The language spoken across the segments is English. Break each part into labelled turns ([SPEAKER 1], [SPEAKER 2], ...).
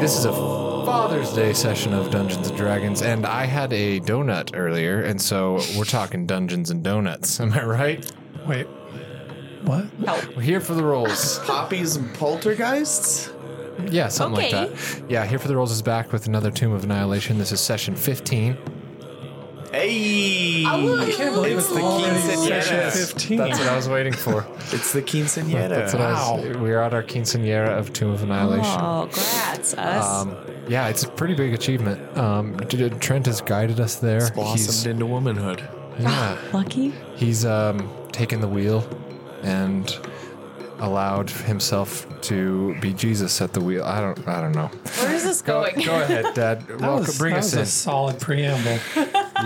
[SPEAKER 1] This is a Father's Day session of Dungeons and Dragons, and I had a donut earlier, and so we're talking Dungeons and Donuts. Am I right?
[SPEAKER 2] Wait, what?
[SPEAKER 1] We're here for the rolls.
[SPEAKER 3] Poppies and poltergeists?
[SPEAKER 1] Yeah, something
[SPEAKER 4] Okay.
[SPEAKER 1] like that. Yeah, here for the rolls is back with another Tomb of Annihilation. This is session 15.
[SPEAKER 3] Hey!
[SPEAKER 4] I can't believe
[SPEAKER 3] it's the
[SPEAKER 2] already session
[SPEAKER 3] quinceanera.
[SPEAKER 2] 15.
[SPEAKER 1] That's what I was waiting for.
[SPEAKER 3] It's the quinceanera.
[SPEAKER 1] That's what I was, we are at our quinceanera of Tomb of Annihilation.
[SPEAKER 4] Oh, grats us.
[SPEAKER 1] Um, yeah, it's a pretty big achievement. Um, D- D- Trent has guided us there.
[SPEAKER 3] Blossomed into womanhood.
[SPEAKER 1] He's, yeah,
[SPEAKER 4] Lucky.
[SPEAKER 1] he's um, taken the wheel and allowed himself to be Jesus at the wheel. I don't, I don't know.
[SPEAKER 4] Where is this
[SPEAKER 1] Go,
[SPEAKER 4] going?
[SPEAKER 1] go ahead, Dad.
[SPEAKER 2] Oh That
[SPEAKER 1] Welcome,
[SPEAKER 2] was,
[SPEAKER 1] bring
[SPEAKER 2] that
[SPEAKER 1] us
[SPEAKER 2] was a solid preamble.
[SPEAKER 1] in.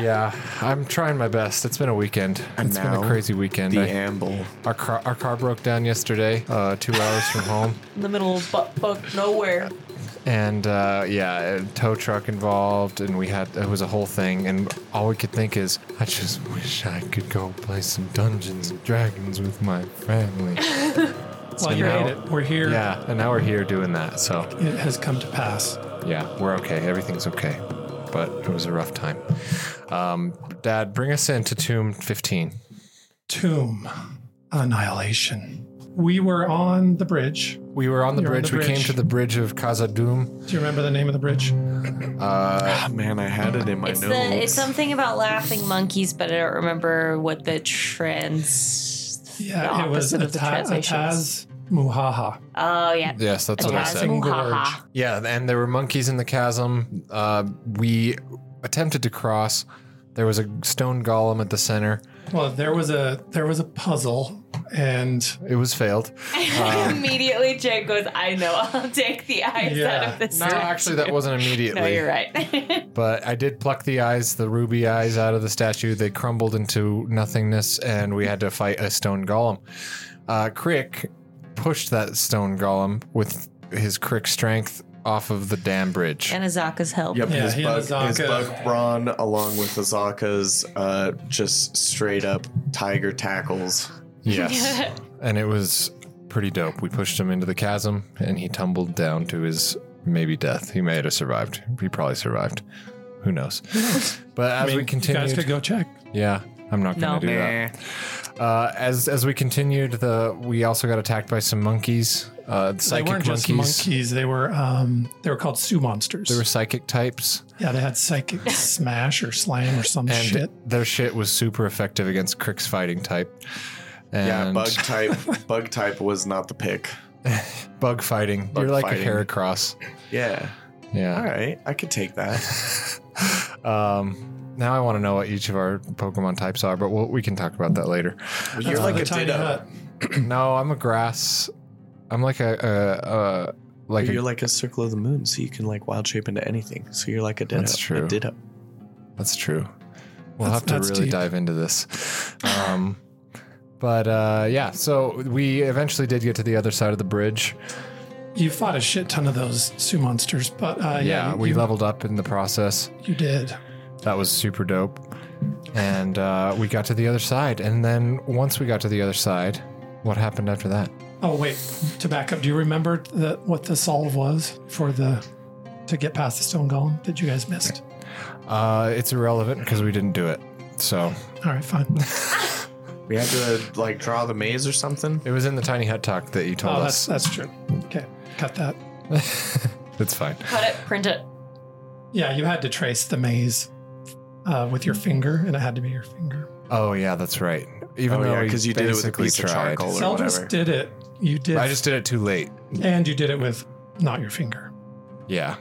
[SPEAKER 1] yeah, I'm trying my best. It's been a weekend.
[SPEAKER 3] And
[SPEAKER 1] It's been a
[SPEAKER 3] now,
[SPEAKER 1] crazy weekend.
[SPEAKER 3] The
[SPEAKER 1] I-
[SPEAKER 3] amble.
[SPEAKER 1] our car, our car broke down yesterday, uh, two hours from home.
[SPEAKER 4] In the middle of buck, buck nowhere.
[SPEAKER 1] and uh, yeah, a tow truck involved, and we had it was a whole thing, and all we could think is, I just wish I could go play some Dungeons and Dragons with my family.
[SPEAKER 2] well, you
[SPEAKER 1] now-
[SPEAKER 2] made it. We're here.
[SPEAKER 1] yeah, and now we're here doing that, so
[SPEAKER 2] It has come to pass.
[SPEAKER 1] yeah, we're okay, everything's okay, but it was a rough time. Um, Dad, bring us into Tomb 15.
[SPEAKER 2] Tomb annihilation. We were on the bridge.
[SPEAKER 1] We were on the,
[SPEAKER 2] You're on
[SPEAKER 1] bridge.
[SPEAKER 2] the
[SPEAKER 1] We came
[SPEAKER 2] bridge.
[SPEAKER 1] to the bridge of Khazad-dûm.
[SPEAKER 2] Do you remember the name of the bridge?
[SPEAKER 3] Ah, man, I had it in my
[SPEAKER 4] It's,
[SPEAKER 3] notes.
[SPEAKER 4] the, it's something about laughing monkeys, but I don't remember what the trans. the
[SPEAKER 2] Yeah, it was
[SPEAKER 4] opposite of the
[SPEAKER 2] Ata-
[SPEAKER 4] translations.
[SPEAKER 2] Ataz Muhaha.
[SPEAKER 4] Oh, yeah.
[SPEAKER 1] Yes, that's what I
[SPEAKER 4] Ataz
[SPEAKER 1] said.
[SPEAKER 2] Amazing
[SPEAKER 4] Muhaha.
[SPEAKER 2] gorge.
[SPEAKER 1] Yeah, and there were monkeys in the chasm. Uh, we attempted to cross. There was a stone golem at the center.
[SPEAKER 2] Well, there was a there was a puzzle, and
[SPEAKER 1] It was failed.
[SPEAKER 4] Immediately, Jake goes, I know, I'll take the eyes out
[SPEAKER 2] Yeah.
[SPEAKER 4] of this.
[SPEAKER 1] No,
[SPEAKER 4] statue."
[SPEAKER 1] actually, that wasn't immediately.
[SPEAKER 4] No, you're right.
[SPEAKER 1] But I did pluck the eyes, the ruby eyes, out of the statue. They crumbled into nothingness, and we had to fight a stone golem. Uh, Crick pushed that stone golem with his Crick strength off of the dam bridge.
[SPEAKER 4] and Azaka's help.
[SPEAKER 3] Yep,
[SPEAKER 2] Yeah,
[SPEAKER 3] his,
[SPEAKER 2] he
[SPEAKER 3] bug,
[SPEAKER 2] and
[SPEAKER 3] his
[SPEAKER 2] Azaka.
[SPEAKER 3] bug brawn along with Azaka's uh, just straight up tiger tackles.
[SPEAKER 1] Yes. and it was pretty dope. We pushed him into the chasm and he tumbled down to his maybe death. He may have survived. He probably survived. Who knows? But as
[SPEAKER 2] I mean,
[SPEAKER 1] we
[SPEAKER 2] You guys
[SPEAKER 1] continued,
[SPEAKER 2] could go check.
[SPEAKER 1] yeah, I'm not gonna
[SPEAKER 4] No.
[SPEAKER 1] do that. Uh, as as we continued, the we also got attacked by some monkeys, uh,
[SPEAKER 2] They
[SPEAKER 1] psychic
[SPEAKER 2] weren't
[SPEAKER 1] monkeys.
[SPEAKER 2] just monkeys. They were um they were called Sioux monsters.
[SPEAKER 1] They were psychic types,
[SPEAKER 2] yeah, they had psychic smash or slam or some
[SPEAKER 1] and
[SPEAKER 2] shit.
[SPEAKER 1] their shit was super effective against Crick's fighting type. And
[SPEAKER 3] Yeah, bug type. bug type was not the pick.
[SPEAKER 1] bug fighting.
[SPEAKER 3] Bug
[SPEAKER 1] You're like
[SPEAKER 3] fighting.
[SPEAKER 1] a Heracross.
[SPEAKER 3] Yeah.
[SPEAKER 1] Yeah.
[SPEAKER 3] All right, I could take that.
[SPEAKER 1] Um, now I want to know what each of our Pokemon types are, but we'll, we can talk about that later.
[SPEAKER 3] You're
[SPEAKER 2] Uh,
[SPEAKER 3] like
[SPEAKER 2] the
[SPEAKER 3] a
[SPEAKER 2] tiny
[SPEAKER 3] ditto.
[SPEAKER 2] hut.
[SPEAKER 1] no, I'm a grass. I'm like a, a, a like a,
[SPEAKER 3] you're like a circle of the moon, so you can like wild shape into anything. So you're like a ditto.
[SPEAKER 1] That's true.
[SPEAKER 3] A ditto.
[SPEAKER 1] that's true. We'll
[SPEAKER 2] That's-
[SPEAKER 1] have to
[SPEAKER 2] that's
[SPEAKER 1] really
[SPEAKER 2] deep.
[SPEAKER 1] dive into this. Um, but uh, yeah, so we eventually did get to the other side of the bridge.
[SPEAKER 2] You fought a shit ton of those Sioux monsters, but uh, yeah,
[SPEAKER 1] yeah,
[SPEAKER 2] you,
[SPEAKER 1] we
[SPEAKER 2] you-
[SPEAKER 1] leveled up in the process.
[SPEAKER 2] you did.
[SPEAKER 1] That was super dope. And uh, we got to the other side. And then once we got to the other side, what happened after that?
[SPEAKER 2] Oh wait, to back up, do you remember the, what the solve was for the to get past the stone golem that you guys missed?
[SPEAKER 1] Uh, it's irrelevant because we didn't do it. So
[SPEAKER 2] All right, fine. Oh,
[SPEAKER 3] We had to like draw the maze or something.
[SPEAKER 1] It was in the tiny hut talk that you told
[SPEAKER 2] Oh, that's
[SPEAKER 1] us.
[SPEAKER 2] that's true. Okay, cut that.
[SPEAKER 1] It's fine.
[SPEAKER 4] Cut it, print it.
[SPEAKER 2] Yeah, you had to trace the maze uh, with your finger, and it had to be your finger.
[SPEAKER 1] Oh yeah, that's right. Even
[SPEAKER 3] Oh,
[SPEAKER 1] though
[SPEAKER 3] yeah,
[SPEAKER 1] because
[SPEAKER 3] 'cause you did it with a piece of charcoal. Or
[SPEAKER 2] Seldris
[SPEAKER 3] whatever.
[SPEAKER 2] did it. You did,
[SPEAKER 1] I just did it too late.
[SPEAKER 2] and you did it with not your finger.
[SPEAKER 1] Yeah.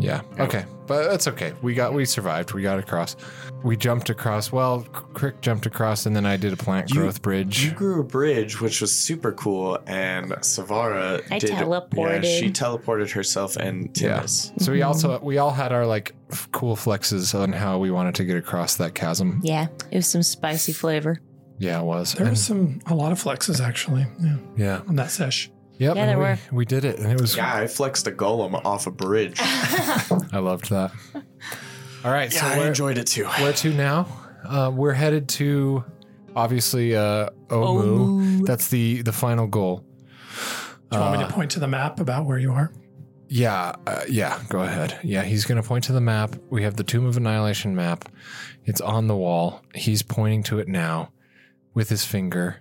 [SPEAKER 1] Yeah. Okay. But that's okay. We got we survived. We got across. We jumped across. Well, Crick jumped across and then I did a plant
[SPEAKER 3] You-
[SPEAKER 1] growth bridge.
[SPEAKER 3] You grew a bridge, which was super cool, and Savara
[SPEAKER 4] I
[SPEAKER 3] did.
[SPEAKER 4] teleported.
[SPEAKER 3] Yeah, she teleported herself and
[SPEAKER 1] Yeah.
[SPEAKER 3] Timus.
[SPEAKER 1] so we also we all had our like f- cool flexes on how we wanted to get across that chasm.
[SPEAKER 4] Yeah, it was some spicy flavor.
[SPEAKER 1] Yeah, it was.
[SPEAKER 2] There
[SPEAKER 1] And-
[SPEAKER 2] was some a lot of flexes actually. Yeah,
[SPEAKER 1] yeah.
[SPEAKER 2] on that sesh.
[SPEAKER 1] Yep.
[SPEAKER 4] Yeah,
[SPEAKER 1] and
[SPEAKER 4] there
[SPEAKER 1] we,
[SPEAKER 4] were.
[SPEAKER 1] we did it and it was
[SPEAKER 3] Yeah, I flexed a golem off a bridge.
[SPEAKER 1] I loved that. All right.
[SPEAKER 3] yeah,
[SPEAKER 1] so
[SPEAKER 3] I
[SPEAKER 1] we're-
[SPEAKER 3] enjoyed it too.
[SPEAKER 1] Where to now? Uh, we're headed to obviously uh, Omu. That's the the final goal. Uh,
[SPEAKER 2] Do you want me to point to the map about where you are?
[SPEAKER 1] Yeah, uh, yeah, go ahead. Yeah, he's going to point to the map. We have the Tomb of Annihilation map. It's on the wall. He's pointing to it now with his finger.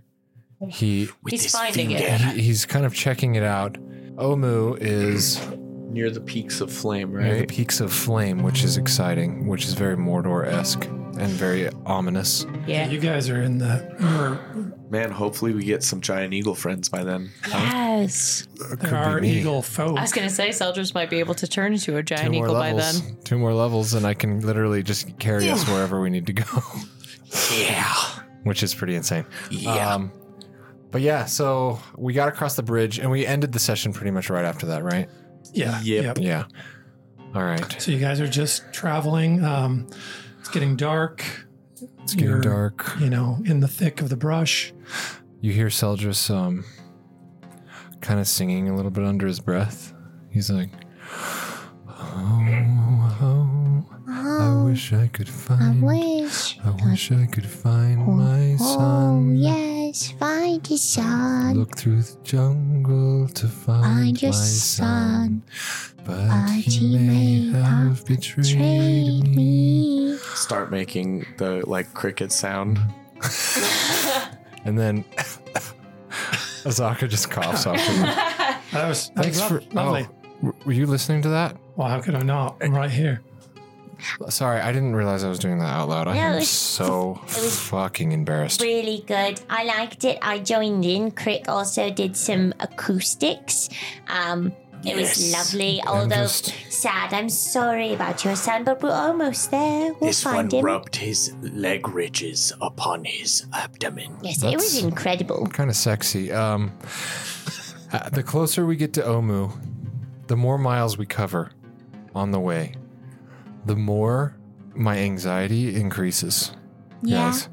[SPEAKER 1] He,
[SPEAKER 4] He's finding it.
[SPEAKER 1] he he's kind of checking it out. Omu is
[SPEAKER 3] near the peaks of flame,
[SPEAKER 1] near the
[SPEAKER 3] right?
[SPEAKER 1] peaks of flame, which is exciting, which is very Mordor-esque and very ominous.
[SPEAKER 4] Yeah.
[SPEAKER 2] You guys are in the. You're,
[SPEAKER 3] Man, hopefully we get some giant eagle friends by then.
[SPEAKER 4] Yes.
[SPEAKER 2] there are eagle folk.
[SPEAKER 4] I was gonna say soldiers might be able to turn into a giant eagle by
[SPEAKER 1] levels.
[SPEAKER 4] then.
[SPEAKER 1] Two more levels, and I can literally just carry us wherever we need to go.
[SPEAKER 3] Yeah.
[SPEAKER 1] which is pretty insane. Um, but yeah, so we got across the bridge and we ended the session pretty much right after that, right?
[SPEAKER 2] yeah. Yep.
[SPEAKER 3] Yep.
[SPEAKER 1] Yeah. All right.
[SPEAKER 2] So you guys are just traveling. Um, it's getting dark.
[SPEAKER 1] It's getting
[SPEAKER 2] You're-
[SPEAKER 1] dark.
[SPEAKER 2] You know, in the thick of the brush.
[SPEAKER 1] You hear Seldris um, kind of singing a little bit under his breath. He's like, Oh, oh I wish I could
[SPEAKER 5] I
[SPEAKER 1] find.
[SPEAKER 5] wish.
[SPEAKER 1] I wish I could find my
[SPEAKER 5] Oh,
[SPEAKER 1] son.
[SPEAKER 5] yes, find your son.
[SPEAKER 1] Look through the jungle to find,
[SPEAKER 5] your
[SPEAKER 1] my son,
[SPEAKER 5] son.
[SPEAKER 1] but,
[SPEAKER 5] But
[SPEAKER 1] he may have betrayed,
[SPEAKER 5] Trade
[SPEAKER 1] me.
[SPEAKER 5] me.
[SPEAKER 3] Start making the like cricket sound.
[SPEAKER 1] And then Azaka just coughs up.
[SPEAKER 2] That was, that
[SPEAKER 1] Thanks
[SPEAKER 2] was
[SPEAKER 1] for
[SPEAKER 2] lo- lovely.
[SPEAKER 1] Oh, w- were you listening to that?
[SPEAKER 2] Well, how could I not? I'm right here.
[SPEAKER 1] Sorry, I didn't realize I was doing that out loud. I
[SPEAKER 5] No,
[SPEAKER 1] am
[SPEAKER 5] it's-
[SPEAKER 1] so
[SPEAKER 5] was-
[SPEAKER 1] fucking embarrassed.
[SPEAKER 5] Really good. I liked it. I joined in. Crick also did some acoustics. Um, it was lovely.
[SPEAKER 1] I'm
[SPEAKER 5] Although
[SPEAKER 1] just-
[SPEAKER 5] sad, I'm sorry about your son, but we're almost there. We'll
[SPEAKER 6] This one
[SPEAKER 5] find him.
[SPEAKER 6] rubbed his leg ridges upon his abdomen.
[SPEAKER 5] Yes, it was
[SPEAKER 1] That's-
[SPEAKER 5] incredible.
[SPEAKER 1] kind of sexy. Um, uh, the closer we get to Omu, the more miles we cover on the way, the more my anxiety increases.
[SPEAKER 5] Yeah.
[SPEAKER 1] guys.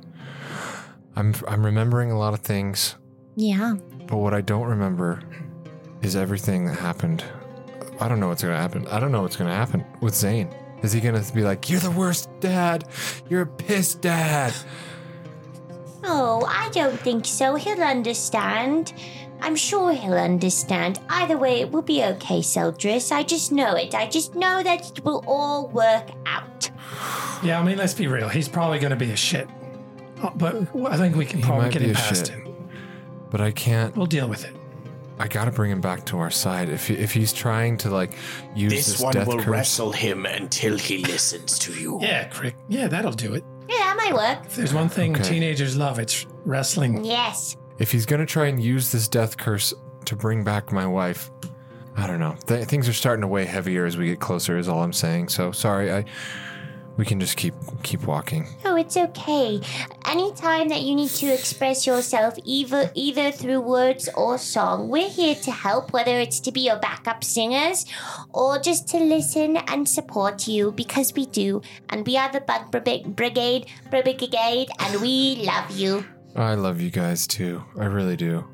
[SPEAKER 1] I'm I'm remembering a lot of things,
[SPEAKER 5] Yeah.
[SPEAKER 1] but what I don't remember is everything that happened. I don't know what's gonna happen. I don't know what's gonna happen with Zane. Is he gonna be like, "You're the worst dad. You're a pissed dad."
[SPEAKER 5] Oh, I don't think so. He'll understand. I'm sure he'll understand. Either way, it will be okay, Seldris. I just know it. I just know that it will all work out.
[SPEAKER 2] Yeah, I mean, let's be real. He's probably going to be a shit. Uh, But I think we can
[SPEAKER 1] He
[SPEAKER 2] probably
[SPEAKER 1] might
[SPEAKER 2] get
[SPEAKER 1] be
[SPEAKER 2] him
[SPEAKER 1] a
[SPEAKER 2] past
[SPEAKER 1] shit.
[SPEAKER 2] it.
[SPEAKER 1] But I can't.
[SPEAKER 2] We'll deal with it.
[SPEAKER 1] I gotta bring him back to our side. If he, if he's trying to like use this,
[SPEAKER 6] This one
[SPEAKER 1] death
[SPEAKER 6] will
[SPEAKER 1] curse,
[SPEAKER 6] wrestle him until he listens to you.
[SPEAKER 2] Yeah, Crick. Yeah, that'll do it.
[SPEAKER 5] Yeah, that might work.
[SPEAKER 2] If there's one thing
[SPEAKER 1] Okay.
[SPEAKER 2] teenagers love, it's wrestling.
[SPEAKER 5] Yes.
[SPEAKER 1] if he's gonna try and use this death curse to bring back my wife, I don't know. Th- things are starting to weigh heavier as we get closer. Is all I'm saying. So sorry. I we can just keep keep walking.
[SPEAKER 5] Oh, it's okay. Anytime that you need to express yourself, either either through words or song, we're here to help. Whether it's to be your backup singers, or just to listen and support you, because we do, and we are the Bug Brig- Brigade, Brigade, and we love you.
[SPEAKER 1] I love you guys too. I really do.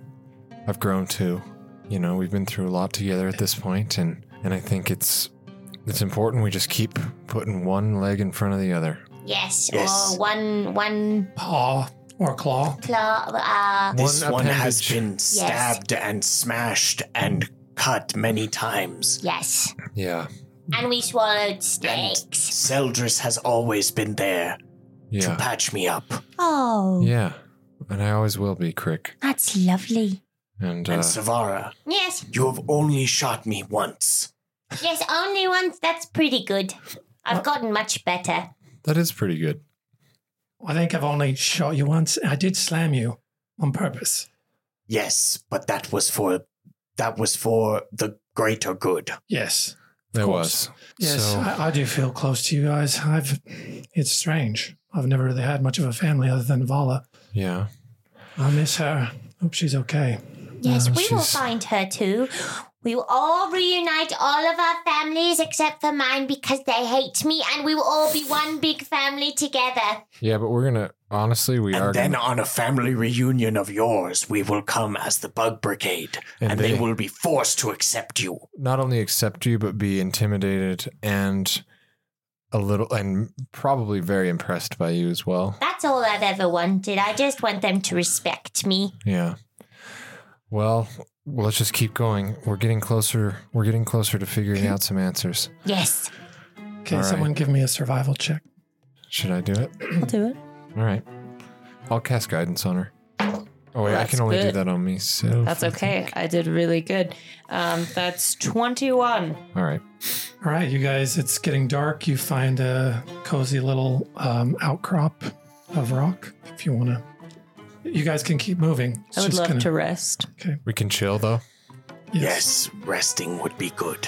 [SPEAKER 1] I've grown too. You know, we've been through a lot together at this point, and and I think it's it's important we just keep putting one leg in front of the other.
[SPEAKER 5] Yes,
[SPEAKER 6] Yes.
[SPEAKER 5] or one one
[SPEAKER 2] Paw or claw.
[SPEAKER 5] claw. Uh,
[SPEAKER 6] This
[SPEAKER 1] One
[SPEAKER 6] one, has
[SPEAKER 1] appendage.
[SPEAKER 6] been stabbed and smashed and cut many times.
[SPEAKER 5] yes,
[SPEAKER 1] Yeah.
[SPEAKER 5] and we swallowed
[SPEAKER 6] And
[SPEAKER 5] snakes.
[SPEAKER 6] Seldris has always been there to
[SPEAKER 1] Yeah.
[SPEAKER 6] patch me up.
[SPEAKER 5] Oh,
[SPEAKER 1] Yeah. And I always will be, Crick.
[SPEAKER 5] that's lovely.
[SPEAKER 1] And,
[SPEAKER 6] And
[SPEAKER 1] uh,
[SPEAKER 6] Savara,
[SPEAKER 5] Yes,
[SPEAKER 6] you have only shot me once.
[SPEAKER 5] yes, only once. That's pretty good. I've gotten much better.
[SPEAKER 1] that is pretty good.
[SPEAKER 2] I think I've only shot you once. I did slam you on purpose.
[SPEAKER 6] Yes, but that was for that was for the greater good.
[SPEAKER 2] Yes.
[SPEAKER 1] There
[SPEAKER 2] course.
[SPEAKER 1] was.
[SPEAKER 2] Yes,
[SPEAKER 1] So-
[SPEAKER 2] I, I do feel close to you guys. I've, it's strange. I've never really had much of a family other than Vala.
[SPEAKER 1] Yeah.
[SPEAKER 2] I miss her. Hope she's okay.
[SPEAKER 5] Yes,
[SPEAKER 1] Oh,
[SPEAKER 5] we will
[SPEAKER 1] she's-
[SPEAKER 5] find her too. We will all reunite all of our families except for mine because they hate me, and we will all be one big family together.
[SPEAKER 1] Yeah, but we're gonna honestly we are
[SPEAKER 6] And then
[SPEAKER 1] gonna,
[SPEAKER 6] on a family reunion of yours, we will come as the Bug Brigade,
[SPEAKER 1] And
[SPEAKER 6] and, they,
[SPEAKER 1] they-
[SPEAKER 6] will be forced to accept you.
[SPEAKER 1] not only accept you but be intimidated and a little and probably very impressed by you as well.
[SPEAKER 5] That's all I've ever wanted. I just want them to respect me.
[SPEAKER 1] Yeah. Well, Well, let's just keep going. We're getting closer. We're getting closer to figuring
[SPEAKER 2] Okay.
[SPEAKER 1] out some answers.
[SPEAKER 5] Yes.
[SPEAKER 2] Okay,
[SPEAKER 1] All right.
[SPEAKER 2] someone give me a survival check.
[SPEAKER 1] Should I do it?
[SPEAKER 4] I'll do it.
[SPEAKER 1] All right. I'll cast guidance on her. Oh wait, I
[SPEAKER 4] That's
[SPEAKER 1] can only do
[SPEAKER 4] good.
[SPEAKER 1] that on me. So
[SPEAKER 4] That's okay. I did really good. Um, that's 21.
[SPEAKER 1] All right.
[SPEAKER 2] All right, you guys, it's getting dark. You find a cozy little um, outcrop of rock if you want to. You guys can keep moving. It's
[SPEAKER 4] I would
[SPEAKER 2] just
[SPEAKER 4] love
[SPEAKER 2] gonna-
[SPEAKER 4] to rest.
[SPEAKER 1] We can chill though.
[SPEAKER 2] Yes.
[SPEAKER 6] Yes, resting would be good.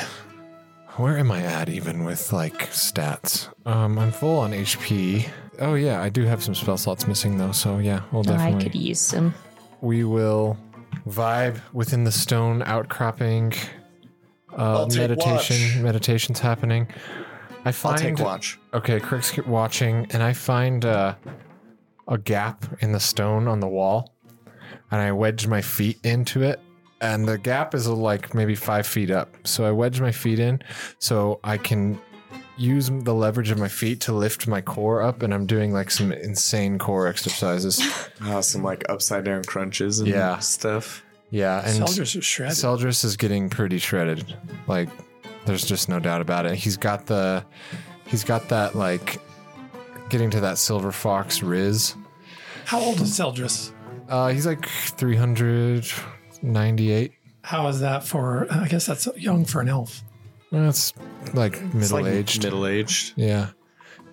[SPEAKER 1] Where am I at even with like stats? Um, I'm full on HP. Oh yeah, I do have some spell slots missing though. So yeah, we'll
[SPEAKER 4] Oh, I
[SPEAKER 1] definitely.
[SPEAKER 4] could use some.
[SPEAKER 1] we will vibe within the stone outcropping. Uh,
[SPEAKER 3] I'll take
[SPEAKER 1] meditation.
[SPEAKER 3] watch.
[SPEAKER 1] Meditation's happening. I
[SPEAKER 3] I'll
[SPEAKER 1] find
[SPEAKER 3] take watch.
[SPEAKER 1] Okay, Crick's keep watching, and I find uh, a gap in the stone on the wall, and I wedge my feet into it. And the gap is uh, like maybe five feet up. So I wedge my feet in so I can use the leverage of my feet to lift my core up, and I'm doing like some insane core exercises.
[SPEAKER 3] Uh, some like upside down crunches and
[SPEAKER 1] Yeah.
[SPEAKER 3] stuff.
[SPEAKER 1] Yeah, and
[SPEAKER 2] Soldiers are shredded.
[SPEAKER 1] Seldris is getting pretty shredded. Like, there's just no doubt about it. He's got the, he's got that like, getting to that silver fox riz.
[SPEAKER 2] How old is Seldris?
[SPEAKER 1] Uh, he's like 398.
[SPEAKER 2] How is that for? uh, I guess that's young for an elf.
[SPEAKER 1] That's like
[SPEAKER 3] It's
[SPEAKER 1] middle
[SPEAKER 3] like
[SPEAKER 1] aged.
[SPEAKER 3] Middle aged.
[SPEAKER 1] yeah,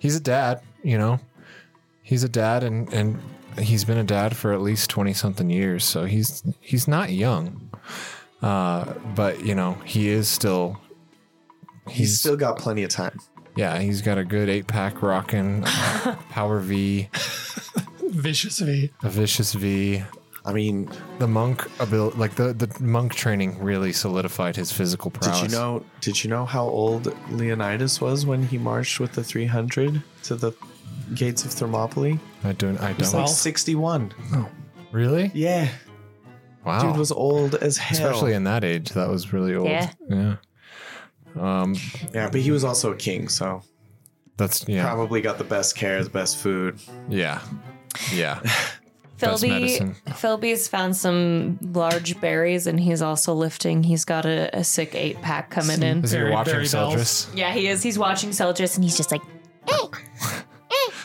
[SPEAKER 1] he's a dad. You know, he's a dad, and and he's been a dad for at least twenty something years. So he's he's not young. Uh, but you know, he is still.
[SPEAKER 3] He's still got plenty of time.
[SPEAKER 1] Yeah, he's got a good eight pack rocking, Power V,
[SPEAKER 2] Vicious V.
[SPEAKER 1] a Vicious V.
[SPEAKER 3] I mean,
[SPEAKER 1] The monk abil like the, the monk training really solidified his physical prowess.
[SPEAKER 3] Did you know? Did you know how old Leonidas was when he marched with the 300 to the gates of Thermopylae?
[SPEAKER 1] I don't. I
[SPEAKER 3] He's
[SPEAKER 1] don't.
[SPEAKER 3] like
[SPEAKER 2] Well-
[SPEAKER 3] 61.
[SPEAKER 1] really?
[SPEAKER 3] Yeah,
[SPEAKER 1] Wow.
[SPEAKER 3] dude was old as hell.
[SPEAKER 1] Oh. Especially in that age, that was really old.
[SPEAKER 4] Yeah.
[SPEAKER 1] Yeah. Um.
[SPEAKER 3] yeah, but he was also a king, so
[SPEAKER 1] That's yeah.
[SPEAKER 3] probably got the best care, the best food.
[SPEAKER 1] Yeah. Yeah. Best
[SPEAKER 4] Philby,
[SPEAKER 1] medicine.
[SPEAKER 4] Philby's found some large berries and he's also lifting. He's got a, a sick eight pack coming in.
[SPEAKER 1] Is he
[SPEAKER 2] Very,
[SPEAKER 1] watching
[SPEAKER 2] very bells.
[SPEAKER 1] Seldris?
[SPEAKER 4] Yeah, he is. He's watching Seldris and he's just like,
[SPEAKER 1] Keep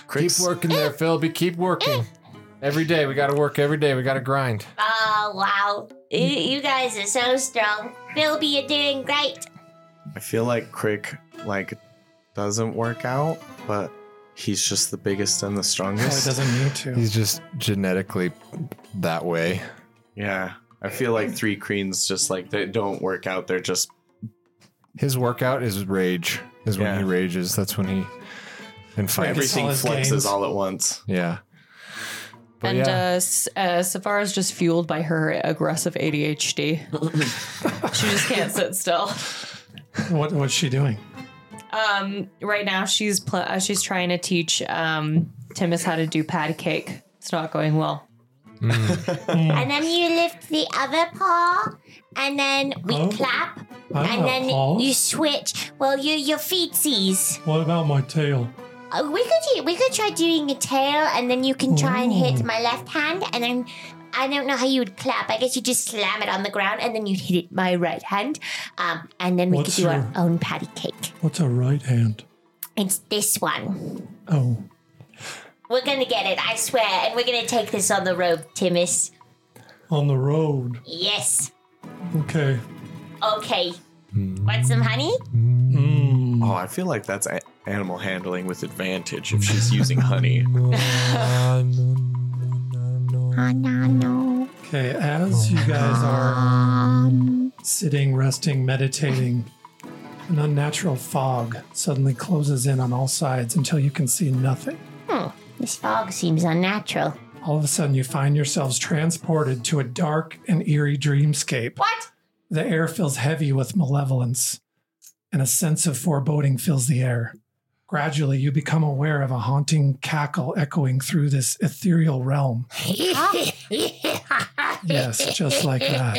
[SPEAKER 3] Crick's,
[SPEAKER 1] working there, Philby. Keep working. Every day we got to work. Every day we got to grind.
[SPEAKER 5] Oh, wow. You, you guys are so strong. Philby, you're doing great.
[SPEAKER 3] I feel like Crick like doesn't work out, but he's just the biggest and the
[SPEAKER 2] Probably
[SPEAKER 3] strongest.
[SPEAKER 2] doesn't need to.
[SPEAKER 1] He's just genetically that way.
[SPEAKER 3] yeah, I feel like three creens just like they don't work out. They're just
[SPEAKER 1] His workout is rage. Is when
[SPEAKER 3] Yeah.
[SPEAKER 1] he rages. That's when he and fight.
[SPEAKER 2] Right.
[SPEAKER 3] everything
[SPEAKER 2] all his
[SPEAKER 3] flexes
[SPEAKER 2] gains.
[SPEAKER 3] all at once.
[SPEAKER 1] Yeah. But
[SPEAKER 4] and
[SPEAKER 1] yeah,
[SPEAKER 4] uh, S- uh, Safara's just fueled by her aggressive ADHD. she just can't sit still.
[SPEAKER 2] What, what's she doing?
[SPEAKER 4] Um, right now she's pl- uh, she's trying to teach um Timus how to do pad cake. It's not going well.
[SPEAKER 5] And then you lift the other paw, and then we
[SPEAKER 2] Oh.
[SPEAKER 5] clap,
[SPEAKER 2] I don't
[SPEAKER 5] and
[SPEAKER 2] know,
[SPEAKER 5] then
[SPEAKER 2] Paul.
[SPEAKER 5] you switch. Well, you your feetsies.
[SPEAKER 2] What about my tail?
[SPEAKER 5] Uh, we could do- we could try doing a tail, and then you can try and hit
[SPEAKER 2] Ooh.
[SPEAKER 5] my left hand, and then I don't know how you would clap. I guess you just slam it on the ground, and then you hit it my right hand, um, and then we
[SPEAKER 2] What's
[SPEAKER 5] could do our
[SPEAKER 2] your-
[SPEAKER 5] own patty cake.
[SPEAKER 2] What's a right hand?
[SPEAKER 5] It's this one.
[SPEAKER 2] Oh,
[SPEAKER 5] We're gonna get it, I swear, and we're gonna take this on the road, Timus.
[SPEAKER 2] on the road.
[SPEAKER 5] Yes.
[SPEAKER 2] Okay.
[SPEAKER 5] Okay.
[SPEAKER 2] Hmm.
[SPEAKER 5] Want some honey?
[SPEAKER 2] Mm.
[SPEAKER 3] Oh, I feel like that's a- animal handling with advantage if she's using honey.
[SPEAKER 2] Okay, as you guys are sitting, resting, meditating, an unnatural fog suddenly closes in on all sides until you can see nothing.
[SPEAKER 5] This fog seems unnatural.
[SPEAKER 2] All of a sudden, you find yourselves transported to a dark and eerie dreamscape.
[SPEAKER 5] What?
[SPEAKER 2] The air feels heavy with malevolence, and a sense of foreboding fills the air. Gradually, you become aware of a haunting cackle echoing through this ethereal realm. Yes, just like that.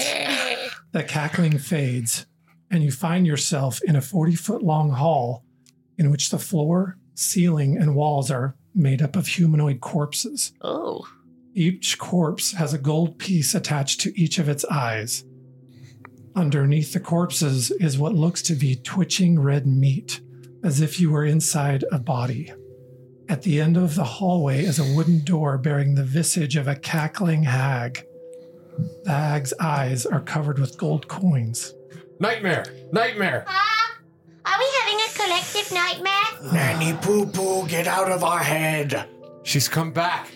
[SPEAKER 2] The cackling fades, and you find yourself in a 40 foot long hall in which the floor, ceiling, and walls are made up of humanoid corpses.
[SPEAKER 4] Oh,
[SPEAKER 2] Each corpse has a gold piece attached to each of its eyes. Underneath the corpses is what looks to be twitching red meat, as if you were inside a body. At the end of the hallway is a wooden door bearing the visage of a cackling hag. The hag's eyes are covered with gold coins.
[SPEAKER 1] Nightmare! Nightmare!
[SPEAKER 5] Ah, are we having a collective nightmare?
[SPEAKER 6] Nanny Poo Poo, get out of our head.
[SPEAKER 1] She's come back.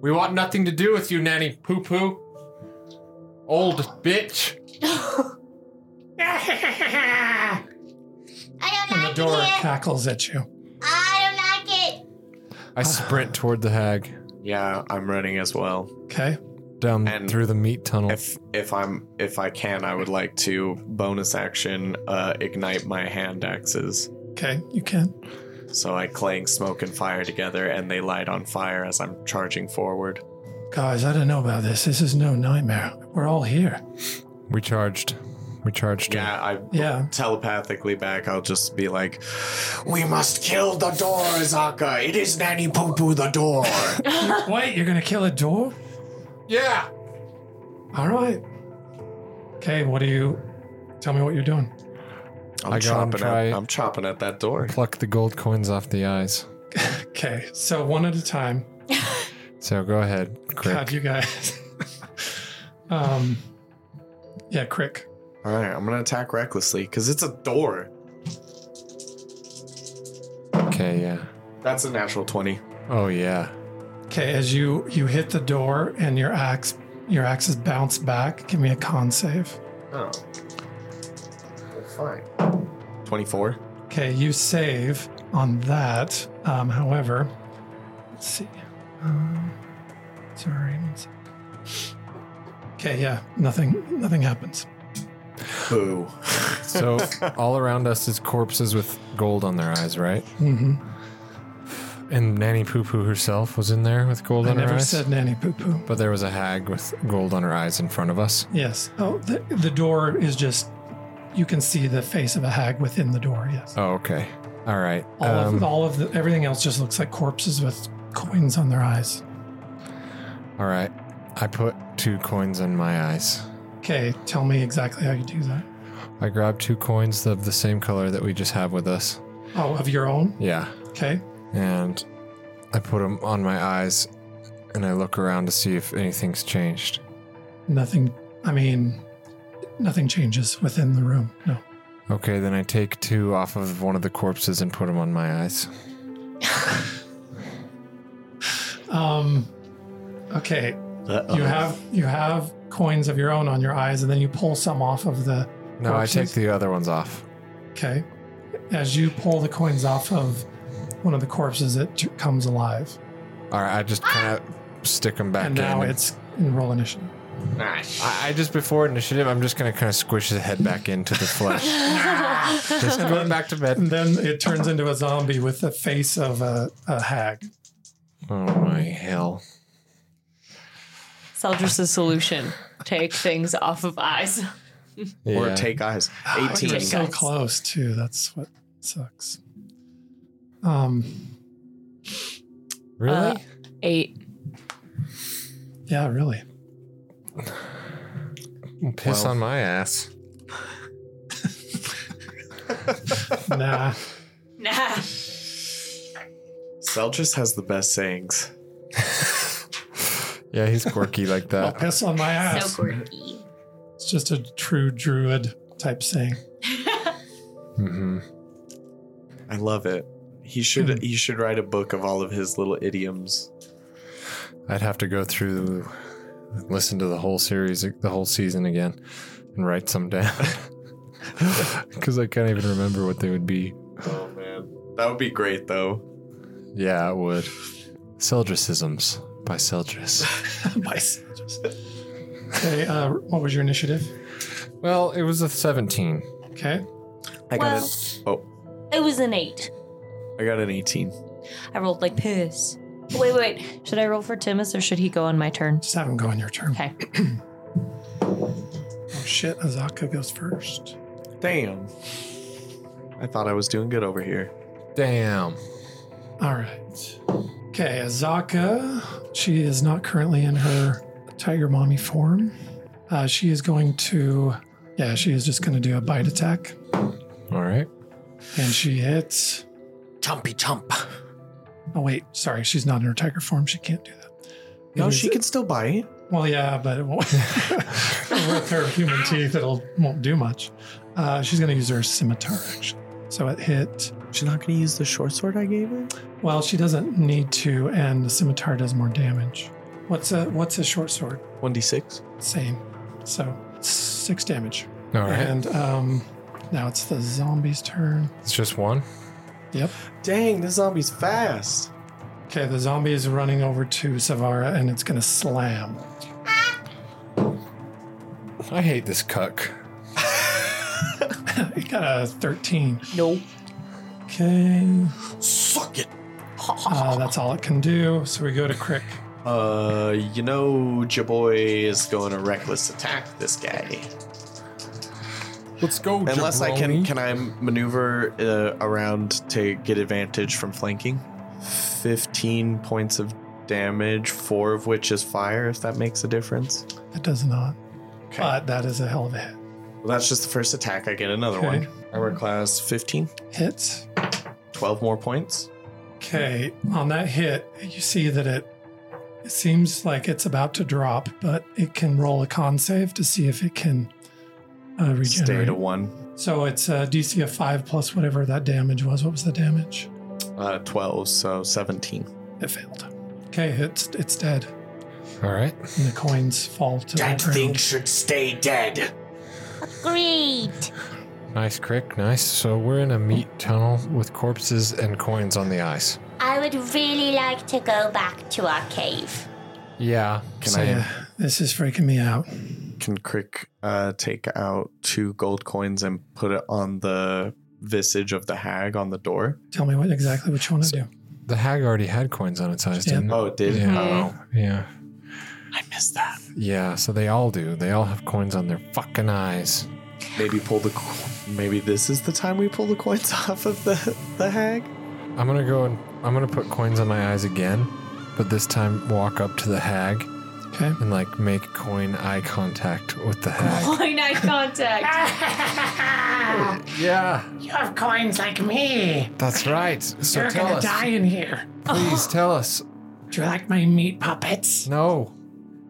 [SPEAKER 1] we want nothing to do with you, Nanny Poo Poo. Old bitch.
[SPEAKER 5] I don't
[SPEAKER 2] And the
[SPEAKER 5] like
[SPEAKER 2] door
[SPEAKER 5] it here.
[SPEAKER 2] cackles at you.
[SPEAKER 5] I don't like it.
[SPEAKER 1] I sprint toward the hag
[SPEAKER 3] Yeah, I'm running as well.
[SPEAKER 2] Okay.
[SPEAKER 1] down
[SPEAKER 3] And-
[SPEAKER 1] through the meat tunnel.
[SPEAKER 3] If if I'm if I can, I would like to bonus action uh, ignite my hand axes.
[SPEAKER 2] Okay. You can.
[SPEAKER 3] So I clang smoke and fire together, and they light on fire as I'm charging forward.
[SPEAKER 2] Guys, I don't know about this. This is no nightmare. We're all here.
[SPEAKER 1] we charged. We charged. her.
[SPEAKER 3] Yeah, I
[SPEAKER 2] Yeah.
[SPEAKER 3] telepathically back. I'll just be like,
[SPEAKER 6] We must kill the door, Azaka. It is Nanny Poo Poo, the door.
[SPEAKER 2] Wait, you're gonna kill a door?
[SPEAKER 1] Yeah.
[SPEAKER 2] All right. Okay, what do you tell me what you're doing?
[SPEAKER 1] I
[SPEAKER 3] I'm
[SPEAKER 1] go and
[SPEAKER 3] chopping
[SPEAKER 1] try-
[SPEAKER 3] at, I'm chopping at that door.
[SPEAKER 1] Pluck the gold coins off the eyes.
[SPEAKER 2] Okay, so one at a time.
[SPEAKER 1] So go ahead,
[SPEAKER 2] God,
[SPEAKER 1] Crick.
[SPEAKER 2] you guys. um Yeah, Crick.
[SPEAKER 3] All right, I'm gonna attack recklessly because it's a door.
[SPEAKER 1] Okay, yeah.
[SPEAKER 3] That's a natural twenty.
[SPEAKER 1] Oh yeah.
[SPEAKER 2] Okay, as you you hit the door and your axe your axes bounce back, give me a con save.
[SPEAKER 3] Oh, well, fine. Twenty-four.
[SPEAKER 2] Okay, you save on that. Um, however, let's see. Um, sorry. one sec. Okay, yeah, nothing nothing happens.
[SPEAKER 3] Boo.
[SPEAKER 1] So all around us is corpses with gold on their eyes, right?
[SPEAKER 2] Mm-hmm.
[SPEAKER 1] And Nanny Poo Poo herself was in there with gold
[SPEAKER 2] I
[SPEAKER 1] on her
[SPEAKER 2] never
[SPEAKER 1] eyes.
[SPEAKER 2] said nanny poo poo.
[SPEAKER 1] but there was a hag with gold on her eyes in front of us.
[SPEAKER 2] Yes. Oh, the, the door is just, you can see the face of a hag within the door. Yes.
[SPEAKER 1] Oh, okay. All right.
[SPEAKER 2] All of,
[SPEAKER 1] Um,
[SPEAKER 2] all of the, everything else just looks like corpses with coins on their eyes.
[SPEAKER 1] all right. I put two coins in my eyes.
[SPEAKER 2] Okay, tell me exactly how you do that.
[SPEAKER 1] I grabbed two coins of the same color that we just have with us.
[SPEAKER 2] Oh, of your own?
[SPEAKER 1] Yeah.
[SPEAKER 2] Okay.
[SPEAKER 1] And I put them on my eyes and I look around to see if anything's changed.
[SPEAKER 2] Nothing, I mean, nothing changes within the room. No.
[SPEAKER 1] Okay, then I take two off of one of the corpses and put them on my eyes.
[SPEAKER 2] Um, okay.
[SPEAKER 3] Uh-oh.
[SPEAKER 1] Uh-huh.
[SPEAKER 2] You have, you have coins of your own on your eyes and then you pull some off of the
[SPEAKER 1] No, I take
[SPEAKER 2] Corpses?
[SPEAKER 1] the other ones off.
[SPEAKER 2] Okay. As you pull the coins off of one of the corpses, it t- comes alive.
[SPEAKER 1] All right, I just kind of stick them back
[SPEAKER 2] and
[SPEAKER 1] in.
[SPEAKER 2] now it's in roll initiative.
[SPEAKER 1] I, I just before initiative, I'm just gonna kind of squish his head back into the flesh. just going back to bed.
[SPEAKER 2] And then it turns into a zombie with the face of a, a hag.
[SPEAKER 1] Oh my hell!
[SPEAKER 4] Seldris' solution. Take things off of eyes.
[SPEAKER 3] Or
[SPEAKER 1] Yeah.
[SPEAKER 3] take eyes.
[SPEAKER 2] Ah, you were
[SPEAKER 3] 18.
[SPEAKER 2] so close, too. That's what sucks. Um.
[SPEAKER 1] really?
[SPEAKER 4] Uh, Eight.
[SPEAKER 2] Yeah, really.
[SPEAKER 1] Piss
[SPEAKER 3] well.
[SPEAKER 1] on my ass.
[SPEAKER 2] Nah.
[SPEAKER 4] Nah.
[SPEAKER 3] Seltris has the best sayings.
[SPEAKER 1] Yeah, he's quirky like
[SPEAKER 2] I'll
[SPEAKER 1] that.
[SPEAKER 2] piss on my ass.
[SPEAKER 5] So quirky.
[SPEAKER 2] It's just a true druid type saying.
[SPEAKER 1] hmm
[SPEAKER 3] I love it. He
[SPEAKER 2] Hmm.
[SPEAKER 3] should he should write a book of all of his little idioms.
[SPEAKER 1] I'd have to go through, listen to the whole series, the whole season again, and write some down because I can't even remember what they would be.
[SPEAKER 3] Oh man. That would be great though.
[SPEAKER 1] Yeah, I would. Seldricisms by Seldris.
[SPEAKER 2] Mice. Okay, uh, what was your initiative?
[SPEAKER 1] well, it was a 17.
[SPEAKER 2] Okay.
[SPEAKER 3] I got
[SPEAKER 4] Well,
[SPEAKER 3] it. Oh,
[SPEAKER 4] it was an eight.
[SPEAKER 3] I got an 18.
[SPEAKER 4] I rolled like piss. Wait, wait. Should I roll for Timus or should he go on my turn?
[SPEAKER 2] Just have him go on your turn.
[SPEAKER 4] Okay.
[SPEAKER 2] Oh, shit. Azaka goes first.
[SPEAKER 3] Damn. I thought I was doing good over here.
[SPEAKER 1] Damn.
[SPEAKER 2] All right. Okay, Azaka. She is not currently in her tiger mommy form. Uh, she is going to Yeah, she is just going to do a bite attack.
[SPEAKER 1] All right.
[SPEAKER 2] And she hits.
[SPEAKER 6] Chumpy chump.
[SPEAKER 2] Oh, wait. Sorry. She's not in her tiger form. She can't do that.
[SPEAKER 3] No,
[SPEAKER 2] It
[SPEAKER 3] she
[SPEAKER 2] is-
[SPEAKER 3] can still bite.
[SPEAKER 2] Well, yeah, but it won't. with her human teeth, it'll won't do much. Uh, she's going to use her scimitar action. So it hit.
[SPEAKER 3] She's not going to use the short sword I gave her.
[SPEAKER 2] Well, she doesn't need to, and the scimitar does more damage. What's a what's a short sword?
[SPEAKER 3] 1d6.
[SPEAKER 2] Same. So six damage.
[SPEAKER 1] All right.
[SPEAKER 2] And um, now it's the zombie's turn.
[SPEAKER 1] It's just one.
[SPEAKER 2] Yep.
[SPEAKER 3] Dang, this zombie's fast.
[SPEAKER 2] Okay, the zombie is running over to Savara, and it's going to slam.
[SPEAKER 1] I hate this cuck.
[SPEAKER 2] it got a thirteen.
[SPEAKER 4] Nope.
[SPEAKER 2] Okay.
[SPEAKER 6] Suck it.
[SPEAKER 2] Uh, that's all it can do. So we go to Crick.
[SPEAKER 3] Uh, you know, your boy is going to reckless attack this guy.
[SPEAKER 1] Let's go.
[SPEAKER 3] Unless I
[SPEAKER 1] jabroni.
[SPEAKER 3] can, can I maneuver uh, around to get advantage from flanking? 15 points of damage, four of which is fire, if that makes a difference.
[SPEAKER 2] It does not.
[SPEAKER 3] Okay.
[SPEAKER 2] But that is a hell of a hit.
[SPEAKER 3] Well, that's just the first attack. I get another
[SPEAKER 2] Okay.
[SPEAKER 3] one. Armor class 15,
[SPEAKER 2] Hits.
[SPEAKER 3] 12 more points.
[SPEAKER 2] Okay, on that hit, you see that it it seems like it's about to drop, but it can roll a con save to see if it can uh,
[SPEAKER 3] Stay
[SPEAKER 2] regenerate.
[SPEAKER 3] to one.
[SPEAKER 2] So it's a DC of five plus whatever that damage was. What was the damage?
[SPEAKER 3] Uh, 12, so 17.
[SPEAKER 2] It failed. Okay, it's it's dead,
[SPEAKER 1] All right.
[SPEAKER 2] and the coins fall to
[SPEAKER 6] That
[SPEAKER 2] the ground.
[SPEAKER 6] thing should stay dead.
[SPEAKER 5] Great.
[SPEAKER 1] Nice crick. Nice. So we're in a meat tunnel with corpses and coins on the ice.
[SPEAKER 5] I would really like to go back to our cave.
[SPEAKER 1] Yeah. Can
[SPEAKER 2] so yeah, this is freaking me out.
[SPEAKER 3] Can Crick uh, take out two gold coins and put it on the visage of the hag on the door?
[SPEAKER 2] Tell me what exactly what you want to do.
[SPEAKER 1] The hag already had coins on its eyes,
[SPEAKER 2] Yeah.
[SPEAKER 1] didn't it?
[SPEAKER 3] Oh, it did?
[SPEAKER 1] Yeah.
[SPEAKER 3] Oh.
[SPEAKER 1] Yeah.
[SPEAKER 6] I missed that.
[SPEAKER 1] Yeah. So they all do. They all have coins on their fucking eyes.
[SPEAKER 3] Maybe pull the. co- Maybe this is the time we pull the coins off of the the hag.
[SPEAKER 1] I'm gonna go and I'm gonna put coins on my eyes again, but this time walk up to the hag
[SPEAKER 2] Okay,
[SPEAKER 1] and like make coin eye contact with the hag.
[SPEAKER 4] Blind eye contact.
[SPEAKER 1] yeah.
[SPEAKER 6] You have coins like me.
[SPEAKER 1] That's right. So
[SPEAKER 6] You're
[SPEAKER 1] tell
[SPEAKER 6] gonna
[SPEAKER 1] us.
[SPEAKER 6] die in here.
[SPEAKER 1] Please tell us.
[SPEAKER 6] Do you like my meat puppets?
[SPEAKER 1] No.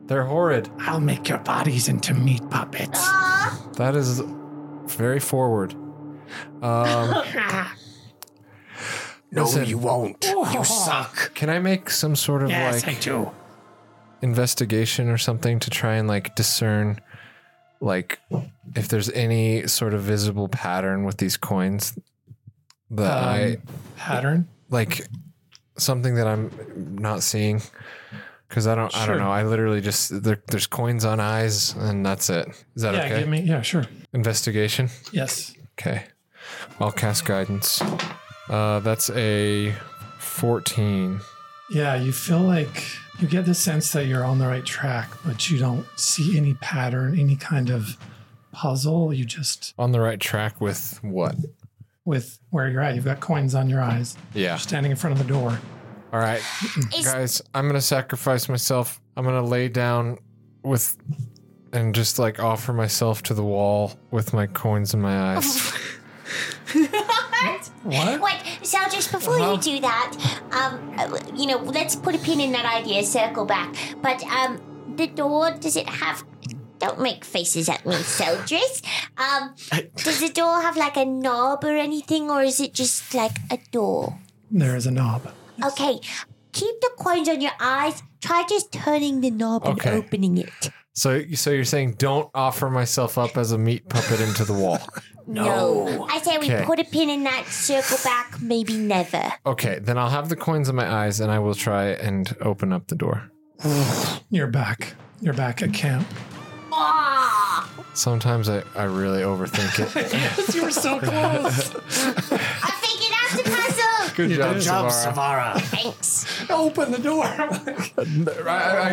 [SPEAKER 1] They're horrid.
[SPEAKER 6] I'll make your bodies into meat puppets.
[SPEAKER 1] That is very forward. Um,
[SPEAKER 6] no,
[SPEAKER 1] Listen.
[SPEAKER 6] you won't. Oh, You suck.
[SPEAKER 1] can I make some sort of
[SPEAKER 6] Yes,
[SPEAKER 1] like
[SPEAKER 6] I do.
[SPEAKER 1] investigation or something to try and like discern like if there's any sort of visible pattern with these coins that
[SPEAKER 2] Um,
[SPEAKER 1] I
[SPEAKER 2] pattern.
[SPEAKER 1] like something that I'm not seeing because I don't I don't
[SPEAKER 2] Sure.
[SPEAKER 1] know I literally just there, there's coins on eyes and that's it is that
[SPEAKER 2] Yeah,
[SPEAKER 1] okay
[SPEAKER 2] give me. Yeah, sure.
[SPEAKER 1] investigation
[SPEAKER 2] Yes.
[SPEAKER 1] okay I'll cast guidance uh that's a 14
[SPEAKER 2] Yeah, you feel like you get the sense that you're on the right track, but you don't see any pattern, any kind of puzzle. You just,
[SPEAKER 1] on the right track with what
[SPEAKER 2] with where you're at, you've got coins on your eyes,
[SPEAKER 1] yeah
[SPEAKER 2] You're standing in front of the door.
[SPEAKER 1] all right
[SPEAKER 5] Is-
[SPEAKER 1] guys I'm gonna sacrifice myself I'm gonna lay down with and just like offer myself to the wall with my coins in my eyes
[SPEAKER 5] what?
[SPEAKER 2] What?
[SPEAKER 5] Wait, so just before
[SPEAKER 1] Uh-huh.
[SPEAKER 5] you do that, um, uh, you know, let's put a pin in that idea, circle back. But um, the door does it have? Don't make faces at me, soldiers. Um, does the door have like a knob or anything, or is it just like a door?
[SPEAKER 2] There is a knob.
[SPEAKER 5] Okay, keep the coins on your eyes. Try just turning the knob
[SPEAKER 1] Okay.
[SPEAKER 5] and opening it.
[SPEAKER 1] So, so you're saying don't offer myself up as a meat puppet into the wall?
[SPEAKER 5] No. I say we
[SPEAKER 1] Okay.
[SPEAKER 5] put a pin in that, circle back, maybe never.
[SPEAKER 1] Okay, then I'll have the coins in my eyes and I will try and open up the door.
[SPEAKER 2] You're back. You're back at camp.
[SPEAKER 5] Ah!
[SPEAKER 1] Sometimes I, I really overthink it.
[SPEAKER 2] you were so close.
[SPEAKER 5] I figured out the puzzle!
[SPEAKER 1] Good job,
[SPEAKER 6] Good job, Savara.
[SPEAKER 5] Thanks.
[SPEAKER 2] Open the door.
[SPEAKER 1] I,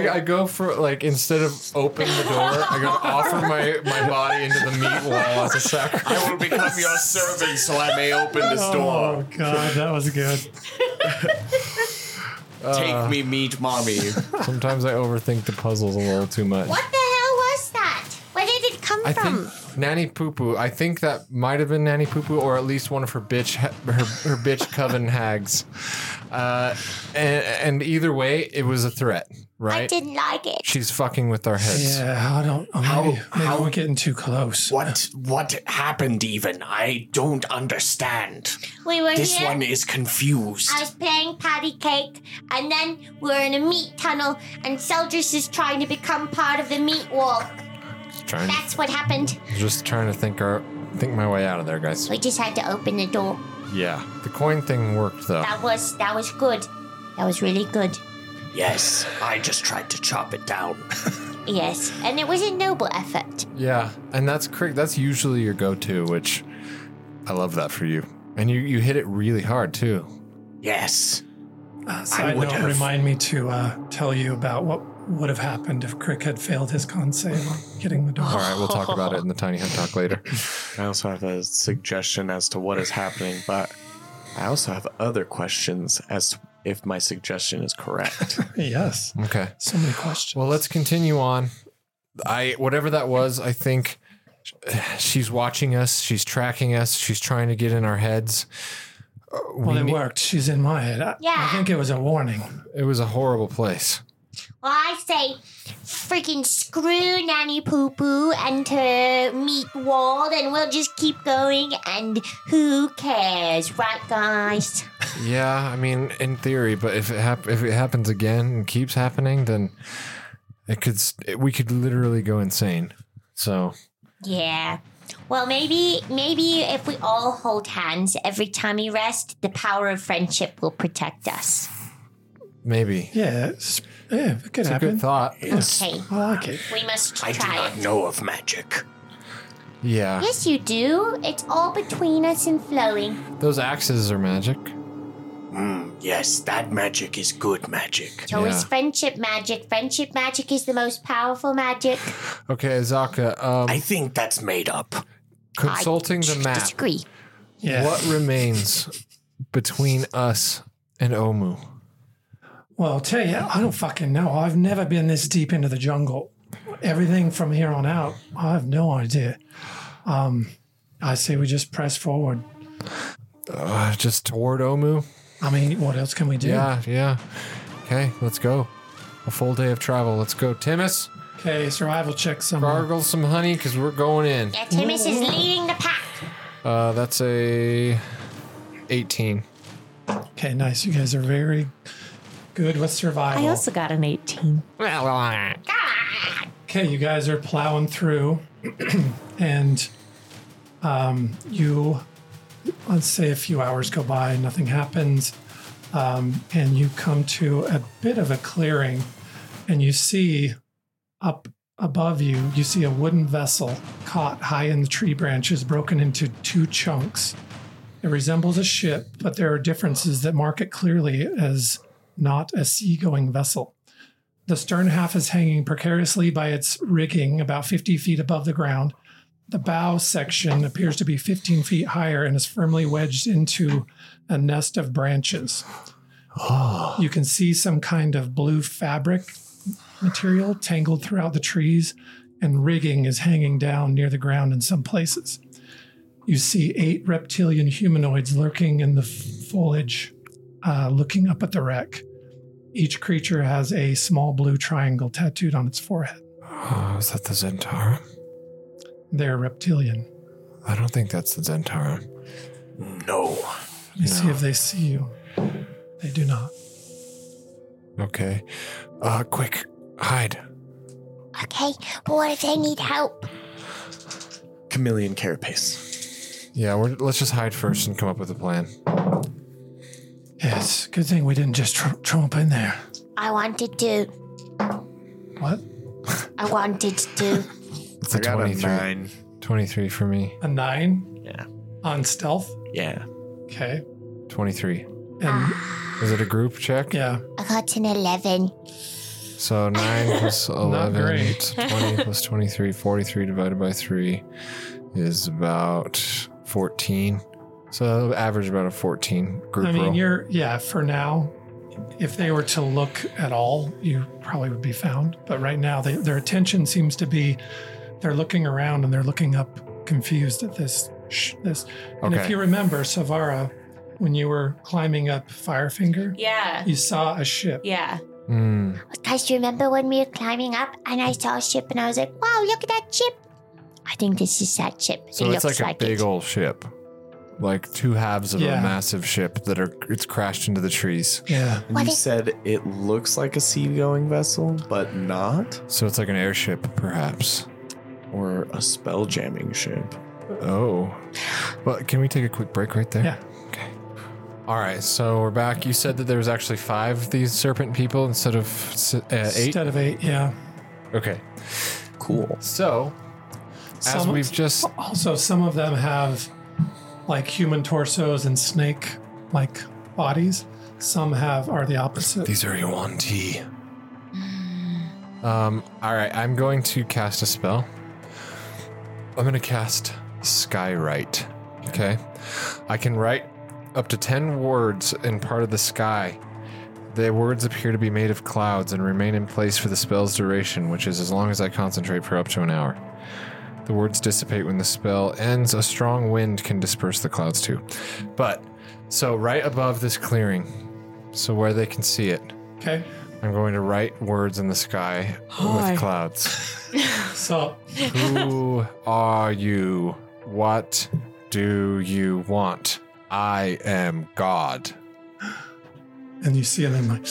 [SPEAKER 1] I, I go for like instead of open the door, I go offer my, my body into the meat wall as a sacrifice.
[SPEAKER 6] I will become your servant so I may open this
[SPEAKER 2] oh god, that was good. Uh.
[SPEAKER 3] Take me, meat mommy.
[SPEAKER 1] Sometimes I overthink the puzzles a little too much.
[SPEAKER 5] What the hell was that? Where did it come
[SPEAKER 1] I
[SPEAKER 5] from?
[SPEAKER 1] think Nanny Poo Poo. I think that might have been Nanny Poo Poo, or at least one of her bitch her, her bitch coven hags. Uh, and, and either way, it was a threat,
[SPEAKER 5] I
[SPEAKER 1] right?
[SPEAKER 5] didn't like it.
[SPEAKER 1] She's fucking with our heads.
[SPEAKER 2] Yeah, I don't. Oh,
[SPEAKER 6] How-
[SPEAKER 2] maybe, maybe
[SPEAKER 6] how-
[SPEAKER 2] we're getting too close.
[SPEAKER 6] What what happened even? I don't understand.
[SPEAKER 5] We were
[SPEAKER 6] This
[SPEAKER 5] here.
[SPEAKER 6] one is confused.
[SPEAKER 5] I was playing patty cake, and then we were in a meat tunnel, and soldiers is trying to become part of the meat walk.
[SPEAKER 1] Just trying,
[SPEAKER 5] That's what happened.
[SPEAKER 1] just trying to think our think my way out of there, guys.
[SPEAKER 5] We just had to open the door.
[SPEAKER 1] Yeah, the coin thing worked though.
[SPEAKER 5] That was that was good. That was really good.
[SPEAKER 6] Yes, I just tried to chop it down.
[SPEAKER 5] Yes, and it was a noble effort.
[SPEAKER 1] Yeah, and that's cr- that's usually your go-to, which I love that for you. And you you hit it really hard too.
[SPEAKER 6] Yes.
[SPEAKER 2] Uh, side
[SPEAKER 6] would
[SPEAKER 2] note,
[SPEAKER 6] have.
[SPEAKER 2] remind me to uh, tell you about what would have happened if Crick had failed his con save on getting the door.
[SPEAKER 1] All right, we'll talk about it in the tiny hut talk later.
[SPEAKER 3] I also have a suggestion as to what is happening, but I also have other questions as to if my suggestion is correct.
[SPEAKER 2] Yes.
[SPEAKER 1] Okay.
[SPEAKER 2] So many questions.
[SPEAKER 1] Well, let's continue on. I whatever that was, I think she's watching us. She's tracking us. She's trying to get in our heads. Uh, we
[SPEAKER 2] Well, it
[SPEAKER 1] ne-
[SPEAKER 2] worked. She's in my head. I, I
[SPEAKER 5] Yeah.
[SPEAKER 2] think it was a warning.
[SPEAKER 1] it was a horrible place.
[SPEAKER 5] Well, I say, freaking screw Nanny Poo Poo and her meat wall, and we'll just keep going. And who cares, right, guys?
[SPEAKER 1] Yeah, I mean, in theory, but if it hap- if it happens again and keeps happening, then it could s- it, we could literally go insane. So
[SPEAKER 5] Yeah. Well, maybe maybe if we all hold hands every time we rest, the power of friendship will protect us.
[SPEAKER 1] maybe
[SPEAKER 2] Yeah, it's, yeah it could
[SPEAKER 1] it's a
[SPEAKER 2] happen.
[SPEAKER 1] good thought.
[SPEAKER 6] It's,
[SPEAKER 5] Okay,
[SPEAKER 2] I like it.
[SPEAKER 5] we must
[SPEAKER 6] I do
[SPEAKER 5] try
[SPEAKER 6] not
[SPEAKER 5] it.
[SPEAKER 6] know of magic.
[SPEAKER 1] Yeah,
[SPEAKER 5] Yes, you do. It's all between us and flowing.
[SPEAKER 1] those axes are magic.
[SPEAKER 6] Mm, yes, that magic is good magic.
[SPEAKER 5] So is
[SPEAKER 1] Yeah.
[SPEAKER 5] friendship magic. Friendship magic is the most powerful magic.
[SPEAKER 1] Okay, Zaka, um,
[SPEAKER 6] I think that's made up.
[SPEAKER 1] consulting the map,
[SPEAKER 5] Disagree.
[SPEAKER 2] Yeah.
[SPEAKER 1] what remains between us and Omu?
[SPEAKER 2] Well, I'll tell you, I don't fucking know. I've never been this deep into the jungle. Everything from here on out, I have no idea. Um, I say we just press forward.
[SPEAKER 1] Uh, just toward Omu?
[SPEAKER 2] I mean, what else can we do?
[SPEAKER 1] Yeah, yeah. Okay, let's go. A full day of travel. Let's go, Timus.
[SPEAKER 2] Okay, survival check somewhere.
[SPEAKER 1] Gargle some honey because we're going in.
[SPEAKER 5] Yeah, Timus is leading the pack.
[SPEAKER 1] Uh, that's a 18.
[SPEAKER 2] Okay, nice. You guys are very good with survival.
[SPEAKER 4] I also got an 18.
[SPEAKER 1] Oh,
[SPEAKER 2] Okay, you guys are plowing through, and um, you, let's say a few hours go by, nothing happens, um, and you come to a bit of a clearing, and you see up above you, you see a wooden vessel caught high in the tree branches, broken into two chunks. It resembles a ship, but there are differences that mark it clearly as not a seagoing vessel. The stern half is hanging precariously by its rigging about 50 feet above the ground. The bow section appears to be 15 feet higher and is firmly wedged into a nest of branches. You can see some kind of blue fabric material tangled throughout the trees, and rigging is hanging down near the ground in some places. You see eight reptilian humanoids lurking in the f- foliage, uh, looking up at the wreck. Each creature has a small blue triangle tattooed on its forehead.
[SPEAKER 1] Oh, is that the Zentarum?
[SPEAKER 2] They're reptilian.
[SPEAKER 1] I don't think that's the Zentarum.
[SPEAKER 6] No.
[SPEAKER 2] You see if they see you. They do not.
[SPEAKER 1] Okay. Uh, quick, hide.
[SPEAKER 5] Okay, but what if they need help?
[SPEAKER 3] Chameleon carapace.
[SPEAKER 1] Yeah, we're, let's just hide first and come up with a plan.
[SPEAKER 2] Yes, good thing we didn't just tr- tromp in there.
[SPEAKER 5] I wanted to.
[SPEAKER 2] What?
[SPEAKER 5] I wanted to.
[SPEAKER 1] It's a 23. 23 for me.
[SPEAKER 2] A nine?
[SPEAKER 3] Yeah.
[SPEAKER 2] On stealth?
[SPEAKER 3] Yeah.
[SPEAKER 2] Okay.
[SPEAKER 1] 23.
[SPEAKER 2] And
[SPEAKER 1] Is it a group check?
[SPEAKER 2] yeah,
[SPEAKER 5] I got an 11.
[SPEAKER 1] So 9 plus
[SPEAKER 2] Not
[SPEAKER 1] 11,
[SPEAKER 2] great.
[SPEAKER 1] 20 plus 23, 43 divided by 3 is about 14. So average about a 14 group
[SPEAKER 2] I mean,
[SPEAKER 1] roll.
[SPEAKER 2] you're, yeah, for now, if they were to look at all, you probably would be found. But right now, they, their attention seems to be They're looking around and they're looking up, confused at this. Sh- this. And if
[SPEAKER 1] Okay.
[SPEAKER 2] you remember, Savara, when you were climbing up Firefinger,
[SPEAKER 4] Yeah.
[SPEAKER 2] you saw a ship.
[SPEAKER 4] Yeah.
[SPEAKER 1] Mm.
[SPEAKER 5] Guys, do you remember when we were climbing up and I saw a ship and I was like, wow, look at that ship? I think this is that ship.
[SPEAKER 1] So
[SPEAKER 5] it
[SPEAKER 1] it's
[SPEAKER 5] looks
[SPEAKER 1] like a big
[SPEAKER 5] it.
[SPEAKER 1] old ship, like two halves of
[SPEAKER 2] Yeah.
[SPEAKER 1] a massive ship that are it's crashed into the trees.
[SPEAKER 2] Yeah.
[SPEAKER 3] And
[SPEAKER 5] What
[SPEAKER 3] you
[SPEAKER 5] if-
[SPEAKER 3] said it looks like a seagoing vessel, but not,
[SPEAKER 1] So it's like an airship, perhaps.
[SPEAKER 3] or a spell jamming ship.
[SPEAKER 1] Oh, well, can we take a quick break right there?
[SPEAKER 2] Yeah.
[SPEAKER 1] Okay. All right, so we're back. You said that there was actually five of these serpent people instead of s- uh, eight.
[SPEAKER 2] Instead of eight, yeah.
[SPEAKER 1] Okay,
[SPEAKER 3] Cool.
[SPEAKER 1] so as
[SPEAKER 2] Some-
[SPEAKER 1] we've just
[SPEAKER 2] Also, some of them have like human torsos and snake like bodies. Some have are the opposite.
[SPEAKER 1] These are Yuan-Ti. Um, all right, I'm going to cast a spell. I'm going to cast Skywrite. Okay. I can write up to 10 words in part of the sky. The words appear to be made of clouds and remain in place for the spell's duration, which is as long as I concentrate for up to an hour. The words dissipate when the spell ends. A strong wind can disperse the clouds too. But, so right above this clearing, so where they can see it,
[SPEAKER 2] Okay.
[SPEAKER 1] I'm going to write words in the sky
[SPEAKER 4] Hi.
[SPEAKER 1] with clouds.
[SPEAKER 2] So
[SPEAKER 1] Who are you? What do you want? I am God.
[SPEAKER 2] and you see them like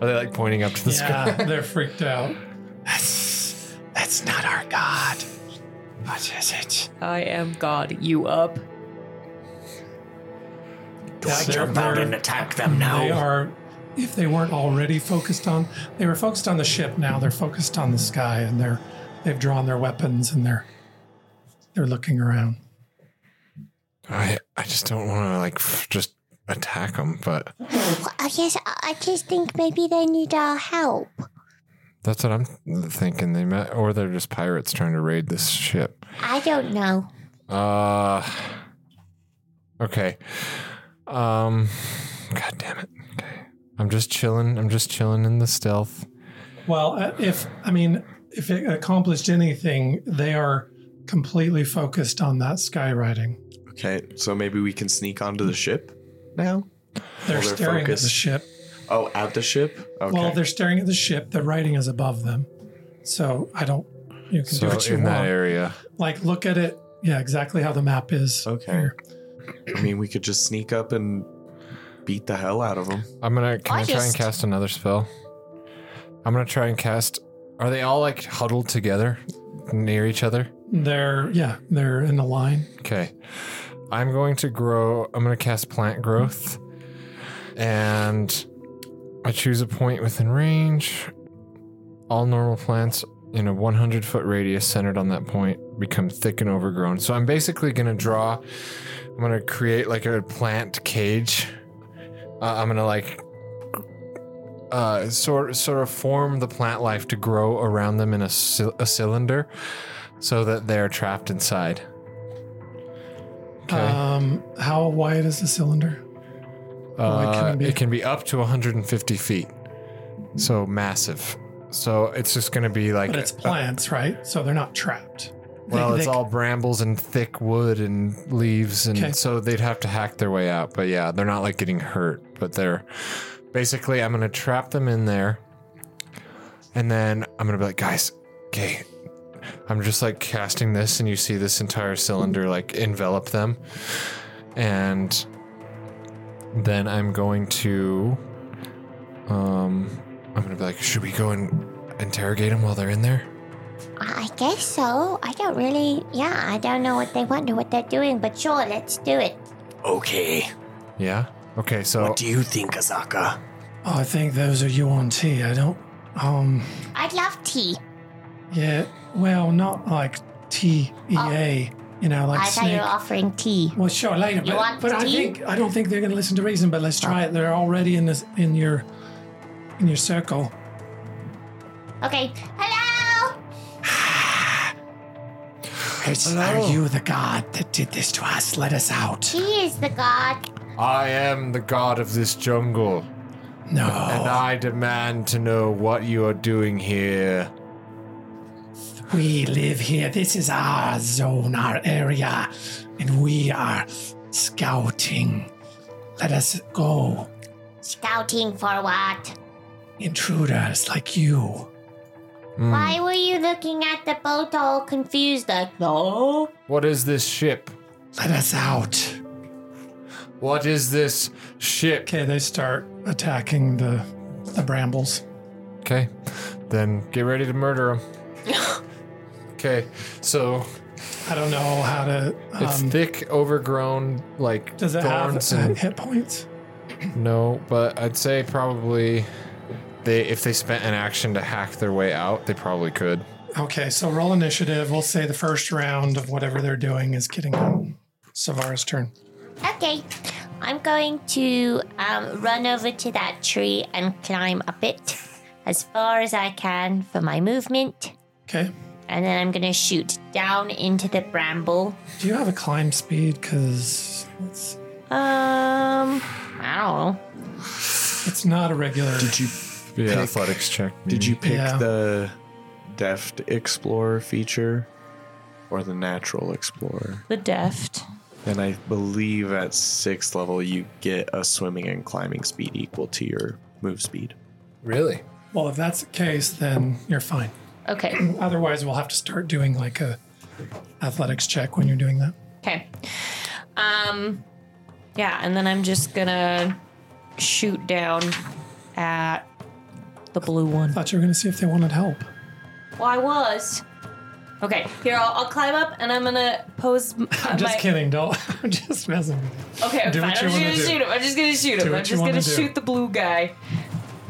[SPEAKER 1] Are they like pointing up to the sky?
[SPEAKER 2] Yeah, they're freaked out.
[SPEAKER 6] That's not our god. What is it?
[SPEAKER 4] I am God. You up?
[SPEAKER 6] Do
[SPEAKER 2] Yeah,
[SPEAKER 6] I
[SPEAKER 2] they're-
[SPEAKER 6] jump out
[SPEAKER 2] they're-
[SPEAKER 6] and attack them
[SPEAKER 2] They
[SPEAKER 6] now?
[SPEAKER 2] are if they weren't already focused on they were focused on the ship now they're focused on the sky and they're they've drawn their weapons and they're they're looking around.
[SPEAKER 1] I I just don't want to like f- just attack them, but
[SPEAKER 5] Well, I guess I I just think maybe they need our help.
[SPEAKER 1] that's what I'm thinking. They met, or they're just pirates trying to raid this ship.
[SPEAKER 5] I don't know.
[SPEAKER 1] Uh, okay. Um, God damn it. Okay, I'm just chilling. I'm just chilling in the stealth.
[SPEAKER 2] Well, uh, if I mean, if it accomplished anything, they are completely focused on that skywriting.
[SPEAKER 3] Okay, so maybe we can sneak onto the ship now?
[SPEAKER 2] They're,
[SPEAKER 3] Well, they're
[SPEAKER 2] staring at the
[SPEAKER 3] focused.
[SPEAKER 2] ship.
[SPEAKER 3] Oh, at the ship? Okay.
[SPEAKER 2] Well, they're staring at the ship. The writing is above them, so I don't. You can
[SPEAKER 1] So
[SPEAKER 2] do what you
[SPEAKER 1] in that
[SPEAKER 2] want.
[SPEAKER 1] area,
[SPEAKER 2] Like look at it. Yeah, exactly how the map is.
[SPEAKER 3] Okay.
[SPEAKER 2] here.
[SPEAKER 3] I mean, we could just sneak up and beat the hell out of them.
[SPEAKER 1] I'm gonna. Can I,
[SPEAKER 5] I
[SPEAKER 1] try and
[SPEAKER 5] just-
[SPEAKER 1] cast another spell? I'm gonna try and cast. Are they all like huddled together near each other?
[SPEAKER 2] They're yeah, they're in a line.
[SPEAKER 1] Okay. I'm going to grow. I'm going to cast plant growth. And I choose a point within range. All normal plants in a 100 foot radius centered on that point become thick and overgrown. So I'm basically going to draw. I'm going to create like a plant cage. Uh, I'm going to like. Uh, sort sort of form the plant life to grow around them in a, cy- a cylinder, so that they're trapped inside. Okay.
[SPEAKER 2] Um, how wide is the cylinder? Well, Oh, it can
[SPEAKER 1] Uh,
[SPEAKER 2] be-
[SPEAKER 1] it can be up to 150 feet. So massive. So it's just going to be like. uh,
[SPEAKER 2] But it's plants, right? So they're not trapped. They-
[SPEAKER 1] well, it's
[SPEAKER 2] they-
[SPEAKER 1] all brambles and thick wood and leaves. And
[SPEAKER 2] Okay.
[SPEAKER 1] so they'd have to hack their way out. But yeah, they're not like getting hurt. But they're. Basically, I'm going to trap them in there. And then I'm going to be like, guys, okay. I'm just like casting this, and you see this entire cylinder like envelop them. And then I'm going to um I'm gonna be like, should we go and interrogate them while they're in there?
[SPEAKER 5] I I guess so. I don't really. Yeah, I don't know what they want or what they're doing, but sure, let's do it.
[SPEAKER 6] Okay.
[SPEAKER 1] Yeah? Okay, so
[SPEAKER 6] What do you think, Azaka?
[SPEAKER 2] Oh, I think those are UNT. I don't. Um,
[SPEAKER 5] I'd love tea.
[SPEAKER 2] yeah. Well, not like T E A. You know, like
[SPEAKER 5] Oh. I thought you
[SPEAKER 2] snake.
[SPEAKER 5] were offering tea.
[SPEAKER 2] Well, sure, later.
[SPEAKER 5] You
[SPEAKER 2] But,
[SPEAKER 5] want
[SPEAKER 2] but I
[SPEAKER 5] tea? Oh.
[SPEAKER 2] think I don't think they're going to listen to reason. But let's try it. They're already in this in your in your circle.
[SPEAKER 5] Okay. Hello.
[SPEAKER 1] Hello.
[SPEAKER 2] Are you the god that did this to us? Let us out.
[SPEAKER 5] He is the god.
[SPEAKER 1] I am the god of this jungle. And uh,
[SPEAKER 2] No.
[SPEAKER 1] I demand to know what you are doing here.
[SPEAKER 2] We live here. This is our zone, our area, and we are scouting. Let us go,
[SPEAKER 5] Scouting for what?
[SPEAKER 2] intruders like you.
[SPEAKER 1] Hmm.
[SPEAKER 5] Why were you looking at the boat all confused like, no?
[SPEAKER 1] What is this ship?
[SPEAKER 2] Let us out.
[SPEAKER 1] What is this ship?
[SPEAKER 2] Okay, they start attacking the the brambles.
[SPEAKER 1] Okay, then get ready to murder him. okay, so
[SPEAKER 2] I don't know how to.
[SPEAKER 1] it's
[SPEAKER 2] Um,
[SPEAKER 1] thick, overgrown, like
[SPEAKER 2] does it have
[SPEAKER 1] thorns
[SPEAKER 2] uh,
[SPEAKER 1] and
[SPEAKER 2] hit points?
[SPEAKER 1] No, but I'd say probably they if they spent an action to hack their way out, they probably could.
[SPEAKER 2] Okay, so roll initiative. We'll say the first round of whatever they're doing is getting out. Savara's turn.
[SPEAKER 5] Okay, I'm going to um, run over to that tree and climb up it as far as I can for my movement.
[SPEAKER 2] Okay.
[SPEAKER 5] And then I'm going to shoot down into the bramble.
[SPEAKER 2] Do you have a climb speed? Because it's,
[SPEAKER 5] Um, I don't know.
[SPEAKER 2] it's not a regular.
[SPEAKER 3] Did you
[SPEAKER 1] Yeah,
[SPEAKER 3] Pick-
[SPEAKER 1] athletics check.
[SPEAKER 3] did you pick
[SPEAKER 2] Yeah.
[SPEAKER 3] the deft explorer feature or the natural explorer?
[SPEAKER 4] The deft.
[SPEAKER 3] And I believe at sixth level you get a swimming and climbing speed equal to your move speed.
[SPEAKER 1] really?
[SPEAKER 2] Well, if that's the case, then you're fine.
[SPEAKER 4] Okay.
[SPEAKER 2] Otherwise, we'll have to start doing like a athletics check when you're doing that.
[SPEAKER 4] Okay. Um, yeah, and then I'm just gonna shoot down at the blue one.
[SPEAKER 2] Thought you were going to see if they wanted help.
[SPEAKER 4] Well, I was. Okay, here I'll, I'll climb up and I'm gonna pose. m-
[SPEAKER 2] I'm just
[SPEAKER 4] my-
[SPEAKER 2] kidding. Don't. I'm just messing with you.
[SPEAKER 4] Okay, I'm
[SPEAKER 2] Do
[SPEAKER 4] fine.
[SPEAKER 2] what
[SPEAKER 4] I'm
[SPEAKER 2] you
[SPEAKER 4] just
[SPEAKER 2] wanna
[SPEAKER 4] gonna
[SPEAKER 2] do.
[SPEAKER 4] shoot him. I'm just gonna shoot him.
[SPEAKER 2] what
[SPEAKER 4] I'm
[SPEAKER 2] you
[SPEAKER 4] just
[SPEAKER 2] wanna
[SPEAKER 4] gonna
[SPEAKER 2] do.
[SPEAKER 4] shoot the blue guy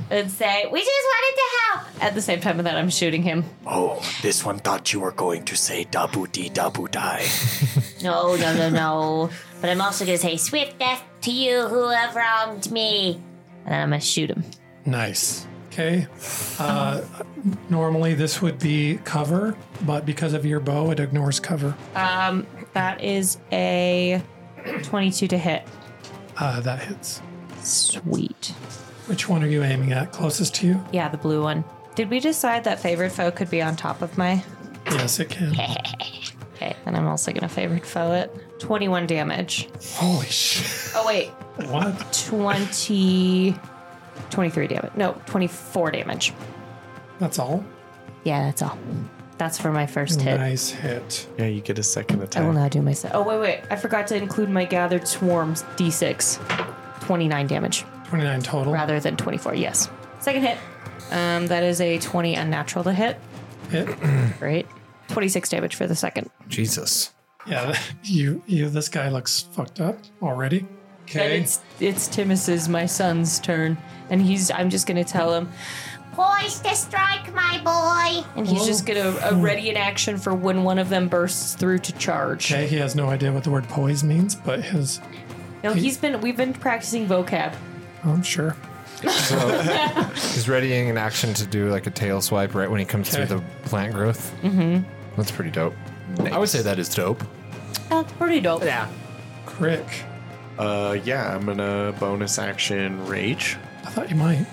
[SPEAKER 4] and say, "We just wanted to help." At the same time that I'm shooting him.
[SPEAKER 6] Oh, this one thought you were going to say dabu dee dabu die.
[SPEAKER 5] No, no, no, no. but I'm also going to say, Swift death to you who have wronged me.
[SPEAKER 4] And then I'm gonna shoot him.
[SPEAKER 2] Nice. Okay. Uh, normally this would be cover, but because of your bow, it ignores cover.
[SPEAKER 4] Um, that is a 22 to hit.
[SPEAKER 2] Uh, that hits.
[SPEAKER 4] Sweet.
[SPEAKER 2] Which one are you aiming at? Closest to you?
[SPEAKER 4] Yeah, the blue one. Did we decide that favored foe could be on top of my?
[SPEAKER 2] Yes, it can.
[SPEAKER 4] Okay, then I'm also gonna favored foe it. 21 damage.
[SPEAKER 2] Holy shit!
[SPEAKER 4] Oh wait,
[SPEAKER 2] What?
[SPEAKER 4] 20, 23 damage. No, 24 damage.
[SPEAKER 2] That's all.
[SPEAKER 4] Yeah, that's all. That's for my first hit.
[SPEAKER 2] Nice hit.
[SPEAKER 3] Yeah, you get a second
[SPEAKER 4] I will
[SPEAKER 3] attack.
[SPEAKER 4] now do my se- Oh, wait, wait. I forgot to include my gathered swarms d6. 29 damage
[SPEAKER 2] Twenty-nine total.
[SPEAKER 4] rather than 24. Yes. Second hit. Um, that is a 20 unnatural to hit.
[SPEAKER 2] Hit.
[SPEAKER 4] Great. 26 damage for the second.
[SPEAKER 1] Jesus.
[SPEAKER 2] Yeah. You. You. This guy looks fucked up already.
[SPEAKER 4] Then
[SPEAKER 2] Okay.
[SPEAKER 4] it's it's Timus's my son's turn, and he's I'm just gonna tell him,
[SPEAKER 5] Poised to strike, my boy.
[SPEAKER 4] and he's just gonna uh, ready in action for when one of them bursts through to charge.
[SPEAKER 2] Okay. He has no idea what the word poise means, but his.
[SPEAKER 4] No, he's been we've been practicing vocab.
[SPEAKER 2] oh, I'm sure.
[SPEAKER 1] He's readying an action to do like a tail swipe right when he comes
[SPEAKER 2] Okay.
[SPEAKER 1] through the plant growth. Mm-hmm. That's pretty dope. I would say that is dope.
[SPEAKER 4] That's pretty dope. Yeah.
[SPEAKER 2] Crick.
[SPEAKER 3] Uh, yeah, I'm gonna bonus action rage,
[SPEAKER 2] I thought you might.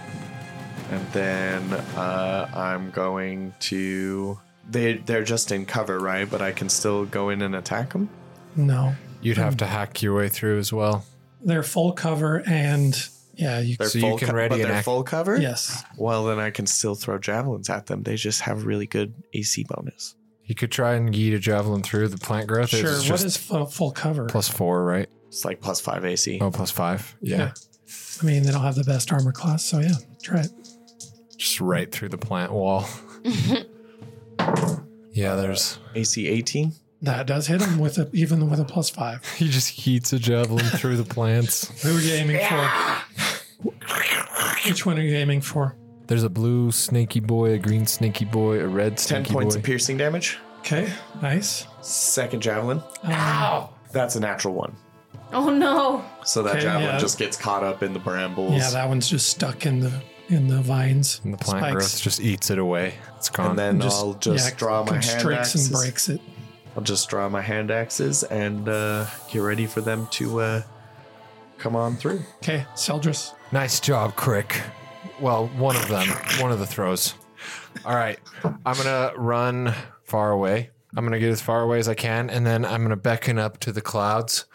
[SPEAKER 3] and then uh, I'm going to. They they're just in cover, right? But I can still go in and attack them.
[SPEAKER 2] No.
[SPEAKER 1] You'd
[SPEAKER 2] Mm.
[SPEAKER 1] have to hack your way through as well.
[SPEAKER 2] They're full cover and yeah. You.
[SPEAKER 3] They're
[SPEAKER 1] So you
[SPEAKER 3] full
[SPEAKER 1] can
[SPEAKER 3] co-
[SPEAKER 1] ready
[SPEAKER 3] but
[SPEAKER 1] an
[SPEAKER 3] they're
[SPEAKER 1] ac-
[SPEAKER 3] full cover.
[SPEAKER 2] Yes.
[SPEAKER 3] Well, then I can still throw javelins at them. They just have really good AC bonus.
[SPEAKER 1] You could try and yeet a javelin through the plant growth.
[SPEAKER 2] Sure.
[SPEAKER 1] It's
[SPEAKER 2] What
[SPEAKER 1] just
[SPEAKER 2] is full, full cover?
[SPEAKER 1] plus four, right?
[SPEAKER 3] It's like plus five AC.
[SPEAKER 1] Oh, plus five. Yeah.
[SPEAKER 2] Yeah. I mean, they don't have the best armor class, so yeah, try it.
[SPEAKER 1] Just right through the plant wall. yeah, there's.
[SPEAKER 3] AC 18.
[SPEAKER 2] That does hit him with a even with a plus five.
[SPEAKER 1] He just heats a javelin through the plants.
[SPEAKER 2] Who are you aiming for? Which one are you aiming for?
[SPEAKER 1] There's a blue snaky boy, a green snaky boy, a red
[SPEAKER 3] 10
[SPEAKER 1] snaky
[SPEAKER 3] points
[SPEAKER 1] boy.
[SPEAKER 3] of piercing damage.
[SPEAKER 2] Okay, nice.
[SPEAKER 3] Second javelin.
[SPEAKER 2] Ow!
[SPEAKER 3] That's a natural one.
[SPEAKER 4] Oh no.
[SPEAKER 3] So that
[SPEAKER 2] Okay,
[SPEAKER 3] javelin
[SPEAKER 2] yeah.
[SPEAKER 3] just gets caught up in the brambles.
[SPEAKER 2] Yeah, that one's just stuck in the in the vines.
[SPEAKER 1] and the plant
[SPEAKER 2] spikes.
[SPEAKER 1] growth just eats it away. It's gone.
[SPEAKER 3] and then I'll just
[SPEAKER 2] yeah,
[SPEAKER 3] draw my hand
[SPEAKER 2] constricts
[SPEAKER 3] axes.
[SPEAKER 2] and breaks it.
[SPEAKER 3] I'll just draw my hand axes and uh, get ready for them to uh, come on through.
[SPEAKER 2] Okay, Seldris.
[SPEAKER 1] Nice job, Crick. Well, one of them, one of the throws. All right, I'm gonna run far away. I'm gonna get as far away as I can, and then I'm gonna beckon up to the clouds.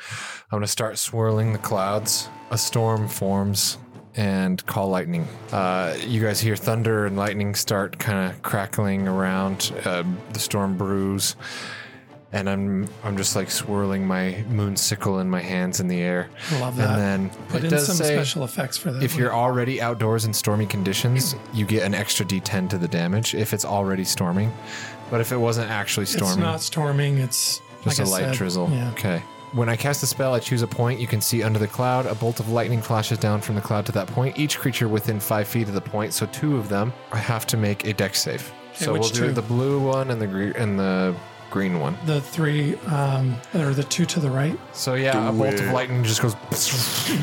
[SPEAKER 1] I'm gonna start swirling the clouds. A storm forms and call lightning. Uh, you guys hear thunder and lightning start kind of crackling around. Uh, the storm brews and I'm I'm just like swirling my moon sickle in my hands in the air.
[SPEAKER 2] Love that.
[SPEAKER 1] And then
[SPEAKER 2] Put
[SPEAKER 1] it
[SPEAKER 2] in
[SPEAKER 1] does
[SPEAKER 2] some
[SPEAKER 1] say
[SPEAKER 2] special effects for that.
[SPEAKER 1] if
[SPEAKER 2] one.
[SPEAKER 1] you're already outdoors in stormy conditions, you get an extra D10 to the damage if it's already storming. But if it wasn't actually
[SPEAKER 2] it's
[SPEAKER 1] storming,
[SPEAKER 2] not storming. It's
[SPEAKER 1] just
[SPEAKER 2] like
[SPEAKER 1] a
[SPEAKER 2] I
[SPEAKER 1] light
[SPEAKER 2] said,
[SPEAKER 1] drizzle.
[SPEAKER 2] Yeah.
[SPEAKER 1] Okay. When I cast a spell, I choose a point you can see under the cloud. A bolt of lightning flashes down from the cloud to that point. Each creature within five feet of the point, so two of them, have to make a dex save.
[SPEAKER 2] Okay,
[SPEAKER 1] so we'll
[SPEAKER 2] which
[SPEAKER 1] do
[SPEAKER 2] two?
[SPEAKER 1] the blue one and the gre- and the green one.
[SPEAKER 2] The three, um, or the two to the right.
[SPEAKER 1] So yeah, a
[SPEAKER 3] Do
[SPEAKER 1] bolt of
[SPEAKER 3] it.
[SPEAKER 1] lightning just goes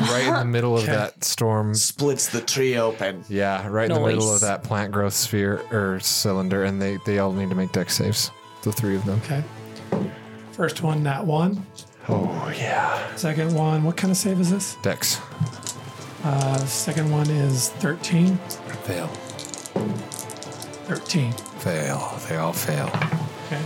[SPEAKER 1] right in the middle of
[SPEAKER 2] Okay.
[SPEAKER 1] that storm.
[SPEAKER 6] Splits the tree open.
[SPEAKER 1] Yeah, right in the middle of
[SPEAKER 4] Nice.
[SPEAKER 1] that plant growth sphere or cylinder, and they they all need to make deck saves. The three of them.
[SPEAKER 2] Okay. First one, that one.
[SPEAKER 1] Oh yeah,
[SPEAKER 2] Second one, what kind of save is this?
[SPEAKER 1] decks
[SPEAKER 2] Uh, second one is 13.
[SPEAKER 1] fail,
[SPEAKER 2] 13.
[SPEAKER 1] fail. They all fail.
[SPEAKER 2] Okay.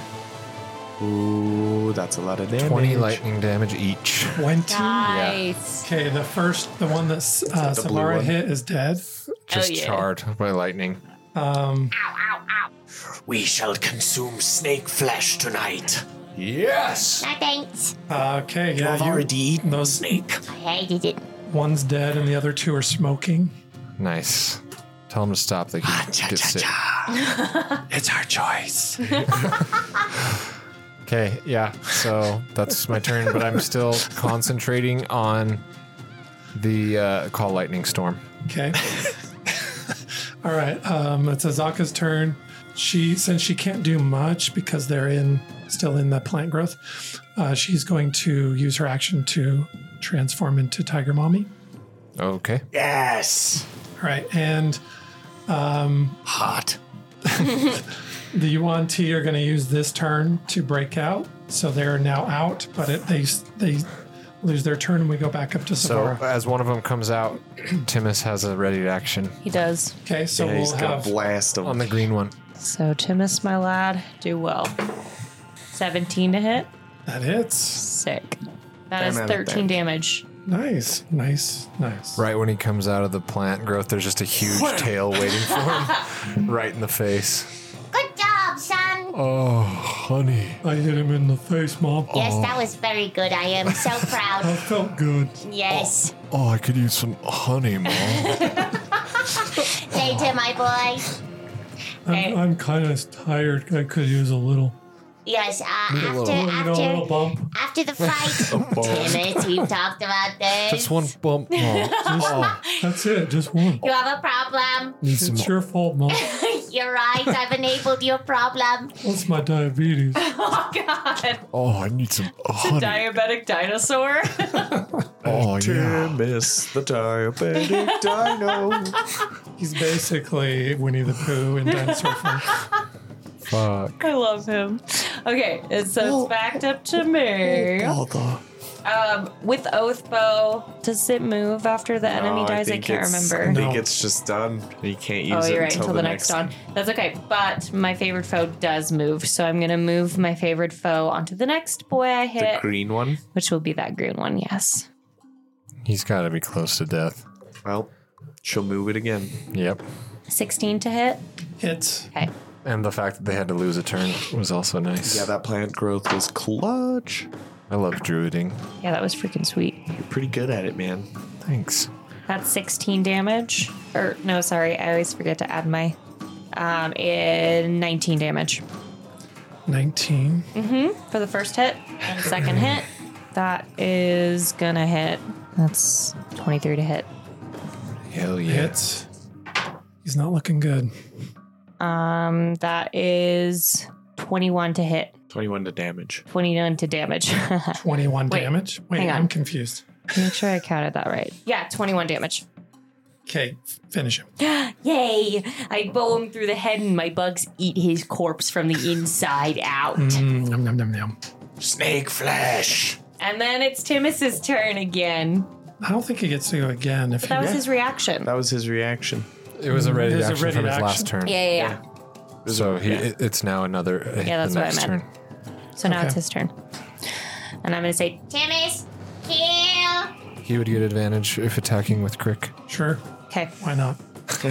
[SPEAKER 3] Ooh, that's a lot of damage.
[SPEAKER 1] Twenty lightning damage each.
[SPEAKER 2] 20.
[SPEAKER 4] Nice.
[SPEAKER 2] Okay, the first, the one that uh,
[SPEAKER 3] the blue
[SPEAKER 2] Samara
[SPEAKER 3] one?
[SPEAKER 2] hit is dead.
[SPEAKER 1] Just
[SPEAKER 4] yeah.
[SPEAKER 1] charred by lightning.
[SPEAKER 2] Um,
[SPEAKER 6] We shall consume snake flesh tonight.
[SPEAKER 1] Yes.
[SPEAKER 5] No thanks.
[SPEAKER 2] Uh, okay,
[SPEAKER 6] I've
[SPEAKER 2] yeah, you,
[SPEAKER 6] already eaten
[SPEAKER 2] those-
[SPEAKER 6] those snake.
[SPEAKER 5] I hated it.
[SPEAKER 2] one's dead and the other two are smoking.
[SPEAKER 1] Nice. Tell them to stop. They can get sick.
[SPEAKER 2] It's our choice.
[SPEAKER 1] Okay, yeah. So that's my turn, but I'm still concentrating on the uh, call lightning storm.
[SPEAKER 2] Okay. All right. Um, it's Azaka's turn. She since she can't do much because they're in still in the plant growth, uh, she's going to use her action to transform into Tiger Mommy.
[SPEAKER 1] Okay.
[SPEAKER 6] Yes.
[SPEAKER 2] All right, and um,
[SPEAKER 6] Hot.
[SPEAKER 2] the Yuan T are going to use this turn to break out, so they're now out. But it, they they lose their turn, and we go back up to
[SPEAKER 1] So
[SPEAKER 2] Savara.
[SPEAKER 1] as one of them comes out, Timus has a ready to action
[SPEAKER 4] He does.
[SPEAKER 2] okay, so
[SPEAKER 3] Yeah, he's
[SPEAKER 2] we'll
[SPEAKER 3] gonna
[SPEAKER 2] have
[SPEAKER 3] blast him.
[SPEAKER 1] on the green one.
[SPEAKER 4] So, Timus, my lad, do well. 17 to hit.
[SPEAKER 2] that hits.
[SPEAKER 4] Sick. That is
[SPEAKER 3] I'm out of
[SPEAKER 4] 13 damage.
[SPEAKER 2] Nice, nice, nice.
[SPEAKER 1] Right when he comes out of the plant growth, there's just a huge tail waiting for him, right in the face.
[SPEAKER 5] Good job, son.
[SPEAKER 1] Oh, honey.
[SPEAKER 2] I hit him in the face, Mom.
[SPEAKER 1] Oh.
[SPEAKER 5] Yes, that was very good. I am so proud.
[SPEAKER 2] felt good.
[SPEAKER 5] Yes.
[SPEAKER 1] Oh, I could use some honey, mom.
[SPEAKER 5] Later, my boy.
[SPEAKER 2] I'm, I'm kind of tired. I could use a little,
[SPEAKER 5] Yes, uh,
[SPEAKER 1] little-
[SPEAKER 5] after
[SPEAKER 2] you know, a little
[SPEAKER 5] after
[SPEAKER 2] bump.
[SPEAKER 5] after the fight, damn it, we've talked about this.
[SPEAKER 1] just one bump, mom. Oh,
[SPEAKER 2] That's it. Just one.
[SPEAKER 5] You have a problem.
[SPEAKER 1] need some.
[SPEAKER 2] It's your fault, Mom.
[SPEAKER 5] You're right. I've enabled your problem.
[SPEAKER 2] What's my diabetes?
[SPEAKER 4] Oh, God.
[SPEAKER 1] Oh, I need some honey.
[SPEAKER 4] Diabetic dinosaur.
[SPEAKER 1] Oh yeah.
[SPEAKER 3] Miss the diabetic dino.
[SPEAKER 2] He's basically Winnie the Pooh in dinosaur form.
[SPEAKER 1] Fuck.
[SPEAKER 4] I love him. Okay, and so it's backed up to me. Um, with oath bow, does it move after the enemy
[SPEAKER 3] No,
[SPEAKER 4] dies? I,
[SPEAKER 3] Oh, think
[SPEAKER 4] can't
[SPEAKER 3] it's-
[SPEAKER 4] remember.
[SPEAKER 3] I think
[SPEAKER 2] No.
[SPEAKER 3] it's just done. You can't use
[SPEAKER 4] Oh,
[SPEAKER 3] it
[SPEAKER 4] you're right.
[SPEAKER 3] until, the next
[SPEAKER 4] dawn. That's okay. But my favorite foe does move, so I'm gonna move my favorite foe onto the next boy I
[SPEAKER 3] The
[SPEAKER 4] hit,
[SPEAKER 3] green one.
[SPEAKER 4] which will be that green one. Yes.
[SPEAKER 1] He's got to be close to death.
[SPEAKER 3] Well, she'll move it again.
[SPEAKER 1] Yep.
[SPEAKER 4] 16 to hit.
[SPEAKER 2] Hits.
[SPEAKER 4] Okay.
[SPEAKER 1] And the fact that they had to lose a turn was also nice.
[SPEAKER 3] Yeah,
[SPEAKER 1] Yeah,
[SPEAKER 3] that plant growth was clutch.
[SPEAKER 1] I love druiding.
[SPEAKER 4] Yeah, that was freaking sweet.
[SPEAKER 3] You're pretty good at it, man.
[SPEAKER 1] Thanks.
[SPEAKER 4] That's 16 damage. Or no, sorry, I always forget to add my um in 19 damage.
[SPEAKER 2] 19.
[SPEAKER 4] Mm-hmm. for the first hit and second hit. That is gonna hit. That's 23 to hit.
[SPEAKER 1] Hell yeah.
[SPEAKER 2] Hits. He's not looking good.
[SPEAKER 4] Um, that is 21 to hit,
[SPEAKER 3] 21 to damage.
[SPEAKER 4] 29 to damage.
[SPEAKER 2] 21
[SPEAKER 4] Wait,
[SPEAKER 2] damage. Wait,
[SPEAKER 4] hang on.
[SPEAKER 2] I'm confused.
[SPEAKER 4] Make sure I counted that right. Yeah, 21 damage.
[SPEAKER 2] Okay, finish him.
[SPEAKER 4] Yay! I bow him through the head and my bugs eat his corpse from the inside out.
[SPEAKER 2] Mm, Nom nom nom nom.
[SPEAKER 6] Snake flesh.
[SPEAKER 4] And then it's Timus's turn again.
[SPEAKER 2] I don't think he gets to go again. If
[SPEAKER 4] But that
[SPEAKER 2] he,
[SPEAKER 4] was his reaction.
[SPEAKER 3] That was his reaction.
[SPEAKER 1] It was a ready
[SPEAKER 2] It was a
[SPEAKER 1] action
[SPEAKER 2] ready
[SPEAKER 1] from his last
[SPEAKER 2] action.
[SPEAKER 1] turn.
[SPEAKER 4] Yeah, yeah, yeah.
[SPEAKER 1] So he, it- it's now another. eh,
[SPEAKER 4] Yeah, that's
[SPEAKER 1] the
[SPEAKER 4] what I
[SPEAKER 1] next
[SPEAKER 4] meant.
[SPEAKER 1] Turn.
[SPEAKER 4] So now
[SPEAKER 2] Okay.
[SPEAKER 4] it's his turn. And I'm going to say,
[SPEAKER 5] Tamis, kill.
[SPEAKER 1] He would get advantage if attacking with Crick.
[SPEAKER 2] sure,
[SPEAKER 4] okay.
[SPEAKER 2] why not? no,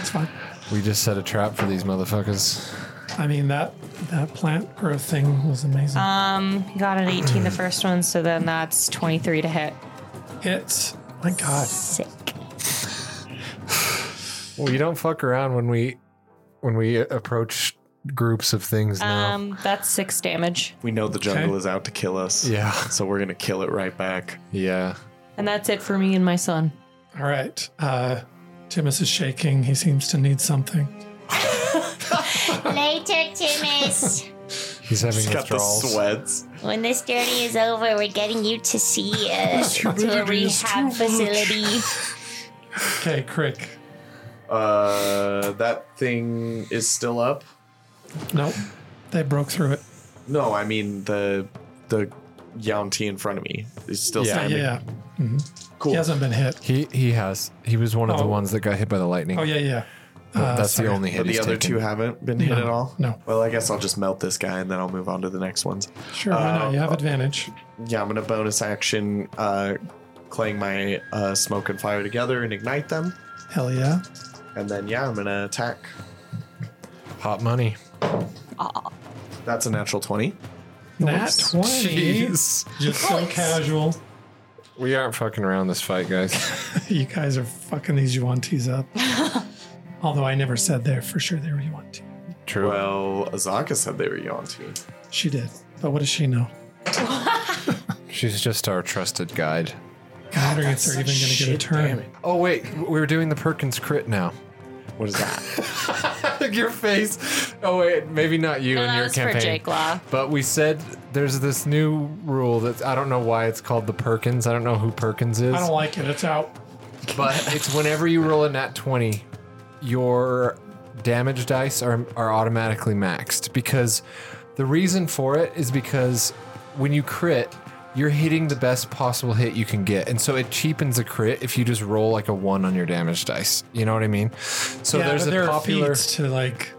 [SPEAKER 2] it's fine.
[SPEAKER 1] We just set a trap for these motherfuckers.
[SPEAKER 2] I mean that that plant growth thing was amazing.
[SPEAKER 4] Um, he got an 18 the first one, so then that's 23 to hit.
[SPEAKER 2] Hits. My God.
[SPEAKER 4] Sick.
[SPEAKER 1] We don't fuck around when we when we approach groups of things now.
[SPEAKER 4] Um, that's six damage.
[SPEAKER 3] We know the jungle
[SPEAKER 2] Okay.
[SPEAKER 3] is out to kill us.
[SPEAKER 1] Yeah.
[SPEAKER 3] So we're going to kill it right back.
[SPEAKER 1] yeah.
[SPEAKER 4] And that's it for me and my son.
[SPEAKER 2] All right. Uh, Timus is shaking. He seems to need something.
[SPEAKER 5] Later, Timis.
[SPEAKER 1] He's having
[SPEAKER 3] He's got the
[SPEAKER 1] withdrawals.
[SPEAKER 3] sweats.
[SPEAKER 5] when this journey is over, we're getting you to see uh, to a
[SPEAKER 2] humidity is
[SPEAKER 5] rehab
[SPEAKER 2] too much.
[SPEAKER 5] facility.
[SPEAKER 2] Okay, Crick.
[SPEAKER 3] Uh, that thing is still up.
[SPEAKER 2] Nope. They broke through it.
[SPEAKER 3] No, I mean the the Yaunti in front of me is still
[SPEAKER 1] Yeah.
[SPEAKER 3] standing.
[SPEAKER 2] yeah. Mm-hmm.
[SPEAKER 3] Cool.
[SPEAKER 2] He hasn't been hit.
[SPEAKER 1] He he has. He was one of the
[SPEAKER 2] Oh.
[SPEAKER 1] ones that got hit by the lightning.
[SPEAKER 2] Oh yeah, yeah.
[SPEAKER 1] But
[SPEAKER 2] Uh,
[SPEAKER 1] that's
[SPEAKER 2] sorry.
[SPEAKER 1] the only hit.
[SPEAKER 3] but the
[SPEAKER 1] he's
[SPEAKER 3] other
[SPEAKER 1] taken.
[SPEAKER 3] two haven't been hit
[SPEAKER 2] No,
[SPEAKER 3] at all.
[SPEAKER 2] no.
[SPEAKER 3] Well, I guess I'll just melt this guy and then I'll move on to the next ones.
[SPEAKER 2] Sure, why not? You have advantage.
[SPEAKER 3] Yeah, I'm gonna bonus action, uh, clang my uh, smoke and fire together and ignite them,
[SPEAKER 2] Hell yeah.
[SPEAKER 3] and then yeah, I'm gonna attack.
[SPEAKER 1] hot money.
[SPEAKER 3] That's a natural twenty.
[SPEAKER 2] Nat 20.
[SPEAKER 1] Jeez.
[SPEAKER 2] Just so casual.
[SPEAKER 1] We aren't fucking around this fight, guys.
[SPEAKER 2] You guys are fucking these Yuan-Tis up. Although I never said there for sure they were Yuan-Ti.
[SPEAKER 1] True.
[SPEAKER 3] Well, Azaka said they were Yaunti.
[SPEAKER 2] She did. But what does she know?
[SPEAKER 1] She's just our trusted guide.
[SPEAKER 2] I'm wondering if they're even going to get a turn.
[SPEAKER 1] Oh wait, we were doing the Perkins crit now.
[SPEAKER 3] What is that?
[SPEAKER 1] your face. Oh wait, maybe not you
[SPEAKER 4] And
[SPEAKER 1] in
[SPEAKER 4] that
[SPEAKER 1] your
[SPEAKER 4] was
[SPEAKER 1] campaign.
[SPEAKER 4] for Jake Law.
[SPEAKER 1] But we said there's this new rule that I don't know why it's called the Perkins. I don't know who Perkins is,
[SPEAKER 2] I don't like it. It's out.
[SPEAKER 1] but it's whenever you roll a nat 20, your damage dice are are automatically maxed because the reason for it is because when you crit, you're hitting the best possible hit you can get. And so it cheapens a crit if you just roll like a 1 on your damage dice. You know what I mean? So
[SPEAKER 2] yeah,
[SPEAKER 1] there's
[SPEAKER 2] but
[SPEAKER 1] a
[SPEAKER 2] there are
[SPEAKER 1] popular
[SPEAKER 2] feats to like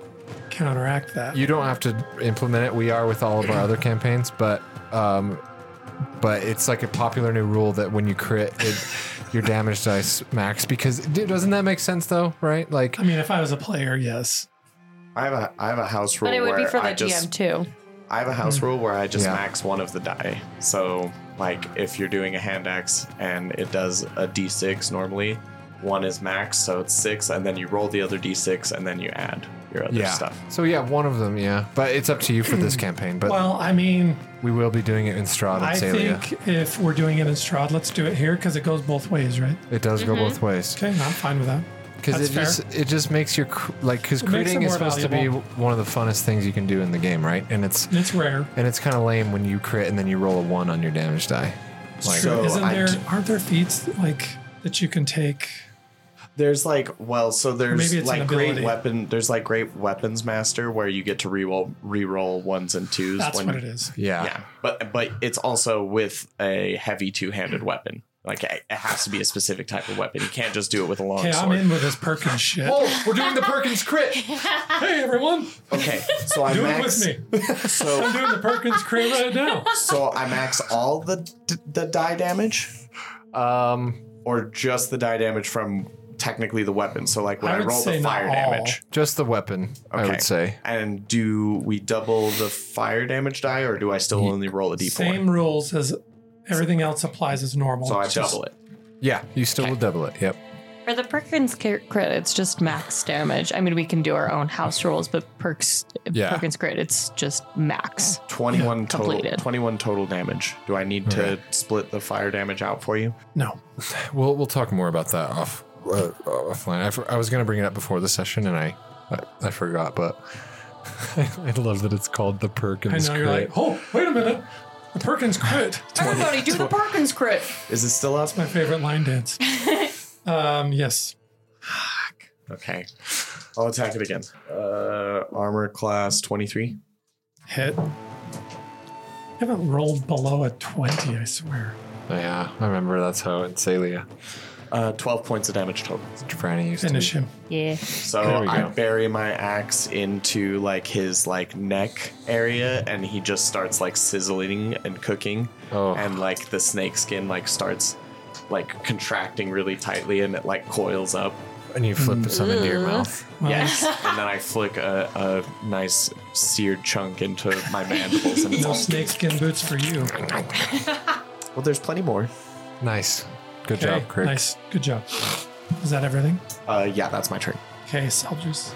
[SPEAKER 2] counteract that.
[SPEAKER 1] you don't have to implement it. We are with all of our other campaigns, but um, but it's like a popular new rule that when you crit, it, your damage dice max. Because dude, doesn't that make sense though? Right? Like
[SPEAKER 2] I mean, if I was a player, yes.
[SPEAKER 3] I have a I have a house rule
[SPEAKER 4] But it would
[SPEAKER 3] where
[SPEAKER 4] be for the
[SPEAKER 3] I
[SPEAKER 4] GM
[SPEAKER 3] just
[SPEAKER 4] too.
[SPEAKER 3] I have a house rule where I just
[SPEAKER 1] Hmm. Yeah.
[SPEAKER 3] max one of the die. So, like, if you're doing a hand axe and it does a d6 normally, one is max, so it's six, and then you roll the other d6 and then you add your other
[SPEAKER 1] yeah.
[SPEAKER 3] stuff.
[SPEAKER 1] So yeah, one of them. Yeah, but it's up to you for this campaign. But
[SPEAKER 2] Well, I mean,
[SPEAKER 1] we will be doing it in Strahd
[SPEAKER 2] I
[SPEAKER 1] and Salia.
[SPEAKER 2] think if we're doing it in Strahd, let's do it here because it goes both ways, right?
[SPEAKER 1] It does go both ways
[SPEAKER 2] Okay, I'm fine with that.
[SPEAKER 1] because
[SPEAKER 2] that's
[SPEAKER 1] it just it just makes your cr- like because
[SPEAKER 2] It makes it
[SPEAKER 1] critting is
[SPEAKER 2] more
[SPEAKER 1] supposed
[SPEAKER 2] valuable.
[SPEAKER 1] to be one of the funnest things you can do in the game, right? And it's
[SPEAKER 2] It's rare.
[SPEAKER 1] and it's kind of lame when you crit and then you roll a one on your damage die. Like,
[SPEAKER 3] So
[SPEAKER 2] Isn't
[SPEAKER 3] Oh, I
[SPEAKER 2] there?
[SPEAKER 3] d-
[SPEAKER 2] aren't there feats like that you can take?
[SPEAKER 3] There's like, well, so there's
[SPEAKER 2] Maybe it's an
[SPEAKER 3] like great
[SPEAKER 2] ability.
[SPEAKER 3] weapon. There's like great weapons master where you get to reroll reroll ones and twos.
[SPEAKER 2] That's
[SPEAKER 3] when,
[SPEAKER 2] what it is.
[SPEAKER 3] Yeah, but but it's also with a heavy
[SPEAKER 2] Mm.
[SPEAKER 3] two-handed weapon. Like it it has to be a specific type of weapon. You can't just do it with a long
[SPEAKER 2] Okay, I'm
[SPEAKER 3] sword.
[SPEAKER 2] in with this Perkins shit.
[SPEAKER 1] Oh, we're doing the Perkins crit.
[SPEAKER 2] hey, everyone,
[SPEAKER 3] Okay, so I
[SPEAKER 2] do it
[SPEAKER 3] Oh, max.
[SPEAKER 2] with me.
[SPEAKER 3] So
[SPEAKER 2] I'm doing the Perkins crit right now.
[SPEAKER 3] So I max all the d- the die damage,
[SPEAKER 1] Um,
[SPEAKER 3] or just the die damage from technically the weapon. So like when
[SPEAKER 2] I
[SPEAKER 3] I,
[SPEAKER 2] would
[SPEAKER 3] roll the
[SPEAKER 2] say not
[SPEAKER 3] fire
[SPEAKER 2] all.
[SPEAKER 3] damage,
[SPEAKER 1] just the weapon, I
[SPEAKER 3] Okay.
[SPEAKER 1] would say.
[SPEAKER 3] and do we double the fire damage die, or do I still only roll a d4?
[SPEAKER 2] Same rules as everything else applies as normal.
[SPEAKER 3] so I
[SPEAKER 2] Just-
[SPEAKER 3] double it.
[SPEAKER 1] Yeah, you still will double it. Yep.
[SPEAKER 4] For the Perkins cr- crit, it's just max damage. I mean, we can do our own house rules, but Perks
[SPEAKER 1] Yeah.
[SPEAKER 4] Perkins crit, it's just max.
[SPEAKER 3] Twenty-one total.
[SPEAKER 4] Completed.
[SPEAKER 3] Twenty-one total damage. Do I need to split the fire damage out for you?
[SPEAKER 2] No.
[SPEAKER 1] We'll we'll talk more about that off uh, offline. I, for- I was gonna bring it up before the session and I I, I forgot, but I love that it's called the
[SPEAKER 2] I
[SPEAKER 1] Perkins
[SPEAKER 2] know you're like,
[SPEAKER 1] crit.
[SPEAKER 2] oh, wait a minute. The Perkins crit.
[SPEAKER 4] Everybody do the Perkins crit.
[SPEAKER 3] Is it still up?
[SPEAKER 2] My favorite line dance. um, yes.
[SPEAKER 3] Okay, I'll attack it again. Uh, armor class twenty-three.
[SPEAKER 2] Hit. I haven't rolled below a 20, I swear.
[SPEAKER 1] Oh, yeah, I remember that's how in Salia,
[SPEAKER 3] Uh, 12 points of damage total.
[SPEAKER 1] Franny used
[SPEAKER 2] Finish
[SPEAKER 1] to.
[SPEAKER 2] him.
[SPEAKER 4] Yeah.
[SPEAKER 3] So
[SPEAKER 1] There we
[SPEAKER 3] I
[SPEAKER 1] go.
[SPEAKER 3] bury my axe into like his like neck area, and he just starts like sizzling and cooking,
[SPEAKER 1] Oh.
[SPEAKER 3] and like the snake skin like starts like contracting really tightly, and it like coils up.
[SPEAKER 1] And you flip
[SPEAKER 2] Mm.
[SPEAKER 1] some into your
[SPEAKER 4] Ugh.
[SPEAKER 1] mouth.
[SPEAKER 2] Well,
[SPEAKER 3] Yes, and then I flick a, a nice seared chunk into my mandibles, and it's
[SPEAKER 2] No
[SPEAKER 3] all
[SPEAKER 2] snakeskin boots for you.
[SPEAKER 3] well. There's plenty more.
[SPEAKER 1] Nice. Good
[SPEAKER 2] Okay,
[SPEAKER 1] job, Crick.
[SPEAKER 2] Nice. Good job. Is that everything?
[SPEAKER 3] Uh, yeah, that's my turn.
[SPEAKER 2] Okay, soldiers.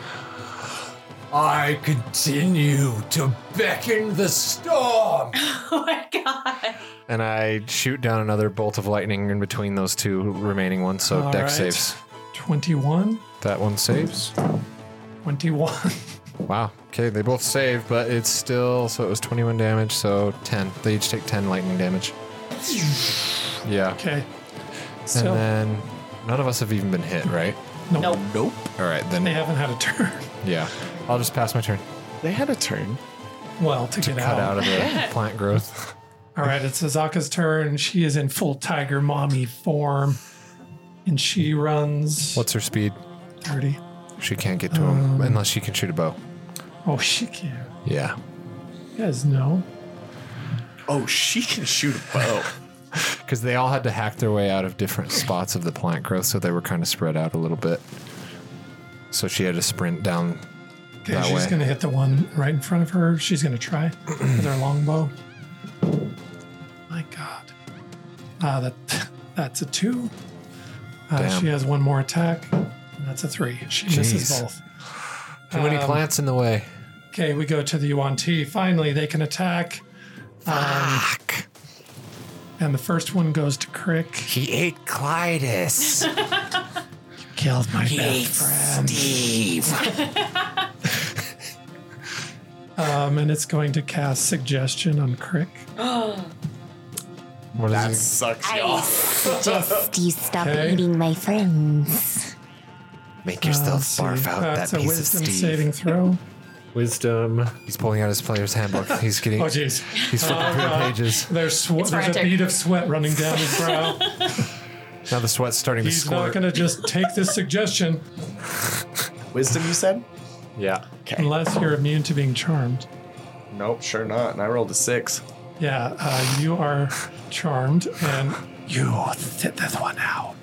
[SPEAKER 1] I continue to beckon the storm.
[SPEAKER 4] Oh my god.
[SPEAKER 1] And I shoot down another bolt of lightning in between those two remaining ones. So
[SPEAKER 2] All
[SPEAKER 1] deck
[SPEAKER 2] right.
[SPEAKER 1] saves.
[SPEAKER 2] 21,
[SPEAKER 1] That one saves.
[SPEAKER 2] 21.
[SPEAKER 1] Wow. Okay, they both save, but it's still so it was 21 damage, so 10. They each take 10 lightning damage. Yeah. And
[SPEAKER 2] Okay.
[SPEAKER 1] uh,
[SPEAKER 2] So,
[SPEAKER 1] then none of us have even been hit, right?
[SPEAKER 2] nope.
[SPEAKER 4] Nope.
[SPEAKER 3] Nope,
[SPEAKER 1] All right, then
[SPEAKER 2] They haven't had a turn.
[SPEAKER 1] yeah. I'll just pass my turn.
[SPEAKER 3] they had a turn.
[SPEAKER 2] Well, to, get
[SPEAKER 1] Cut out
[SPEAKER 2] out.
[SPEAKER 1] of the plant growth.
[SPEAKER 2] All right, it's Azaka's turn. She is in full tiger mommy form. And she runs
[SPEAKER 1] What's her speed?
[SPEAKER 2] 30.
[SPEAKER 1] She can't get to him
[SPEAKER 2] Um,
[SPEAKER 1] unless she can shoot a bow.
[SPEAKER 2] Oh, she can.
[SPEAKER 1] Yeah.
[SPEAKER 2] You guys know.
[SPEAKER 3] Oh, she can shoot a bow.
[SPEAKER 1] Because they all had to hack their way out of different spots of the plant growth, so they were kind of spread out a little bit. So she had to sprint down.
[SPEAKER 2] Okay,
[SPEAKER 1] That
[SPEAKER 2] she's
[SPEAKER 1] way.
[SPEAKER 2] going to hit the one right in front of her. She's going to try with her longbow. My God. Ah, that that's a two. Uh,
[SPEAKER 1] Damn.
[SPEAKER 2] she has one more attack. And that's a three. She misses
[SPEAKER 1] Jeez.
[SPEAKER 2] both.
[SPEAKER 1] Too many
[SPEAKER 2] Um,
[SPEAKER 1] plants in the way.
[SPEAKER 2] Okay, we go to the Yuan Ti. Finally, they can attack. um,
[SPEAKER 1] Fuck.
[SPEAKER 2] And the first one goes to Crick.
[SPEAKER 1] He ate Clytus.
[SPEAKER 2] Killed my best friend. Um, and it's going to cast suggestion on Crick.
[SPEAKER 1] what
[SPEAKER 3] That
[SPEAKER 1] is
[SPEAKER 3] sucks,
[SPEAKER 5] I
[SPEAKER 3] y'all.
[SPEAKER 5] suggest you stop
[SPEAKER 2] Okay.
[SPEAKER 5] eating my friends.
[SPEAKER 6] Make yourself
[SPEAKER 2] Let's Oh, see.
[SPEAKER 6] barf out
[SPEAKER 2] That's
[SPEAKER 6] that
[SPEAKER 2] a
[SPEAKER 6] piece of
[SPEAKER 2] wisdom
[SPEAKER 6] Steve.
[SPEAKER 2] saving throw.
[SPEAKER 1] it? Wisdom. He's pulling out his player's handbook. He's getting.
[SPEAKER 2] Oh, Uh-huh. jeez.
[SPEAKER 1] he's flipping through the pages.
[SPEAKER 2] There's, swe- there's a
[SPEAKER 4] frantic.
[SPEAKER 2] bead of sweat running down his brow.
[SPEAKER 1] Now the sweat's starting to
[SPEAKER 2] He's not
[SPEAKER 1] squirt.
[SPEAKER 2] going to just take this suggestion
[SPEAKER 3] Wisdom, you said?
[SPEAKER 1] yeah.
[SPEAKER 2] unless you're immune to being charmed.
[SPEAKER 3] Nope, sure not. And I rolled a six.
[SPEAKER 2] Yeah, uh, you are charmed, and you sit this one out.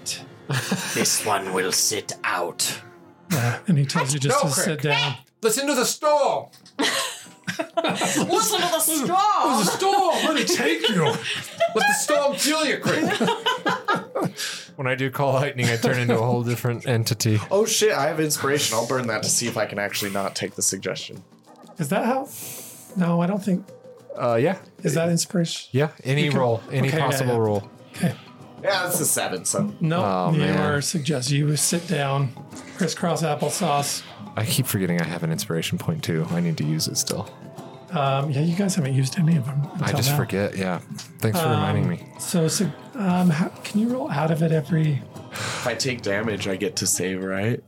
[SPEAKER 6] This one will sit out.
[SPEAKER 2] Yeah, and he tells you just
[SPEAKER 1] No,
[SPEAKER 2] to
[SPEAKER 1] Crick.
[SPEAKER 2] sit down.
[SPEAKER 1] Listen to the storm.
[SPEAKER 4] Listen to the straw.
[SPEAKER 2] storm, let me take you.
[SPEAKER 1] Let the storm kill you, Craig. when I do call lightning, I turn into a whole different entity.
[SPEAKER 3] Oh shit, I have inspiration. I'll burn that to see if I can actually not take the suggestion.
[SPEAKER 2] Is that how? No, I don't think.
[SPEAKER 1] Uh, yeah.
[SPEAKER 2] Is that inspiration?
[SPEAKER 1] Yeah. Any
[SPEAKER 2] You can-
[SPEAKER 1] roll, any
[SPEAKER 2] okay, yeah,
[SPEAKER 1] possible
[SPEAKER 2] yeah.
[SPEAKER 1] roll.
[SPEAKER 2] Okay.
[SPEAKER 3] Yeah, that's a seven, so
[SPEAKER 2] No,
[SPEAKER 1] Oh,
[SPEAKER 2] you
[SPEAKER 1] man.
[SPEAKER 2] are suggest you sit down, crisscross applesauce.
[SPEAKER 1] I keep forgetting I have an inspiration point too. I need to use it still.
[SPEAKER 2] Um, yeah, you guys haven't used any of them. Until
[SPEAKER 1] I just
[SPEAKER 2] now. Um,
[SPEAKER 1] forget. Yeah. Thanks for reminding me.
[SPEAKER 2] So, so um, how, can you roll out of it every?
[SPEAKER 3] if I take damage, I get to save, right?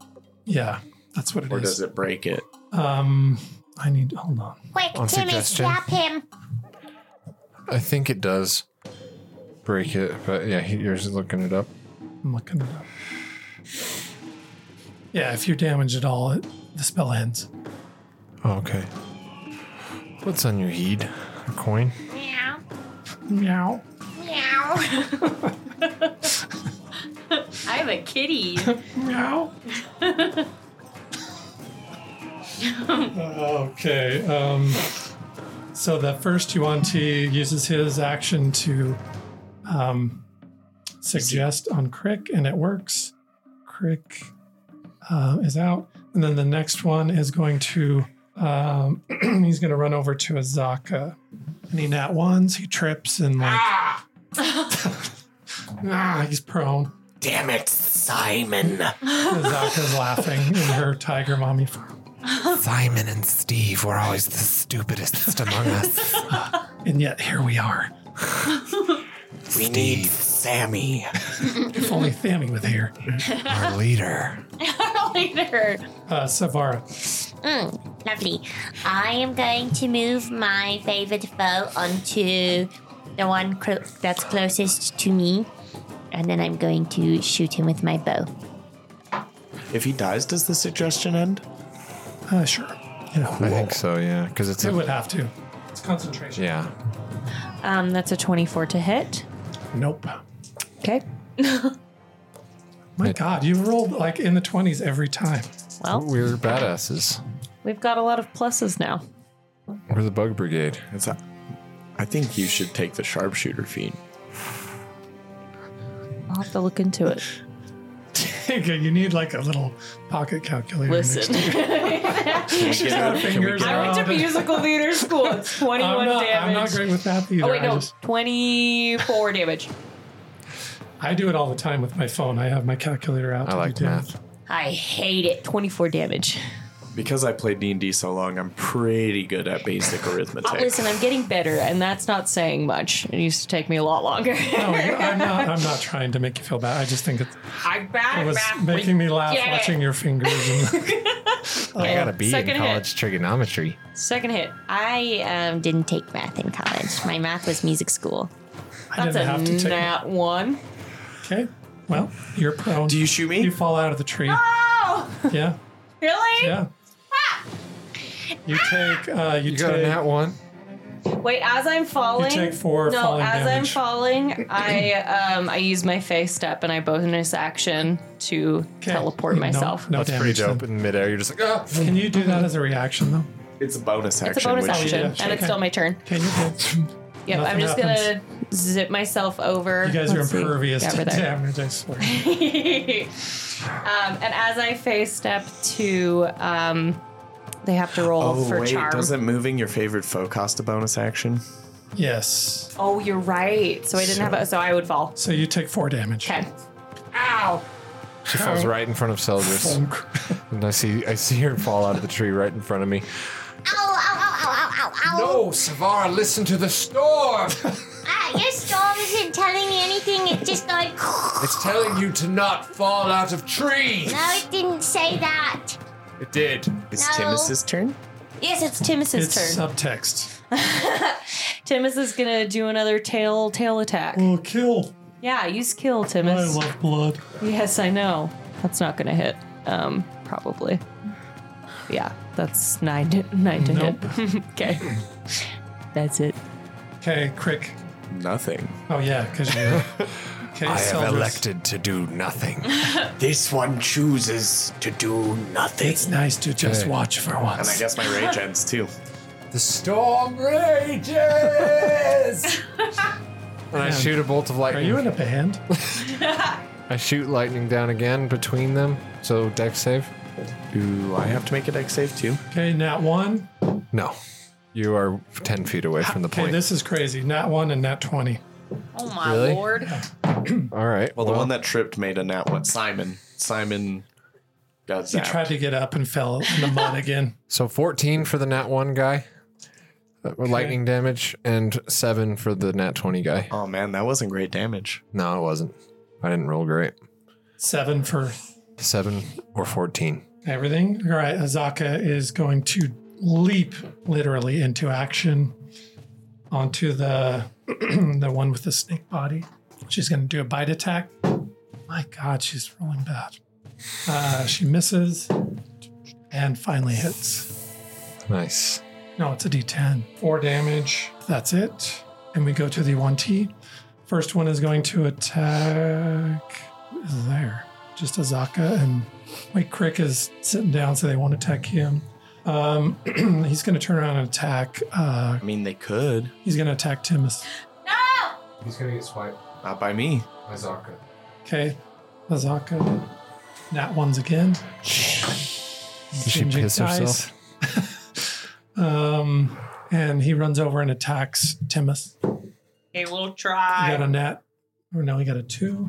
[SPEAKER 2] Yeah, that's what it is.
[SPEAKER 3] Or does it break it?
[SPEAKER 2] Um, I need. Hold on.
[SPEAKER 5] Quick,
[SPEAKER 1] On
[SPEAKER 5] Timmy,
[SPEAKER 1] suggestion.
[SPEAKER 5] slap him.
[SPEAKER 1] I think it does break it, but yeah, he- yours is looking it up.
[SPEAKER 2] I'm looking it up. Yeah, if you're damaged at all, it, the spell ends.
[SPEAKER 1] Oh, okay. What's on your heed? A coin?
[SPEAKER 5] Meow,
[SPEAKER 2] Meow.
[SPEAKER 5] meow.
[SPEAKER 4] I have a kitty.
[SPEAKER 2] Meow. okay. Um, so the first Yuan Ti uses his action to um, suggest on Crick, and it works. Crick uh, is out. And then the next one is going to, um, he's going to run over to Azaka. And he nat ones, he trips, and like, ah, he's prone.
[SPEAKER 6] Damn it, Simon.
[SPEAKER 2] Azaka's laughing in her tiger mommy form.
[SPEAKER 1] Simon and Steve were always the stupidest among us.
[SPEAKER 2] And yet here we are.
[SPEAKER 6] We need Sammy.
[SPEAKER 2] If only Sammy was here.
[SPEAKER 1] Our leader.
[SPEAKER 4] Later.
[SPEAKER 2] Uh, Savara.
[SPEAKER 5] Mm, lovely. I am going to move my favorite foe onto the one clo- that's closest to me, and then I'm going to shoot him with my bow.
[SPEAKER 3] If he dies, does the suggestion end?
[SPEAKER 2] Uh, sure. Yeah.
[SPEAKER 1] I think so, yeah. Because it's
[SPEAKER 2] It
[SPEAKER 1] a,
[SPEAKER 2] would have to. It's concentration.
[SPEAKER 1] yeah.
[SPEAKER 4] Um, that's a 24 to hit.
[SPEAKER 2] Nope.
[SPEAKER 4] Okay.
[SPEAKER 2] My God, you rolled like in the 20s every time.
[SPEAKER 4] Well,
[SPEAKER 1] We're badasses.
[SPEAKER 4] we've got a lot of pluses now.
[SPEAKER 1] We're the bug brigade.
[SPEAKER 3] It's a, I think you should take the sharpshooter feat.
[SPEAKER 4] I'll have to look into it.
[SPEAKER 2] Okay, you need like a little pocket calculator. next
[SPEAKER 4] Listen.
[SPEAKER 2] to you.
[SPEAKER 3] She's
[SPEAKER 2] got fingers
[SPEAKER 4] I went to musical theater school. It's 21
[SPEAKER 2] I'm not,
[SPEAKER 4] damage.
[SPEAKER 2] I'm not great with that either.
[SPEAKER 4] oh, wait,
[SPEAKER 2] I,
[SPEAKER 4] no.
[SPEAKER 2] just,
[SPEAKER 4] 24 damage.
[SPEAKER 2] I do it all the time with my phone. I have my calculator out.
[SPEAKER 1] I
[SPEAKER 2] to
[SPEAKER 1] like
[SPEAKER 2] do
[SPEAKER 1] math.
[SPEAKER 4] I hate it. 24 damage.
[SPEAKER 3] Because I played D and D so long, I'm pretty good at basic arithmetic.
[SPEAKER 4] Uh, listen, I'm getting better, and that's not saying much. It used to take me a lot longer.
[SPEAKER 2] No, I'm not, I'm not trying to make you feel bad. I just think it,
[SPEAKER 4] I'm bad
[SPEAKER 2] it
[SPEAKER 4] at
[SPEAKER 2] was
[SPEAKER 4] math.
[SPEAKER 2] making me laugh
[SPEAKER 4] get it.
[SPEAKER 2] watching your fingers. And, Oh.
[SPEAKER 1] I got a B
[SPEAKER 4] Second
[SPEAKER 1] in
[SPEAKER 4] hit.
[SPEAKER 1] college trigonometry.
[SPEAKER 4] Second hit.
[SPEAKER 5] I um, didn't take math in college. My math was music school.
[SPEAKER 2] I
[SPEAKER 4] That's
[SPEAKER 2] didn't have to
[SPEAKER 4] a
[SPEAKER 2] take
[SPEAKER 4] nat one.
[SPEAKER 2] Okay. Well, you're prone.
[SPEAKER 3] Do you shoot me?
[SPEAKER 2] You fall out of the tree.
[SPEAKER 4] Oh,
[SPEAKER 2] Yeah.
[SPEAKER 4] really?
[SPEAKER 2] Yeah. You
[SPEAKER 4] Ah!
[SPEAKER 2] take. Uh, you,
[SPEAKER 1] You
[SPEAKER 2] take.
[SPEAKER 1] got a nat one.
[SPEAKER 4] Wait, as I'm falling,
[SPEAKER 2] take four
[SPEAKER 4] no,
[SPEAKER 2] falling
[SPEAKER 4] as I'm
[SPEAKER 2] damage.
[SPEAKER 4] falling, I um I use my face step and I bonus action to
[SPEAKER 2] Okay.
[SPEAKER 4] teleport
[SPEAKER 2] No-
[SPEAKER 4] myself.
[SPEAKER 2] No,
[SPEAKER 1] That's pretty
[SPEAKER 2] damage
[SPEAKER 1] dope.
[SPEAKER 2] then.
[SPEAKER 1] In midair, you're just like, ah.
[SPEAKER 2] Can you do that as a reaction though?
[SPEAKER 3] It's a bonus action.
[SPEAKER 4] It's a bonus
[SPEAKER 3] which-
[SPEAKER 4] action,
[SPEAKER 2] yeah,
[SPEAKER 4] and
[SPEAKER 2] sure.
[SPEAKER 4] it's still my turn.
[SPEAKER 2] Can you? do-
[SPEAKER 4] Yep, I'm
[SPEAKER 2] Nothing
[SPEAKER 4] just gonna zip myself over.
[SPEAKER 2] You guys are
[SPEAKER 4] Let's see.
[SPEAKER 2] impervious
[SPEAKER 4] Yeah,
[SPEAKER 2] to
[SPEAKER 4] we're there.
[SPEAKER 2] damage. I swear.
[SPEAKER 4] um, and as I face step to, um, they have to roll
[SPEAKER 3] Oh
[SPEAKER 4] for
[SPEAKER 3] wait,
[SPEAKER 4] charm.
[SPEAKER 3] doesn't moving your favorite foe cost a bonus action?
[SPEAKER 2] yes.
[SPEAKER 4] oh, you're right. So I didn't have it. So I would fall.
[SPEAKER 2] So you take four damage.
[SPEAKER 4] Okay. Ow.
[SPEAKER 1] She falls right in front of Celdris. And I see I see her fall out of the tree right in front of me.
[SPEAKER 5] Ow, ow, ow, ow, ow, ow, ow.
[SPEAKER 1] Savara, Oh, listen to the storm.
[SPEAKER 5] Ah, your storm isn't telling me anything. It just like.
[SPEAKER 1] It's telling you to not fall out of trees.
[SPEAKER 5] No, it didn't say that.
[SPEAKER 1] It did.
[SPEAKER 3] It's
[SPEAKER 5] No.
[SPEAKER 3] Timus's turn.
[SPEAKER 4] Yes, it's Timus's
[SPEAKER 2] It's
[SPEAKER 4] turn.
[SPEAKER 2] subtext.
[SPEAKER 4] Timus is gonna do another tail tail attack.
[SPEAKER 2] Will Oh, kill.
[SPEAKER 4] Yeah, use kill,
[SPEAKER 2] I
[SPEAKER 4] Timus.
[SPEAKER 2] love blood.
[SPEAKER 4] yes, I know. That's not gonna hit. Um, probably. Yeah, that's nine to, nine to hit. okay, that's it.
[SPEAKER 2] Okay, Crick.
[SPEAKER 3] Nothing.
[SPEAKER 2] Oh yeah, because you're. Okay,
[SPEAKER 1] I have
[SPEAKER 2] Celdris.
[SPEAKER 1] elected to do nothing.
[SPEAKER 6] This one chooses to do nothing.
[SPEAKER 2] It's nice to just
[SPEAKER 1] Okay.
[SPEAKER 2] watch for
[SPEAKER 3] And I
[SPEAKER 2] once.
[SPEAKER 3] guess my rage ends too.
[SPEAKER 1] the storm rages. and I
[SPEAKER 2] Man.
[SPEAKER 1] shoot a bolt of
[SPEAKER 2] Are
[SPEAKER 1] lightning.
[SPEAKER 2] you in a band?
[SPEAKER 1] I shoot lightning down again between them. So deck save.
[SPEAKER 3] Do I have to make a deck save too?
[SPEAKER 2] Okay, nat one.
[SPEAKER 1] No, you are ten feet away from the
[SPEAKER 2] okay,
[SPEAKER 1] point.
[SPEAKER 2] this is crazy. Nat one and nat twenty.
[SPEAKER 4] Oh my
[SPEAKER 1] Really?
[SPEAKER 4] lord!
[SPEAKER 1] All right.
[SPEAKER 3] Well, the one that tripped made a nat one. Simon. Simon got
[SPEAKER 2] He
[SPEAKER 3] zapped.
[SPEAKER 2] tried to get up and fell in the mud again.
[SPEAKER 1] so fourteen for the nat one guy. uh, with Lightning damage and seven for the nat twenty guy.
[SPEAKER 3] oh man, that wasn't great damage.
[SPEAKER 1] No, it wasn't. I didn't roll great.
[SPEAKER 2] Seven for
[SPEAKER 1] Seven or fourteen.
[SPEAKER 2] everything. All right, Azaka is going to leap literally into action onto the the one with the snake body. She's going to do a bite attack. My God, she's rolling bad. Uh, she misses and finally hits.
[SPEAKER 1] Nice.
[SPEAKER 2] No, it's a D10. Four damage. That's it. And we go to the 1T. First one is going to attack there. Just Azaka and wait, Crick is sitting down, so they won't attack him. Um, he's going to turn around and attack. Uh,
[SPEAKER 3] I mean, they could.
[SPEAKER 2] he's going to attack Timus.
[SPEAKER 1] He's gonna get swiped
[SPEAKER 3] Not by me.
[SPEAKER 1] by Zaka.
[SPEAKER 2] Okay, Azaka. Nat ones again.
[SPEAKER 1] Did she
[SPEAKER 2] Changing
[SPEAKER 1] piss herself?
[SPEAKER 2] dice. um, and he runs over and attacks Timus.
[SPEAKER 4] He will
[SPEAKER 2] You
[SPEAKER 4] try.
[SPEAKER 2] got a nat, or no, we got a two,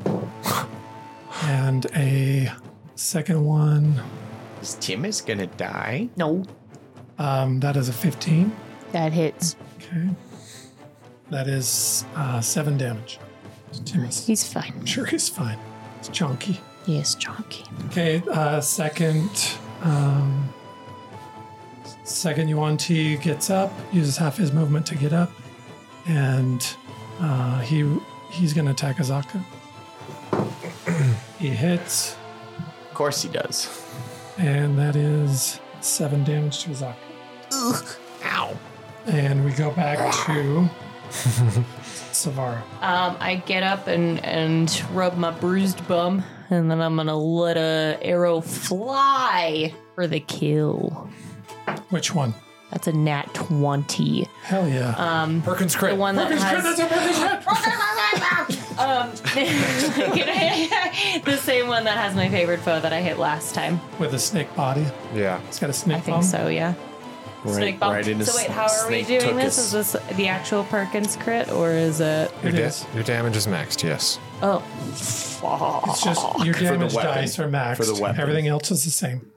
[SPEAKER 2] and a second one.
[SPEAKER 3] Is Timus gonna die?
[SPEAKER 4] No,
[SPEAKER 2] Um, that is a fifteen.
[SPEAKER 4] that hits.
[SPEAKER 2] Okay, that is uh, seven damage. to Timus,
[SPEAKER 4] He's fine.
[SPEAKER 2] I'm sure he's fine. It's chunky.
[SPEAKER 4] He is chunky.
[SPEAKER 2] Okay, uh, second. Um, second Yuan T gets up, uses half his movement to get up, and Uh, he he's gonna attack Azaka. he hits,
[SPEAKER 3] Of course he does.
[SPEAKER 2] and that is seven damage to Azaka.
[SPEAKER 3] Ow.
[SPEAKER 2] And we go back to Savara.
[SPEAKER 4] Um, I get up and, and rub my bruised bum, and then I'm gonna let a arrow fly for the kill.
[SPEAKER 2] Which one?
[SPEAKER 4] That's a nat 20.
[SPEAKER 2] Hell yeah!
[SPEAKER 1] Perkins crit.
[SPEAKER 4] Um, The one that has. Um, the same one that has my favorite foe that I hit last time.
[SPEAKER 2] With a snake body.
[SPEAKER 1] yeah.
[SPEAKER 2] It's got a
[SPEAKER 4] I
[SPEAKER 2] snake
[SPEAKER 4] think
[SPEAKER 2] bomb.
[SPEAKER 4] so, yeah.
[SPEAKER 3] Right,
[SPEAKER 4] snake bump.
[SPEAKER 3] right into
[SPEAKER 4] so wait, how are we
[SPEAKER 3] snake
[SPEAKER 4] doing this?
[SPEAKER 3] tuchus.
[SPEAKER 4] Is this the actual Perkins crit or is it?
[SPEAKER 1] Your,
[SPEAKER 2] It
[SPEAKER 1] da-
[SPEAKER 2] is.
[SPEAKER 1] your damage is maxed, yes.
[SPEAKER 4] Oh,
[SPEAKER 2] It's just your
[SPEAKER 3] For the
[SPEAKER 2] damage
[SPEAKER 3] weapon.
[SPEAKER 2] dice are maxed.
[SPEAKER 3] For the weapon.
[SPEAKER 2] Everything else is the same.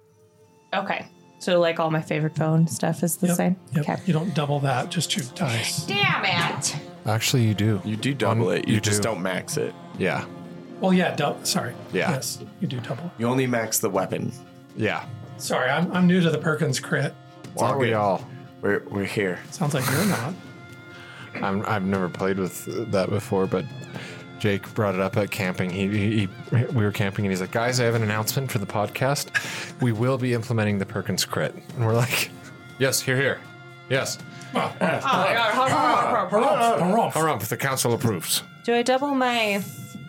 [SPEAKER 4] okay. So like all my favorite foe and stuff is the
[SPEAKER 2] Yep,
[SPEAKER 4] same.
[SPEAKER 2] Yep.
[SPEAKER 4] Okay.
[SPEAKER 2] You don't double that, just your dice.
[SPEAKER 4] Damn it!
[SPEAKER 1] Actually, you do.
[SPEAKER 3] You do double
[SPEAKER 1] Um,
[SPEAKER 3] it. You,
[SPEAKER 1] you
[SPEAKER 3] just
[SPEAKER 1] do.
[SPEAKER 3] do. not max it.
[SPEAKER 1] Yeah.
[SPEAKER 2] Well, yeah, double. Sorry.
[SPEAKER 1] Yeah.
[SPEAKER 2] Yes, you do double.
[SPEAKER 3] You only max the weapon.
[SPEAKER 1] Yeah.
[SPEAKER 2] Sorry, I'm, I'm new to the Perkins crit.
[SPEAKER 1] Why are we
[SPEAKER 3] good.
[SPEAKER 1] all?
[SPEAKER 3] We're, we're here.
[SPEAKER 2] Sounds like you're not.
[SPEAKER 1] I'm, I've never played with that before, but Jake brought it up at camping. He, he, he we were camping, and he's like, "Guys, I have an announcement for the podcast. We will be implementing the Perkins crit." And we're like, "Yes, here, here, yes, harumph, the council approves."
[SPEAKER 4] Do I double my?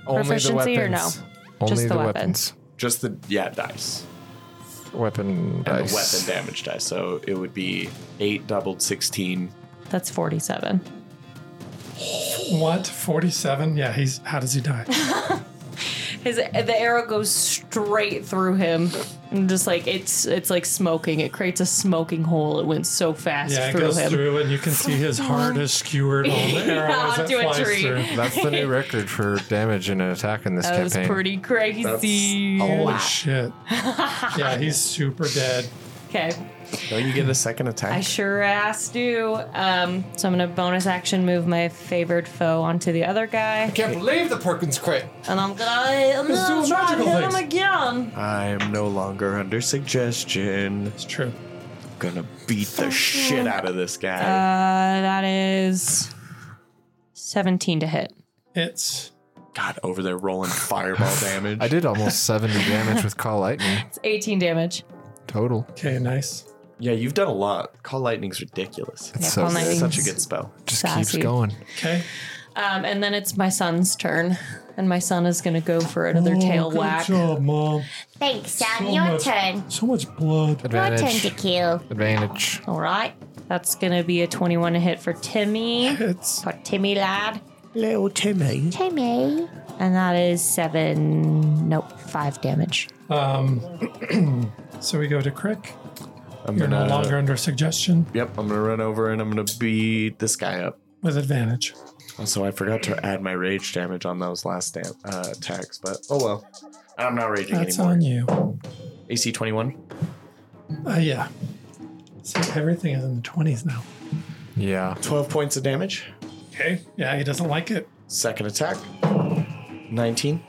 [SPEAKER 4] Proficiency or no?
[SPEAKER 1] Only
[SPEAKER 4] Just
[SPEAKER 1] the,
[SPEAKER 4] the weapon.
[SPEAKER 1] weapons.
[SPEAKER 3] Just the, yeah, dice.
[SPEAKER 1] Weapon
[SPEAKER 3] And
[SPEAKER 1] dice.
[SPEAKER 3] the weapon damage dice. So it would be 8 doubled 16.
[SPEAKER 4] That's forty-seven.
[SPEAKER 2] What? 47? Yeah, he's. How does he die?
[SPEAKER 4] His the arrow goes straight through him, and just like it's it's like smoking. It creates a smoking hole. It went so fast
[SPEAKER 2] yeah, it
[SPEAKER 4] through
[SPEAKER 2] goes
[SPEAKER 4] him.
[SPEAKER 2] through, and you can see his heart is skewered on the arrow
[SPEAKER 4] Yeah,
[SPEAKER 2] as it
[SPEAKER 4] onto a
[SPEAKER 2] flies
[SPEAKER 4] tree.
[SPEAKER 2] through.
[SPEAKER 1] That's the new record for damage in an attack in this
[SPEAKER 4] that was
[SPEAKER 1] campaign.
[SPEAKER 4] pretty crazy.
[SPEAKER 2] Holy shit. Yeah, he's super dead.
[SPEAKER 4] Okay.
[SPEAKER 3] Don't you get a second
[SPEAKER 4] I
[SPEAKER 3] attack?
[SPEAKER 4] sure ass do. Um, so I'm gonna bonus action move my favored foe onto the other guy,
[SPEAKER 1] Can't believe the Perkins crit.
[SPEAKER 4] and I'm gonna I'm
[SPEAKER 2] Let's do
[SPEAKER 4] gonna try and
[SPEAKER 2] magical
[SPEAKER 4] hit him
[SPEAKER 2] things.
[SPEAKER 4] again. Uh,
[SPEAKER 3] I'm no longer under suggestion.
[SPEAKER 2] It's true.
[SPEAKER 3] Gonna beat the shit out of this
[SPEAKER 4] Uh,
[SPEAKER 3] guy.
[SPEAKER 4] that is 17 to hit.
[SPEAKER 2] It's.
[SPEAKER 3] God, over there rolling fireball damage.
[SPEAKER 1] I did almost 70 damage with Call Lightning
[SPEAKER 4] It's 18 damage.
[SPEAKER 1] total.
[SPEAKER 2] Okay, nice.
[SPEAKER 3] Yeah, you've done a lot. Call lightning's ridiculous.
[SPEAKER 1] It's
[SPEAKER 4] Yeah,
[SPEAKER 1] so
[SPEAKER 4] Call
[SPEAKER 1] good.
[SPEAKER 4] Lightning.
[SPEAKER 3] Such a good spell.
[SPEAKER 1] Just
[SPEAKER 4] Sassy.
[SPEAKER 1] keeps going.
[SPEAKER 2] Okay.
[SPEAKER 4] Um, and then it's my son's turn, and my son is gonna go for another
[SPEAKER 2] Oh,
[SPEAKER 4] tail
[SPEAKER 2] good
[SPEAKER 4] whack.
[SPEAKER 2] job, Mom.
[SPEAKER 5] Thanks, Sam.
[SPEAKER 2] So
[SPEAKER 5] Your
[SPEAKER 2] much-
[SPEAKER 5] turn.
[SPEAKER 2] So much blood.
[SPEAKER 5] Your turn to
[SPEAKER 1] Advantage.
[SPEAKER 5] kill.
[SPEAKER 1] Advantage.
[SPEAKER 4] All right, that's gonna be a 21 to hit for Timmy,
[SPEAKER 2] It's.
[SPEAKER 4] for Timmy lad,
[SPEAKER 6] Little Timmy.
[SPEAKER 5] Timmy.
[SPEAKER 4] and that is seven. Mm, Nope, five damage.
[SPEAKER 2] So we go to Crick.
[SPEAKER 3] I'm
[SPEAKER 2] You're no
[SPEAKER 3] gonna-
[SPEAKER 2] longer under suggestion
[SPEAKER 3] Yep, I'm gonna run over and I'm gonna beat this guy up.
[SPEAKER 2] with advantage.
[SPEAKER 3] Also, I forgot to add my rage damage on those last dam- uh, attacks, but oh well. I'm not raging
[SPEAKER 2] That's
[SPEAKER 3] anymore.
[SPEAKER 2] on you.
[SPEAKER 3] AC 21.
[SPEAKER 2] Uh, yeah. See, everything is in the 20s now.
[SPEAKER 1] Yeah.
[SPEAKER 3] 12 points of damage.
[SPEAKER 2] Okay. Yeah, he doesn't like it.
[SPEAKER 3] Second attack. 19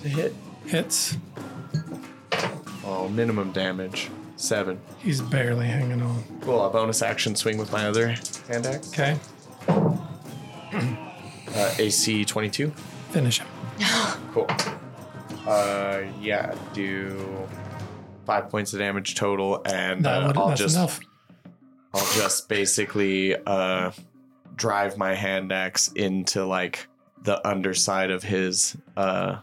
[SPEAKER 3] to hit.
[SPEAKER 2] Hits.
[SPEAKER 3] Oh, minimum damage. Seven.
[SPEAKER 2] He's barely hanging on.
[SPEAKER 3] Cool. A bonus action swing with my other hand axe.
[SPEAKER 2] Okay.
[SPEAKER 3] Uh, AC 22.
[SPEAKER 2] Finish him.
[SPEAKER 3] Cool. Uh, yeah, do five points of damage total, and
[SPEAKER 2] That
[SPEAKER 3] uh,
[SPEAKER 2] would,
[SPEAKER 3] I'll
[SPEAKER 2] that's
[SPEAKER 3] just
[SPEAKER 2] enough.
[SPEAKER 3] I'll just basically uh, drive my hand axe into like the underside of his uh,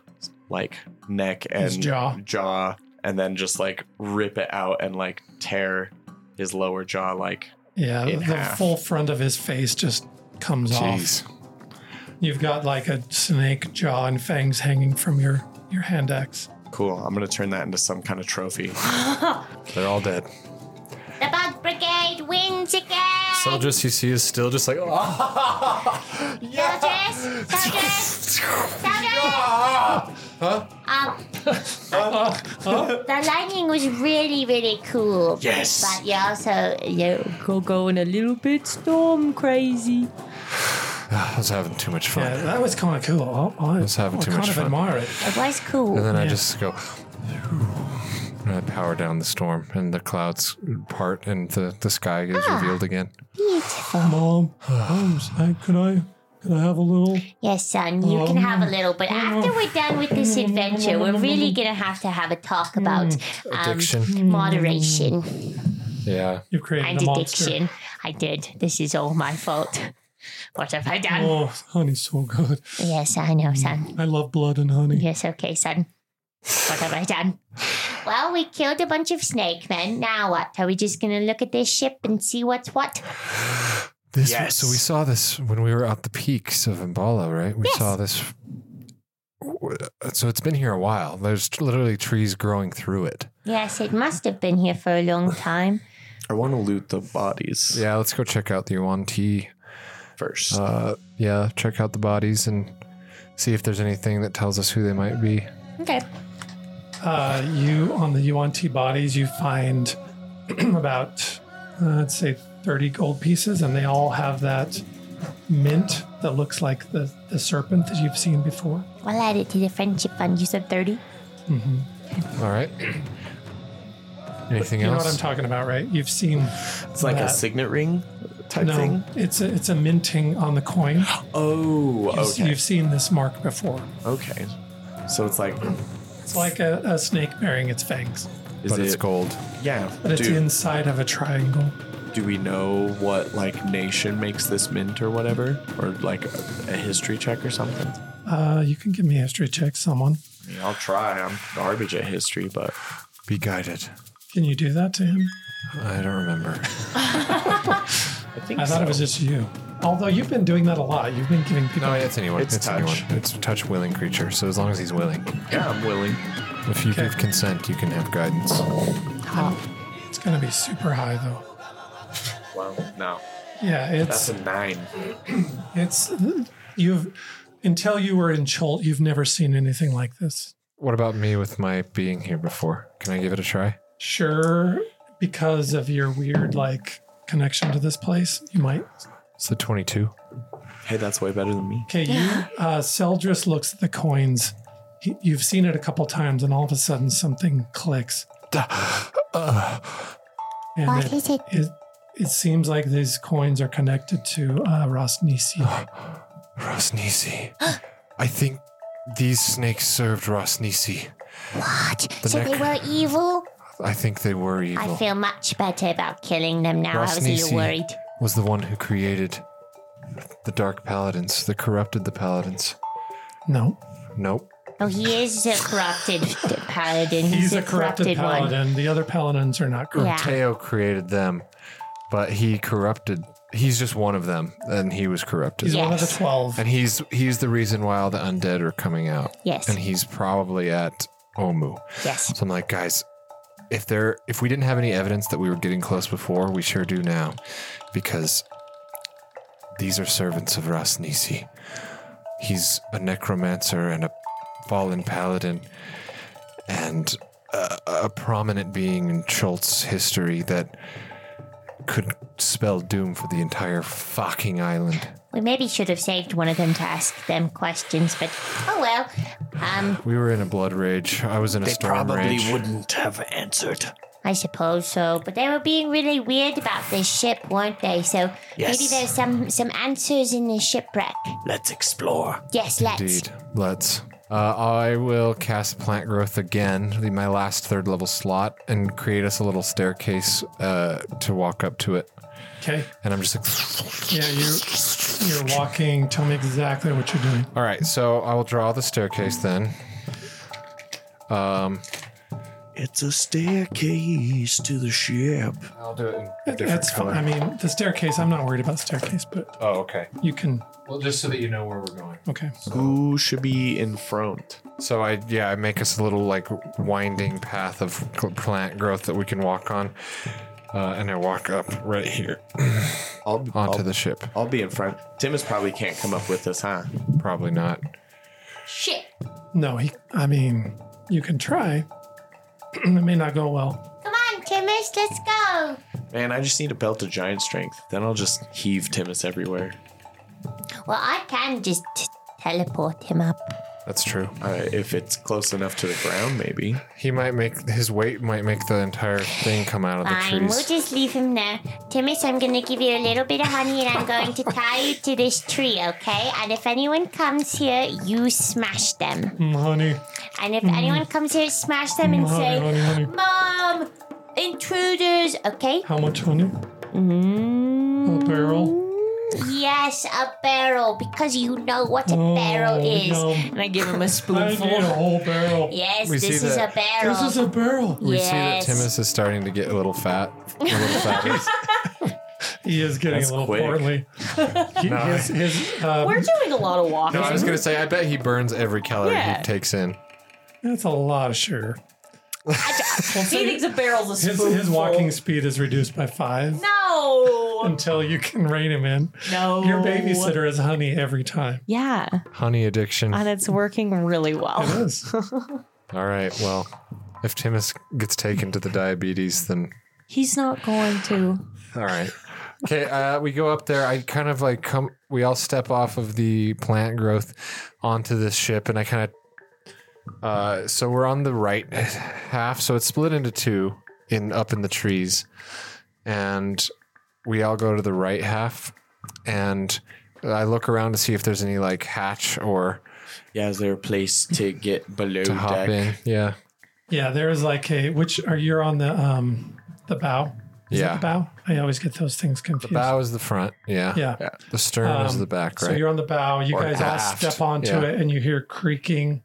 [SPEAKER 3] like neck and
[SPEAKER 2] His jaw.
[SPEAKER 3] jaw, and then just like rip it out and like tear his lower jaw like
[SPEAKER 2] Yeah, the
[SPEAKER 3] in half.
[SPEAKER 2] full front of his face just comes
[SPEAKER 1] Jeez.
[SPEAKER 2] off. You've got like a snake jaw and fangs hanging from your, your hand axe.
[SPEAKER 3] cool. I'm gonna turn that into some kind of trophy.
[SPEAKER 1] They're all dead.
[SPEAKER 5] The Bug Brigade wins again.
[SPEAKER 1] Soldiers you see is still just like, oh,
[SPEAKER 5] Soldiers, soldiers, soldiers.
[SPEAKER 1] Ah!
[SPEAKER 5] Huh? Um, the lightning was really, really cool.
[SPEAKER 3] Yes.
[SPEAKER 5] But you also, you
[SPEAKER 4] Go going a little bit storm crazy.
[SPEAKER 1] I was having too much fun.
[SPEAKER 2] Yeah, that was kind of cool. I, I,
[SPEAKER 1] Let's have
[SPEAKER 2] I
[SPEAKER 1] too
[SPEAKER 2] kind
[SPEAKER 1] much
[SPEAKER 2] of
[SPEAKER 1] fun.
[SPEAKER 2] admire it.
[SPEAKER 5] it was cool.
[SPEAKER 1] And then I just go, and I power down the storm, and the clouds part,
[SPEAKER 4] Ah.
[SPEAKER 1] and the, the sky is revealed again.
[SPEAKER 2] Oh, Mom, I was, I, could I Can I have a little?
[SPEAKER 5] Yes, son, you can have a
[SPEAKER 2] Um,
[SPEAKER 5] little, but after we're done with this adventure, we're really gonna have to have a talk about um,
[SPEAKER 1] Addiction.
[SPEAKER 5] moderation
[SPEAKER 1] Yeah.
[SPEAKER 2] You've created
[SPEAKER 5] and
[SPEAKER 2] a monster.
[SPEAKER 5] addiction. I did. This is all my fault. What have I done?
[SPEAKER 2] Oh, honey's so good.
[SPEAKER 5] Yes, I know, son.
[SPEAKER 2] I love blood and honey.
[SPEAKER 5] Yes, okay, son. What have I done? Well, we killed a bunch of snake men. Now what? Are we just gonna look at this ship and see what's what?
[SPEAKER 1] This
[SPEAKER 6] Yes.
[SPEAKER 1] so we saw this when we were out the peaks of Mbala, right? We
[SPEAKER 5] Yes.
[SPEAKER 1] saw this so it's been here a while. There's literally trees growing through it.
[SPEAKER 5] Yes, it must have been here for a long time.
[SPEAKER 3] I want to loot the bodies
[SPEAKER 1] Yeah, let's go check out the Yuan T.
[SPEAKER 3] first.
[SPEAKER 1] Uh, yeah, check out the bodies and see if there's anything that tells us who they might be.
[SPEAKER 5] Okay.
[SPEAKER 2] Uh, you on the UNT bodies, you find about uh, I'd say 30 gold pieces, and they all have that mint that looks like the, the serpent that you've seen before.
[SPEAKER 5] I'll add it to the friendship fund. You said 30?
[SPEAKER 1] All right. Anything
[SPEAKER 2] You know
[SPEAKER 1] else?
[SPEAKER 2] what I'm talking about, right? You've seen
[SPEAKER 3] it's like a
[SPEAKER 2] that-
[SPEAKER 3] signet ring type
[SPEAKER 2] no,
[SPEAKER 3] thing.
[SPEAKER 2] it's a it's a minting on the coin.
[SPEAKER 3] Oh,
[SPEAKER 2] You've se-
[SPEAKER 3] okay.
[SPEAKER 2] You've seen this mark before.
[SPEAKER 3] Okay. So it's like,
[SPEAKER 2] It's like a, a snake bearing its fangs,
[SPEAKER 3] is
[SPEAKER 1] but
[SPEAKER 3] it?
[SPEAKER 1] it's gold.
[SPEAKER 3] Yeah.
[SPEAKER 2] but it's
[SPEAKER 3] do,
[SPEAKER 2] inside of a triangle.
[SPEAKER 3] do we know what like nation makes this mint or whatever, or like a, a history check or something?
[SPEAKER 2] Uh, you can give me a history check, someone.
[SPEAKER 3] I mean, I'll try. I'm garbage at history, but
[SPEAKER 1] Be guided.
[SPEAKER 2] Can you do that to him?
[SPEAKER 1] I don't remember.
[SPEAKER 3] I think
[SPEAKER 2] I thought
[SPEAKER 3] so.
[SPEAKER 2] it was just you. Although you've been doing that a lot. You've been giving people.
[SPEAKER 1] No, it's anyone.
[SPEAKER 3] It's touch.
[SPEAKER 1] anyone. It's a touch willing creature. So as long as he's willing,
[SPEAKER 3] yeah, I'm willing.
[SPEAKER 1] if you
[SPEAKER 2] Okay.
[SPEAKER 1] give consent, you can have guidance.
[SPEAKER 2] It's going to be super high though.
[SPEAKER 3] Well, no,
[SPEAKER 2] Yeah,
[SPEAKER 3] that's
[SPEAKER 2] it's
[SPEAKER 3] a nine.
[SPEAKER 2] it's you've until you were in Cholt, you've never seen anything like this.
[SPEAKER 1] What about me with my being here before? Can I give it a try?
[SPEAKER 2] Sure, because of your weird like connection to this place, you might.
[SPEAKER 1] It's a 22.
[SPEAKER 3] Hey, that's way better than me.
[SPEAKER 2] Okay, you uh, Seldris looks at the coins. He, you've seen it a couple times, and all of a sudden something clicks. And
[SPEAKER 5] What
[SPEAKER 2] it,
[SPEAKER 5] is it?
[SPEAKER 2] it, it seems like these coins are connected to uh, Rosnisi.
[SPEAKER 1] Rosnisi. I think these snakes served Rosnisi.
[SPEAKER 5] What?
[SPEAKER 1] The
[SPEAKER 5] so they
[SPEAKER 1] neck.
[SPEAKER 5] were evil?
[SPEAKER 1] I think they were evil.
[SPEAKER 2] Oh.
[SPEAKER 5] I feel much better about killing them now. I was a
[SPEAKER 1] Rosnici
[SPEAKER 5] little worried.
[SPEAKER 1] was the one who created the Dark Paladins, the corrupted the Paladins.
[SPEAKER 2] No,
[SPEAKER 1] Nope.
[SPEAKER 5] Oh, he is a corrupted paladin.
[SPEAKER 2] he's a corrupted paladin. The other paladins are not corrupt.
[SPEAKER 5] Yeah.
[SPEAKER 1] Teo created them, but he corrupted. He's just one of them, and he was corrupted.
[SPEAKER 2] He's one of the
[SPEAKER 5] Yes.
[SPEAKER 2] twelve.
[SPEAKER 1] And he's he's the reason why all the undead are coming out.
[SPEAKER 5] Yes.
[SPEAKER 1] And he's probably at Omu.
[SPEAKER 5] Yes.
[SPEAKER 1] So I'm like, guys, if there if we didn't have any evidence that we were getting close before, we sure do now. Because these are servants of Rasnisi. He's a necromancer and a fallen paladin and a, a prominent being in Schultz's history that could spell doom for the entire fucking island.
[SPEAKER 5] We maybe should have saved one of them to ask them questions, but oh well. Um,
[SPEAKER 1] We were in a blood rage. I was in a
[SPEAKER 6] They
[SPEAKER 1] storm
[SPEAKER 6] probably
[SPEAKER 1] rage.
[SPEAKER 6] wouldn't have answered.
[SPEAKER 5] I suppose so. But they were being really weird about this ship, weren't they? So maybe
[SPEAKER 6] Yes.
[SPEAKER 5] there's some some answers in this shipwreck.
[SPEAKER 6] Let's explore.
[SPEAKER 5] Yes, let's.
[SPEAKER 1] Indeed. Let's. Uh, I will cast Plant Growth again, the- my last third level slot, and create us a little staircase uh, to walk up to it.
[SPEAKER 2] Okay.
[SPEAKER 1] And I'm just like,
[SPEAKER 2] Yeah, you're you're walking. Tell me exactly what you're doing.
[SPEAKER 1] all right, so I will draw the staircase then.
[SPEAKER 6] It's a staircase to the ship.
[SPEAKER 1] I'll do it in a different
[SPEAKER 2] That's
[SPEAKER 1] color.
[SPEAKER 2] fine. I mean, the staircase. I'm not worried about staircase, but
[SPEAKER 1] oh, okay.
[SPEAKER 2] you can.
[SPEAKER 1] Well, just so that you know where we're going.
[SPEAKER 2] Okay.
[SPEAKER 3] Who should be in front?
[SPEAKER 1] So I, yeah, I make us a little like winding path of cl- plant growth that we can walk on. Uh, and I walk up right here
[SPEAKER 3] I'll
[SPEAKER 1] onto
[SPEAKER 6] Oh.
[SPEAKER 3] I'll,
[SPEAKER 1] the ship.
[SPEAKER 3] I'll be in front. Timus probably can't come up with us, huh?
[SPEAKER 1] Probably not.
[SPEAKER 5] Shit.
[SPEAKER 2] No, he. I mean, you can try. it may not go well.
[SPEAKER 5] Come on, Timus, let's go.
[SPEAKER 3] Man, I just need to belt a giant strength. Then I'll just heave Timus everywhere.
[SPEAKER 5] Well, I can just t- teleport him up.
[SPEAKER 1] That's true.
[SPEAKER 3] Uh, if it's close enough to the ground, maybe.
[SPEAKER 1] He might make his weight might make the entire thing come out of the
[SPEAKER 5] Fine, we'll
[SPEAKER 1] trees.
[SPEAKER 5] just leave him there. Timus, I'm going to give you a little bit of honey and I'm going to tie you to this tree, okay? And if anyone comes here, you smash them.
[SPEAKER 2] Mm, honey,
[SPEAKER 5] And
[SPEAKER 1] Hmm.
[SPEAKER 5] if anyone comes here, smash them and
[SPEAKER 2] honey, honey,
[SPEAKER 5] say, "Mm,
[SPEAKER 2] honey.
[SPEAKER 5] Mom, intruders, okay?
[SPEAKER 2] How much honey?
[SPEAKER 5] mm,
[SPEAKER 2] A barrel.
[SPEAKER 5] Yes, a barrel, because you know what a barrel
[SPEAKER 2] Oh,
[SPEAKER 5] is.
[SPEAKER 2] yum.
[SPEAKER 4] And I give him a
[SPEAKER 2] I need a
[SPEAKER 4] spoonful.
[SPEAKER 2] whole barrel.
[SPEAKER 5] Yes,
[SPEAKER 1] We
[SPEAKER 5] this
[SPEAKER 1] see
[SPEAKER 5] is
[SPEAKER 1] that-
[SPEAKER 5] a barrel.
[SPEAKER 2] This is a barrel.
[SPEAKER 1] We see that
[SPEAKER 5] Yes.
[SPEAKER 1] Timus is starting to get a little fat. A little fat.
[SPEAKER 2] He is getting
[SPEAKER 3] That's
[SPEAKER 2] a little
[SPEAKER 3] quick.
[SPEAKER 2] portly. He-
[SPEAKER 1] No.
[SPEAKER 2] his, his, um,
[SPEAKER 4] We're doing a lot of walking.
[SPEAKER 1] no, I was gonna say I bet he burns every calorie
[SPEAKER 4] Yeah.
[SPEAKER 1] he takes in.
[SPEAKER 2] that's a lot of sugar.
[SPEAKER 4] he thinks a barrel's a
[SPEAKER 2] His,
[SPEAKER 4] spoonful.
[SPEAKER 2] his walking speed is reduced by five
[SPEAKER 4] No.
[SPEAKER 2] until you can rein him in.
[SPEAKER 4] No.
[SPEAKER 2] Your babysitter is honey every time.
[SPEAKER 4] Yeah,
[SPEAKER 1] Honey addiction.
[SPEAKER 4] and it's working really
[SPEAKER 2] It
[SPEAKER 4] well.
[SPEAKER 2] is.
[SPEAKER 1] All right. Well, if Timus gets taken to the diabetes, then
[SPEAKER 4] He's not going to.
[SPEAKER 1] all right. Okay. Uh, we go up there. I kind of like come. We all step off of the plant growth onto this ship, and I kind of. Uh, so we're on the right half. So it's split into two in up in the trees, and we all go to the right half, and I look around to see if there's any like hatch or
[SPEAKER 3] Yeah, is there a place to get below
[SPEAKER 1] to hop
[SPEAKER 3] deck?
[SPEAKER 1] in. Yeah.
[SPEAKER 2] Yeah, there is like a which are you on the um the bow? Is
[SPEAKER 1] Yeah.
[SPEAKER 2] that the bow? I always get those things confused.
[SPEAKER 1] Bow is the front. Yeah.
[SPEAKER 2] Yeah.
[SPEAKER 1] The stern is
[SPEAKER 2] Um,
[SPEAKER 1] the back,
[SPEAKER 2] So
[SPEAKER 1] right?
[SPEAKER 2] you're on the bow. You
[SPEAKER 1] Or
[SPEAKER 2] guys
[SPEAKER 1] aft,
[SPEAKER 2] all step onto
[SPEAKER 1] yeah.
[SPEAKER 2] it, and you hear creaking,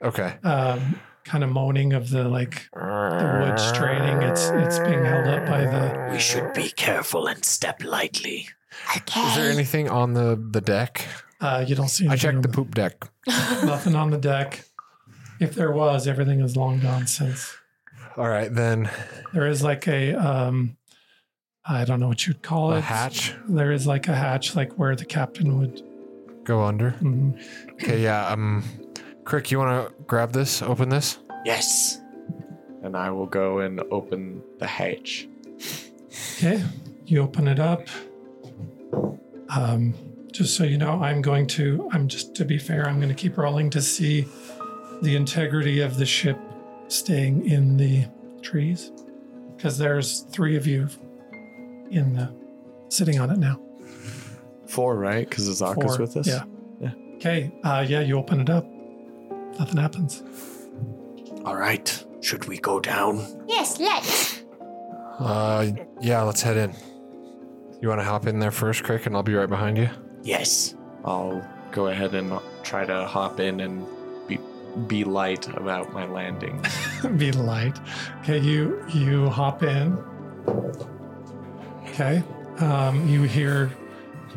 [SPEAKER 1] okay.
[SPEAKER 2] um, kind of moaning of the like the wood straining. It's it's being held up by the.
[SPEAKER 6] We should be careful and step lightly.
[SPEAKER 1] Is there anything on the the deck?
[SPEAKER 2] Uh, you don't see.
[SPEAKER 1] I
[SPEAKER 2] anything
[SPEAKER 1] checked the
[SPEAKER 2] on
[SPEAKER 1] poop deck.
[SPEAKER 2] Nothing on the deck. If there was, everything is long gone since.
[SPEAKER 1] All right, then
[SPEAKER 2] There is like a um, I don't know what you'd call
[SPEAKER 1] a
[SPEAKER 2] it.
[SPEAKER 1] hatch
[SPEAKER 2] There is like a hatch, like where the captain would.
[SPEAKER 1] go under.
[SPEAKER 2] mhm.
[SPEAKER 1] Okay, yeah. Um, Crick, you want to grab this? Open this.
[SPEAKER 6] Yes.
[SPEAKER 3] And I will go and open the hatch.
[SPEAKER 2] Okay, you open it up. Um, just so you know, I'm going to. I'm just to be fair. I'm going to keep rolling to see the integrity of the ship staying in the trees, because there's three of you in the sitting on it now.
[SPEAKER 3] Four, right? Because Azaka's
[SPEAKER 2] Four.
[SPEAKER 3] with us.
[SPEAKER 2] Yeah.
[SPEAKER 3] Yeah.
[SPEAKER 2] Okay. Uh, yeah, you open it up. Nothing happens.
[SPEAKER 6] All right. Should we go down?
[SPEAKER 5] yes, let's.
[SPEAKER 1] Uh, yeah. Let's head in. You want to hop in there first, Crick, and I'll be right behind you.
[SPEAKER 6] Yes.
[SPEAKER 3] I'll go ahead and try to hop in and be be light about my landing.
[SPEAKER 2] Be light. Okay, you you hop in. Okay. Um, you hear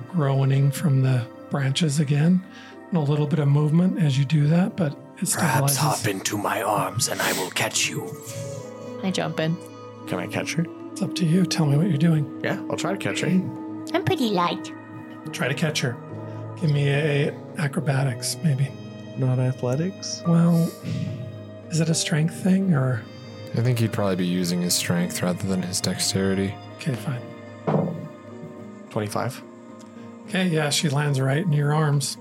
[SPEAKER 2] groaning from the branches again, and a little bit of movement as you do that, but it
[SPEAKER 6] Perhaps hop
[SPEAKER 2] stabilizes.
[SPEAKER 6] into my arms and I will catch you.
[SPEAKER 4] I jump in.
[SPEAKER 3] Can I catch her?
[SPEAKER 2] It's up to you. Tell me what you're doing.
[SPEAKER 3] Yeah, I'll try to catch her.
[SPEAKER 5] I'm pretty light.
[SPEAKER 2] Try to catch her. Give me a acrobatics, maybe.
[SPEAKER 3] Not athletics.
[SPEAKER 2] Well, is it a strength thing or?
[SPEAKER 1] I think he'd probably be using his strength rather than his dexterity.
[SPEAKER 2] Okay, fine.
[SPEAKER 3] Twenty-five.
[SPEAKER 2] Okay, yeah, she lands right in your arms,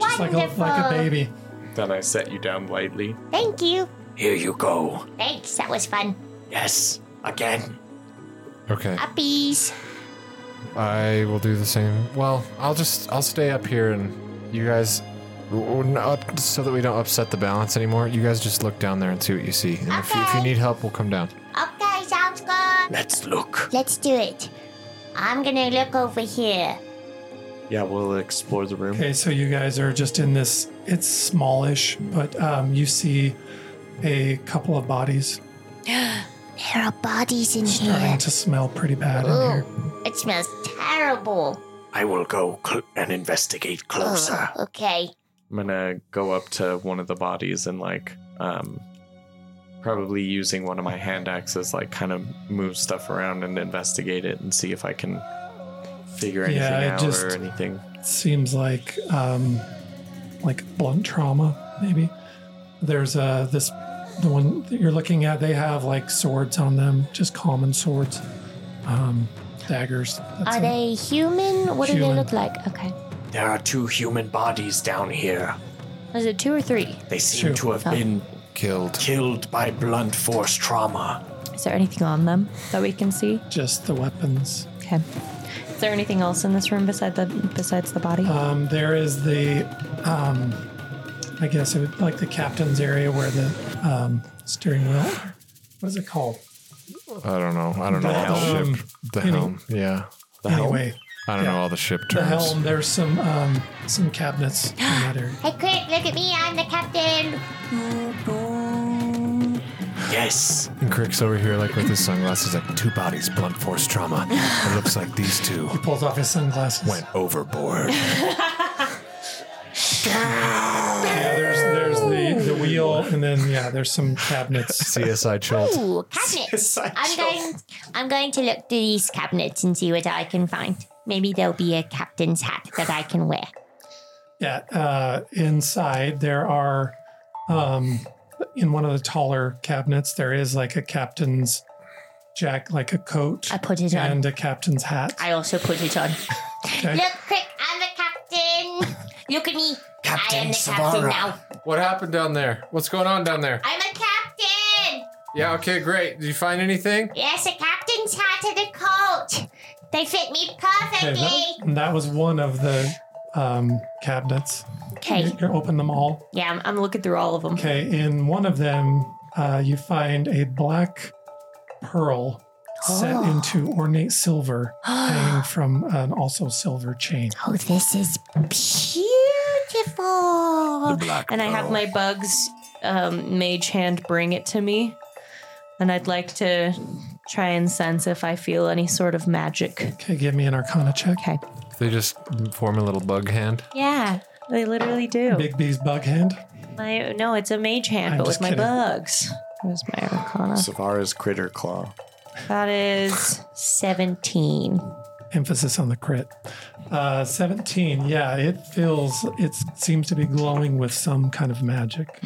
[SPEAKER 2] just like
[SPEAKER 5] Wonderful.
[SPEAKER 2] a, like a baby.
[SPEAKER 3] Then I set you down lightly.
[SPEAKER 5] Thank you.
[SPEAKER 6] Here you go.
[SPEAKER 5] Thanks. That was fun.
[SPEAKER 6] Yes. Again.
[SPEAKER 1] Okay.
[SPEAKER 5] Uppies.
[SPEAKER 1] I will do the same. Well, I'll just I'll stay up here and you guys n- up so that we don't upset the balance anymore. You guys just look down there and see what you see. And if, you, if you
[SPEAKER 5] Okay.
[SPEAKER 1] need help, we'll come down.
[SPEAKER 5] Okay, sounds good.
[SPEAKER 6] Let's look.
[SPEAKER 5] Let's do it. I'm gonna look over here.
[SPEAKER 3] Yeah, we'll explore the room.
[SPEAKER 2] Okay, so you guys are just in this. It's smallish, but um, you see a couple of bodies
[SPEAKER 5] There are bodies in
[SPEAKER 2] starting
[SPEAKER 5] here.
[SPEAKER 2] to smell pretty bad in
[SPEAKER 5] Oh,
[SPEAKER 2] here.
[SPEAKER 5] it smells terrible.
[SPEAKER 6] I will go cl- and investigate closer.
[SPEAKER 5] Oh, okay.
[SPEAKER 3] I'm gonna go up to one of the bodies and like um probably using one of my hand axes like kind of move stuff around and investigate it and see if I can figure anything
[SPEAKER 2] Yeah, it
[SPEAKER 3] out
[SPEAKER 2] just-
[SPEAKER 3] or anything.
[SPEAKER 2] It seems like um, like blunt trauma, maybe. There's uh, this the one that you're looking at. They have like swords on them, just common swords, um, daggers. That's
[SPEAKER 5] Are
[SPEAKER 2] it.
[SPEAKER 5] they human? What do
[SPEAKER 2] Human.
[SPEAKER 5] they look like? Okay.
[SPEAKER 6] There are two human bodies down here.
[SPEAKER 4] Was it two or three?
[SPEAKER 6] They seem
[SPEAKER 2] True.
[SPEAKER 6] to have been
[SPEAKER 1] Killed.
[SPEAKER 6] killed by blunt force trauma.
[SPEAKER 4] Is there anything on them that we can see?
[SPEAKER 2] Just the weapons.
[SPEAKER 4] Okay. Is there anything else in this room beside the besides the body?
[SPEAKER 2] Um, there is the, um, I guess it would like the captain's area where the um, steering wheel. What is it called?
[SPEAKER 1] I don't know. I don't know all the
[SPEAKER 2] helm.
[SPEAKER 1] ship. The
[SPEAKER 2] You know.
[SPEAKER 1] helm. Yeah.
[SPEAKER 2] anyway,
[SPEAKER 1] I don't
[SPEAKER 2] Yeah.
[SPEAKER 1] know all the ship terms.
[SPEAKER 2] the helm. There's some um, some cabinets in that area.
[SPEAKER 5] Hey, Crick, look at me. I'm the captain.
[SPEAKER 6] Yes.
[SPEAKER 1] And Crick's over here, like with his sunglasses, like two bodies, blunt force trauma. It looks like these two
[SPEAKER 2] He pulls off his sunglasses.
[SPEAKER 1] went overboard.
[SPEAKER 2] Yeah, there's there's the, the wheel, and then yeah, there's some cabinets.
[SPEAKER 1] CSI Chult.
[SPEAKER 5] Ooh, cabinets. I'm going, I'm going to look through these cabinets and see what I can find. Maybe there'll be a captain's hat that I can wear.
[SPEAKER 2] Yeah, uh, inside there are, um, in one of the taller cabinets, there is like a captain's jack, like a coat
[SPEAKER 5] I put it on.
[SPEAKER 2] and a captain's hat.
[SPEAKER 5] I also put it on.
[SPEAKER 2] Okay.
[SPEAKER 5] Look, Crick, I'm the captain. Look at me. I am
[SPEAKER 6] Captain
[SPEAKER 5] the captain
[SPEAKER 6] Savara.
[SPEAKER 5] now.
[SPEAKER 1] What happened down there? What's going on down there?
[SPEAKER 5] I'm a captain.
[SPEAKER 1] Yeah, okay, great. Did you find anything?
[SPEAKER 5] Yes, a captain's hat and a coat. They fit me
[SPEAKER 2] Okay,
[SPEAKER 5] perfectly.
[SPEAKER 2] that, that was one of the um, cabinets.
[SPEAKER 5] Okay.
[SPEAKER 2] You, you open them all.
[SPEAKER 4] yeah, I'm, I'm looking through all of them.
[SPEAKER 2] Okay, in one of them, uh, you find a black pearl set into ornate silver, hanging from an also silver chain.
[SPEAKER 5] Oh, this is beautiful.
[SPEAKER 6] Black
[SPEAKER 4] And I have my bugs um, mage hand bring it to me, and I'd like to try and sense if I feel any sort of magic.
[SPEAKER 2] Okay, give me an Arcana check.
[SPEAKER 4] Okay.
[SPEAKER 1] They just form a little bug hand.
[SPEAKER 4] Yeah, they literally do.
[SPEAKER 2] Big B's bug hand.
[SPEAKER 4] My, no, it's a mage hand,
[SPEAKER 2] I'm
[SPEAKER 4] but with
[SPEAKER 2] just
[SPEAKER 4] my
[SPEAKER 2] kidding.
[SPEAKER 4] bugs. Where's my arcana?
[SPEAKER 3] Savara's critter claw.
[SPEAKER 4] That is 17.
[SPEAKER 2] Emphasis on the crit. Uh, 17. Yeah, it feels, it seems to be glowing with some kind of magic.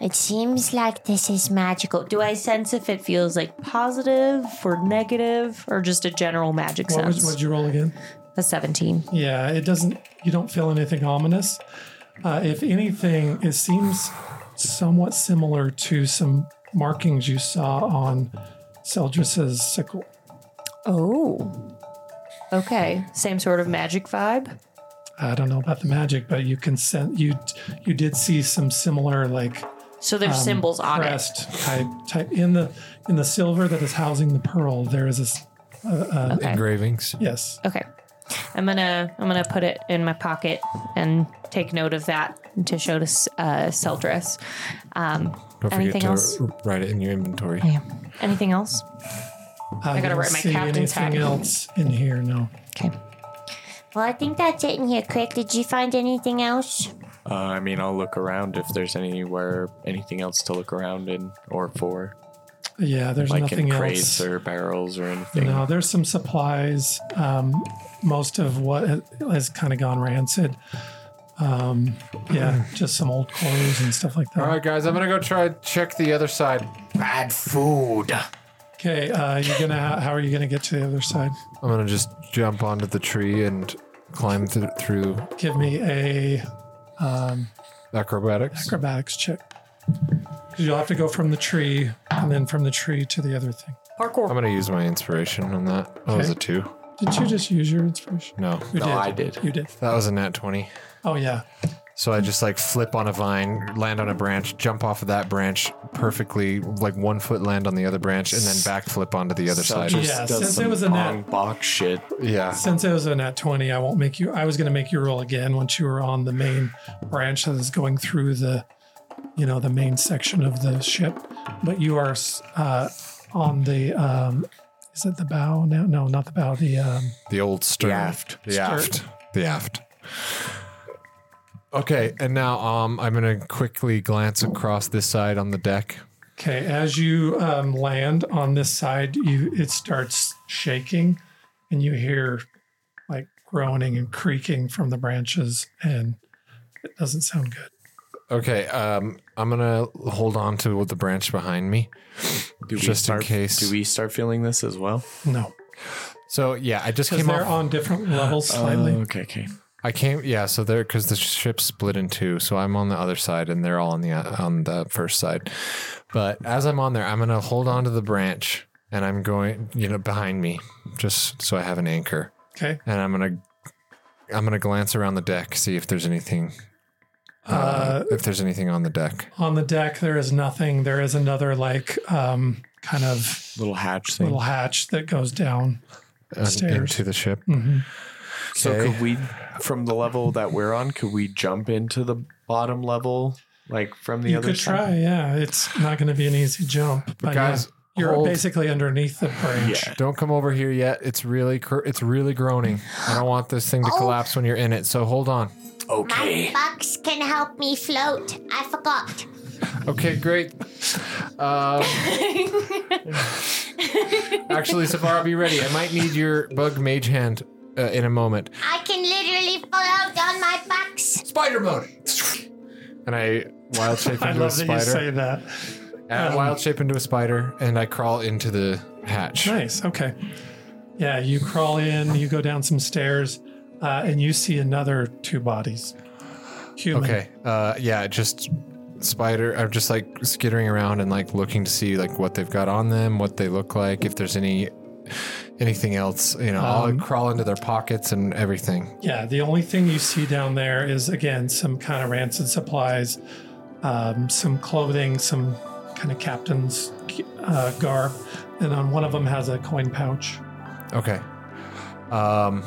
[SPEAKER 5] It seems like this is magical. Do
[SPEAKER 4] Do I sense if it feels like positive or negative or just a general magic
[SPEAKER 2] What was,
[SPEAKER 4] sense?
[SPEAKER 2] what'd you roll again?
[SPEAKER 4] a 17.
[SPEAKER 2] Yeah, it doesn't, you don't feel anything ominous. Uh, if anything, it seems somewhat similar to some markings you saw on Seldris's sickle.
[SPEAKER 4] Oh. Okay. Same sort of magic vibe.
[SPEAKER 2] I don't know about the magic, but you can sense, you, you did see some similar, like,
[SPEAKER 4] So there's
[SPEAKER 2] Um,
[SPEAKER 4] symbols on it.
[SPEAKER 2] crest type type in the in the silver that is housing the pearl. There is a s-
[SPEAKER 4] Okay.
[SPEAKER 1] Engravings.
[SPEAKER 2] yes.
[SPEAKER 4] Okay. I'm gonna I'm gonna put it in my pocket and take note of that to show to S- uh, Seldris. Um,
[SPEAKER 1] Don't forget
[SPEAKER 4] Anything
[SPEAKER 1] to
[SPEAKER 4] else?
[SPEAKER 1] r- write it in your inventory.
[SPEAKER 4] yeah. Anything else?
[SPEAKER 2] I,
[SPEAKER 4] gotta
[SPEAKER 2] don't
[SPEAKER 4] write my
[SPEAKER 2] see
[SPEAKER 4] captain's hat.
[SPEAKER 2] anything else in here. No.
[SPEAKER 4] Okay.
[SPEAKER 5] Well, I think that's it in here, Crick. Did you find anything else?
[SPEAKER 3] Uh, I mean, I'll look around if there's anywhere anything else to look around in or for,
[SPEAKER 2] Yeah, there's
[SPEAKER 3] like
[SPEAKER 2] nothing
[SPEAKER 3] in crates
[SPEAKER 2] else.
[SPEAKER 3] or barrels or anything.
[SPEAKER 2] no, there's some supplies. Um, most of what ha- has kind of gone rancid. Um, yeah, just some old clothes and stuff like that.
[SPEAKER 1] All right, guys, I'm gonna go try check the other side.
[SPEAKER 6] bad food.
[SPEAKER 2] Okay, uh, you're gonna how, how are you gonna get to the other side?
[SPEAKER 1] I'm gonna just jump onto the tree and climb th- through
[SPEAKER 2] Give me a
[SPEAKER 1] acrobatics.
[SPEAKER 2] acrobatics check. 'Cause You'll have to go from the tree and then from the tree to the other thing.
[SPEAKER 1] I'm gonna use my inspiration on that. That was a
[SPEAKER 2] Okay.
[SPEAKER 1] two.
[SPEAKER 2] Did you just use your inspiration?
[SPEAKER 1] No,
[SPEAKER 2] You
[SPEAKER 3] No,
[SPEAKER 2] did.
[SPEAKER 3] I did.
[SPEAKER 2] You did.
[SPEAKER 1] that was a nat 20.
[SPEAKER 2] Oh yeah.
[SPEAKER 1] So I just like flip on a vine, land on a branch, jump off of that branch perfectly, like one foot land on the other branch, and then backflip onto the other side.
[SPEAKER 2] just- Yeah, since it was a net-
[SPEAKER 3] box shit.
[SPEAKER 1] Yeah.
[SPEAKER 2] Since it was a nat twenty, I won't make you. I was going to make you roll again once you were on the main branch that is going through the, you know, the main section of the ship. But you are uh, on the. Um, is it the bow now? No, not the bow. The um,
[SPEAKER 1] The old stern. The aft. The aft. The aft. Okay, and now um, I'm gonna quickly glance across this side on the deck.
[SPEAKER 2] Okay, as you um, land on this side, you it starts shaking, and you hear like groaning and creaking from the branches, and it doesn't sound good.
[SPEAKER 1] Okay, um, I'm gonna hold on to the branch behind me.
[SPEAKER 3] Do we
[SPEAKER 1] Just in
[SPEAKER 3] start,
[SPEAKER 1] case.
[SPEAKER 3] Do we start feeling this as well?
[SPEAKER 2] No,
[SPEAKER 1] So yeah, I just came
[SPEAKER 2] because they're
[SPEAKER 1] off.
[SPEAKER 2] on different levels slightly.
[SPEAKER 3] Oh, okay, okay.
[SPEAKER 1] I I came, yeah. So they're because the ship split in two. So I'm on the other side, and they're all on the on the first side. But as I'm on there, I'm gonna hold on to the branch, and I'm going, you know, behind me, just so I have an anchor,
[SPEAKER 2] Okay.
[SPEAKER 1] and I'm gonna, I'm gonna glance around the deck, see if there's anything, uh,
[SPEAKER 2] Uh,
[SPEAKER 1] if there's anything on the deck.
[SPEAKER 2] on the deck, there is nothing. There is another like um, kind of
[SPEAKER 3] Little hatch thing.
[SPEAKER 2] little hatch that goes down.
[SPEAKER 1] uh,
[SPEAKER 2] Stairs.
[SPEAKER 1] into the ship.
[SPEAKER 2] Mhm.
[SPEAKER 3] So
[SPEAKER 1] Okay.
[SPEAKER 3] could we, from the level that we're on, could we jump into the bottom level, like from the
[SPEAKER 2] you
[SPEAKER 3] other
[SPEAKER 2] could
[SPEAKER 3] side?
[SPEAKER 2] try. Yeah, it's not going to be an easy jump, but
[SPEAKER 1] Guys,
[SPEAKER 2] yeah, you're
[SPEAKER 1] hold.
[SPEAKER 2] basically underneath the branch.
[SPEAKER 3] Yeah.
[SPEAKER 1] Don't come over here yet. It's really cr- it's really groaning. I don't want this thing to
[SPEAKER 5] Oh.
[SPEAKER 1] collapse when you're in it. So hold on.
[SPEAKER 5] My
[SPEAKER 6] Okay.
[SPEAKER 5] bucks can help me float. I forgot.
[SPEAKER 1] Okay, great. Um, actually, Savara, be ready. I might need your bug mage hand uh, in a moment.
[SPEAKER 5] I can literally float on my bucks.
[SPEAKER 1] Spider mode. And I wild shape
[SPEAKER 2] I
[SPEAKER 1] into a
[SPEAKER 2] love that you say um,
[SPEAKER 1] spider.
[SPEAKER 2] that.
[SPEAKER 1] I wild shape into a spider, and I crawl into the hatch.
[SPEAKER 2] Nice. Okay. Yeah, you crawl in, you go down some stairs, uh, and you see another two bodies. Human.
[SPEAKER 1] Okay. Uh, yeah, just spider. I'm just like skittering around and like looking to see like what they've got on them, what they look like, if there's any anything else. You know,
[SPEAKER 2] Um,
[SPEAKER 1] I'll crawl into their pockets and everything.
[SPEAKER 2] Yeah, the only thing you see down there is again some kind of rancid supplies, um, some clothing, some kind of captain's uh, garb, and on one of them has a coin pouch.
[SPEAKER 1] Okay. Um,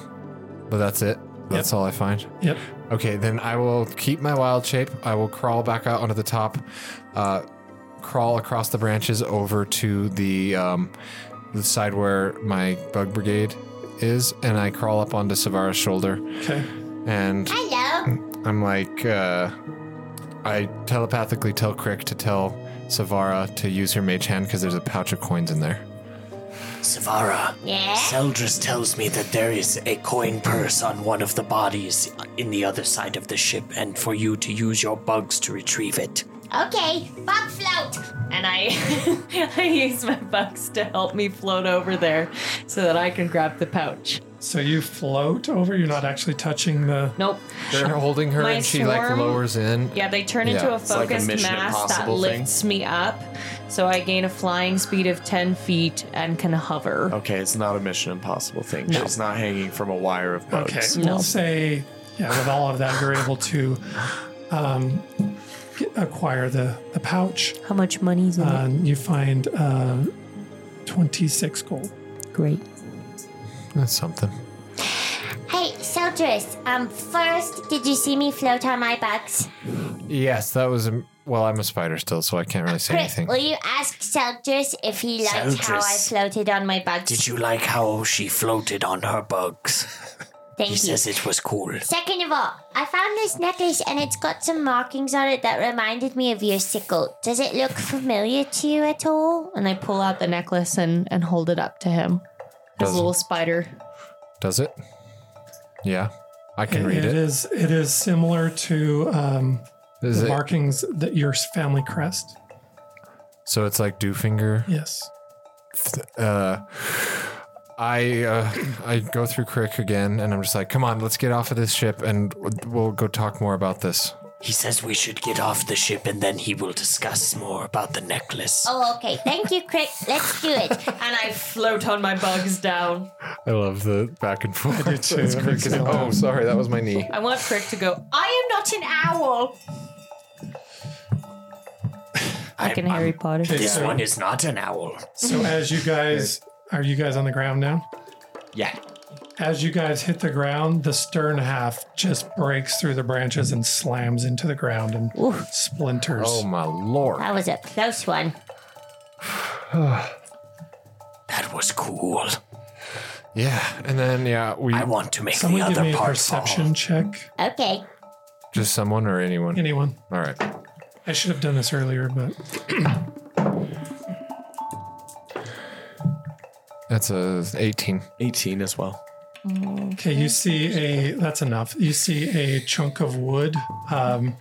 [SPEAKER 1] but that's it. That's all I find.
[SPEAKER 2] Yep.
[SPEAKER 1] Okay, then I will keep my wild shape. I will crawl back out onto the top, uh, crawl across the branches over to the um, the side where my bug brigade is, and I crawl up onto Savara's shoulder,
[SPEAKER 2] Okay.
[SPEAKER 1] and
[SPEAKER 5] Hello.
[SPEAKER 1] I'm like, uh, I telepathically tell Crick to tell Savara to use her mage hand because there's a pouch of coins in there.
[SPEAKER 6] Savara.
[SPEAKER 5] Yeah.
[SPEAKER 6] Seldris tells me that there is a coin purse on one of the bodies in the other side of the ship, and for you to use your bugs to retrieve it.
[SPEAKER 5] Okay. Bug float.
[SPEAKER 4] And I, I use my bucks to help me float over there so that I can grab the pouch.
[SPEAKER 2] So you float over. You're not actually touching the.
[SPEAKER 4] Nope.
[SPEAKER 1] They're holding her,
[SPEAKER 4] My
[SPEAKER 1] and she like
[SPEAKER 4] swarm-
[SPEAKER 1] lowers in.
[SPEAKER 4] Yeah, they turn into
[SPEAKER 1] Yeah,
[SPEAKER 4] a
[SPEAKER 1] it's
[SPEAKER 3] like a
[SPEAKER 4] focused
[SPEAKER 3] Mission
[SPEAKER 4] mass that
[SPEAKER 3] Impossible thing.
[SPEAKER 4] lifts me up, so I gain a flying speed of ten feet and can hover.
[SPEAKER 3] Okay, it's not a Mission Impossible thing.
[SPEAKER 4] No.
[SPEAKER 3] She's not hanging from a wire of bugs.
[SPEAKER 2] Okay.
[SPEAKER 4] No.
[SPEAKER 2] We'll say, yeah, with all of that, you're able to um, get- acquire the, the pouch.
[SPEAKER 4] How much money's in
[SPEAKER 2] Uh, you find uh, 26 gold.
[SPEAKER 4] it? Great.
[SPEAKER 1] That's something.
[SPEAKER 5] Hey, Seldris. Um, first, did you see me float on my bucks?
[SPEAKER 1] Yes, that was. A, well, I'm a spider still, so I can't really say
[SPEAKER 5] Chris,
[SPEAKER 1] anything.
[SPEAKER 5] will you ask Seldris if he liked how I
[SPEAKER 6] Seldris.
[SPEAKER 5] floated on my bugs?
[SPEAKER 6] Did you like how she floated on her bugs?
[SPEAKER 5] Thank
[SPEAKER 6] He
[SPEAKER 5] you.
[SPEAKER 6] says it was cool.
[SPEAKER 5] Second of all, I found this necklace and it's got some markings on it that reminded me of your sickle. Does it look familiar to you at all?
[SPEAKER 4] And I pull out the necklace and and hold it up to him. His
[SPEAKER 1] Doesn't-
[SPEAKER 4] little spider.
[SPEAKER 1] Does it? Yeah, I can
[SPEAKER 2] It-
[SPEAKER 1] read
[SPEAKER 2] it
[SPEAKER 1] it.
[SPEAKER 2] is it is similar to um,
[SPEAKER 1] Is
[SPEAKER 2] the
[SPEAKER 1] it-
[SPEAKER 2] markings that your family crest.
[SPEAKER 1] so it's like Dewfinger.
[SPEAKER 2] Yes.
[SPEAKER 1] Uh, I uh, I go through Crick again, and I'm just like, come on, let's get off of this ship, and we'll go talk more about this.
[SPEAKER 6] He says we should get off the ship and then he will discuss more about the necklace.
[SPEAKER 5] Oh, okay. Thank you, Crick. Let's do it.
[SPEAKER 4] And I float on my bugs down.
[SPEAKER 1] I love the back and forth. I
[SPEAKER 2] too. It makes me laugh.
[SPEAKER 1] oh, sorry, that was my knee.
[SPEAKER 4] I want Crick to go, I am not an owl.
[SPEAKER 6] I
[SPEAKER 4] Like in Harry Potter.
[SPEAKER 6] This
[SPEAKER 2] so,
[SPEAKER 6] one is not an owl.
[SPEAKER 1] Mm.
[SPEAKER 2] so as you guys are you guys on the ground now?
[SPEAKER 6] Yeah.
[SPEAKER 2] As you guys hit the ground, the stern half just breaks through the branches and slams into the ground and splinters.
[SPEAKER 1] Oh my lord!
[SPEAKER 5] That was a close one.
[SPEAKER 6] That was cool.
[SPEAKER 1] Yeah, and then yeah, we
[SPEAKER 6] I want to make the
[SPEAKER 2] Someone give
[SPEAKER 6] other
[SPEAKER 2] me a
[SPEAKER 6] part
[SPEAKER 2] perception check.
[SPEAKER 5] Okay.
[SPEAKER 1] just someone or anyone.
[SPEAKER 2] Anyone?
[SPEAKER 1] All right,
[SPEAKER 2] I should have done this earlier, but
[SPEAKER 1] that's a 18.
[SPEAKER 3] 18 as well.
[SPEAKER 2] Okay, you see a that's enough. You see a chunk of wood um,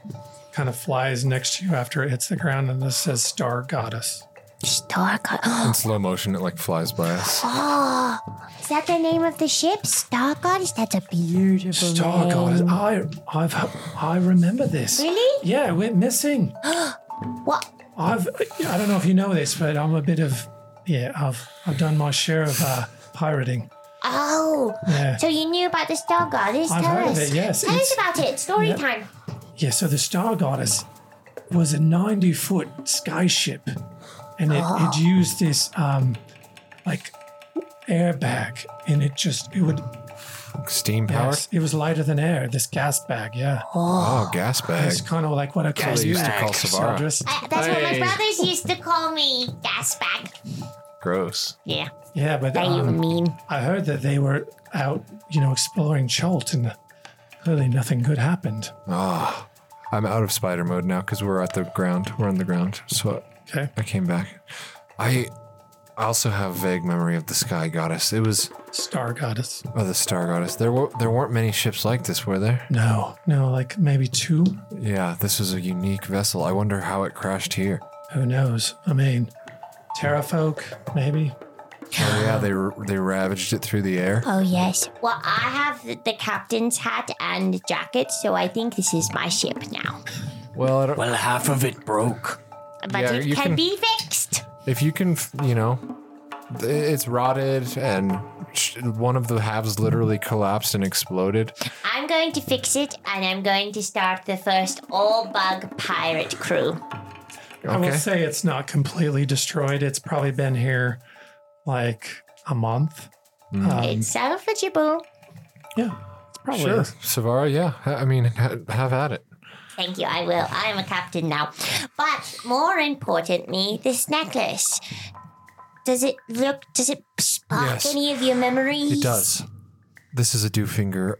[SPEAKER 2] kind of flies next to you after it hits the ground, and this says "Star Goddess."
[SPEAKER 5] Stargod.
[SPEAKER 1] In slow motion, it like flies by us.
[SPEAKER 5] Oh, is that the name of the ship? Star Goddess? That's a beautiful
[SPEAKER 2] Star
[SPEAKER 5] name.
[SPEAKER 2] oh,
[SPEAKER 1] Um,
[SPEAKER 2] God, I, I've, I remember this.
[SPEAKER 5] Really?
[SPEAKER 2] Yeah, went missing.
[SPEAKER 5] What?
[SPEAKER 2] I've, I don't know if you know this, but I'm a bit of, yeah, I've, I've done my share of uh, pirating.
[SPEAKER 5] Oh.
[SPEAKER 2] Yeah.
[SPEAKER 5] So you knew about the Star Goddess?
[SPEAKER 2] I've
[SPEAKER 5] Tell
[SPEAKER 2] heard of
[SPEAKER 5] us.
[SPEAKER 2] it, yes.
[SPEAKER 5] Tell
[SPEAKER 2] It's-
[SPEAKER 5] us about it. Story time.
[SPEAKER 2] Yeah, so the Star Goddess was a 90 foot skyship, and it, it used this um, like airbag, and it just it would
[SPEAKER 1] Steam powered.
[SPEAKER 2] yes, it was lighter than air. This gas bag, yeah,
[SPEAKER 1] Oh, gas bag.
[SPEAKER 2] it's kind of like what I call
[SPEAKER 1] They used to
[SPEAKER 2] it.
[SPEAKER 1] call Savara.
[SPEAKER 2] Soldiers.
[SPEAKER 5] Uh, that's what my
[SPEAKER 3] Hey.
[SPEAKER 5] brothers used to call me. Gas bag.
[SPEAKER 1] Gross.
[SPEAKER 5] Yeah.
[SPEAKER 2] Yeah, but
[SPEAKER 5] That you
[SPEAKER 2] um,
[SPEAKER 5] mean.
[SPEAKER 2] I heard that they were out, you know, exploring Chult, and clearly nothing good happened.
[SPEAKER 1] Ah, I'm out of spider mode now because we're at the ground. We're on the ground. So
[SPEAKER 2] Okay,
[SPEAKER 1] I came back. I also have vague memory of the sky goddess. It was
[SPEAKER 2] Star Goddess.
[SPEAKER 1] oh, the star goddess. There were there weren't many ships like this, were there?
[SPEAKER 2] No, no, like maybe two.
[SPEAKER 1] Yeah, this was a unique vessel. I wonder how it crashed here.
[SPEAKER 2] Who knows? I mean, Terrafolk, maybe.
[SPEAKER 1] Oh yeah, they r- they ravaged it through the air.
[SPEAKER 5] Oh, yes. Well, I have the, the captain's hat and jacket, so I think this is my ship now.
[SPEAKER 1] Well, I don't,
[SPEAKER 6] Well, half of it broke.
[SPEAKER 5] But
[SPEAKER 1] Yeah,
[SPEAKER 5] it
[SPEAKER 1] you
[SPEAKER 5] can,
[SPEAKER 1] can-
[SPEAKER 5] be fixed.
[SPEAKER 1] if you can, f- you know, th- it's rotted and sh- one of the halves literally collapsed and exploded.
[SPEAKER 5] I'm going to fix it, and I'm going to start the first all bug pirate crew.
[SPEAKER 2] I will
[SPEAKER 1] Okay.
[SPEAKER 2] say it's not completely destroyed. It's probably been here like a month. Um,
[SPEAKER 5] it's salvageable.
[SPEAKER 2] yeah, it's probably
[SPEAKER 1] Sure, Savara. Yeah, Ha- I mean, ha- have at it.
[SPEAKER 5] Thank you, I will. I'm a captain now. But more importantly, this necklace. Does it look, does it spark
[SPEAKER 1] Yes.
[SPEAKER 5] any of your memories?
[SPEAKER 1] It does. This is a Dewfinger,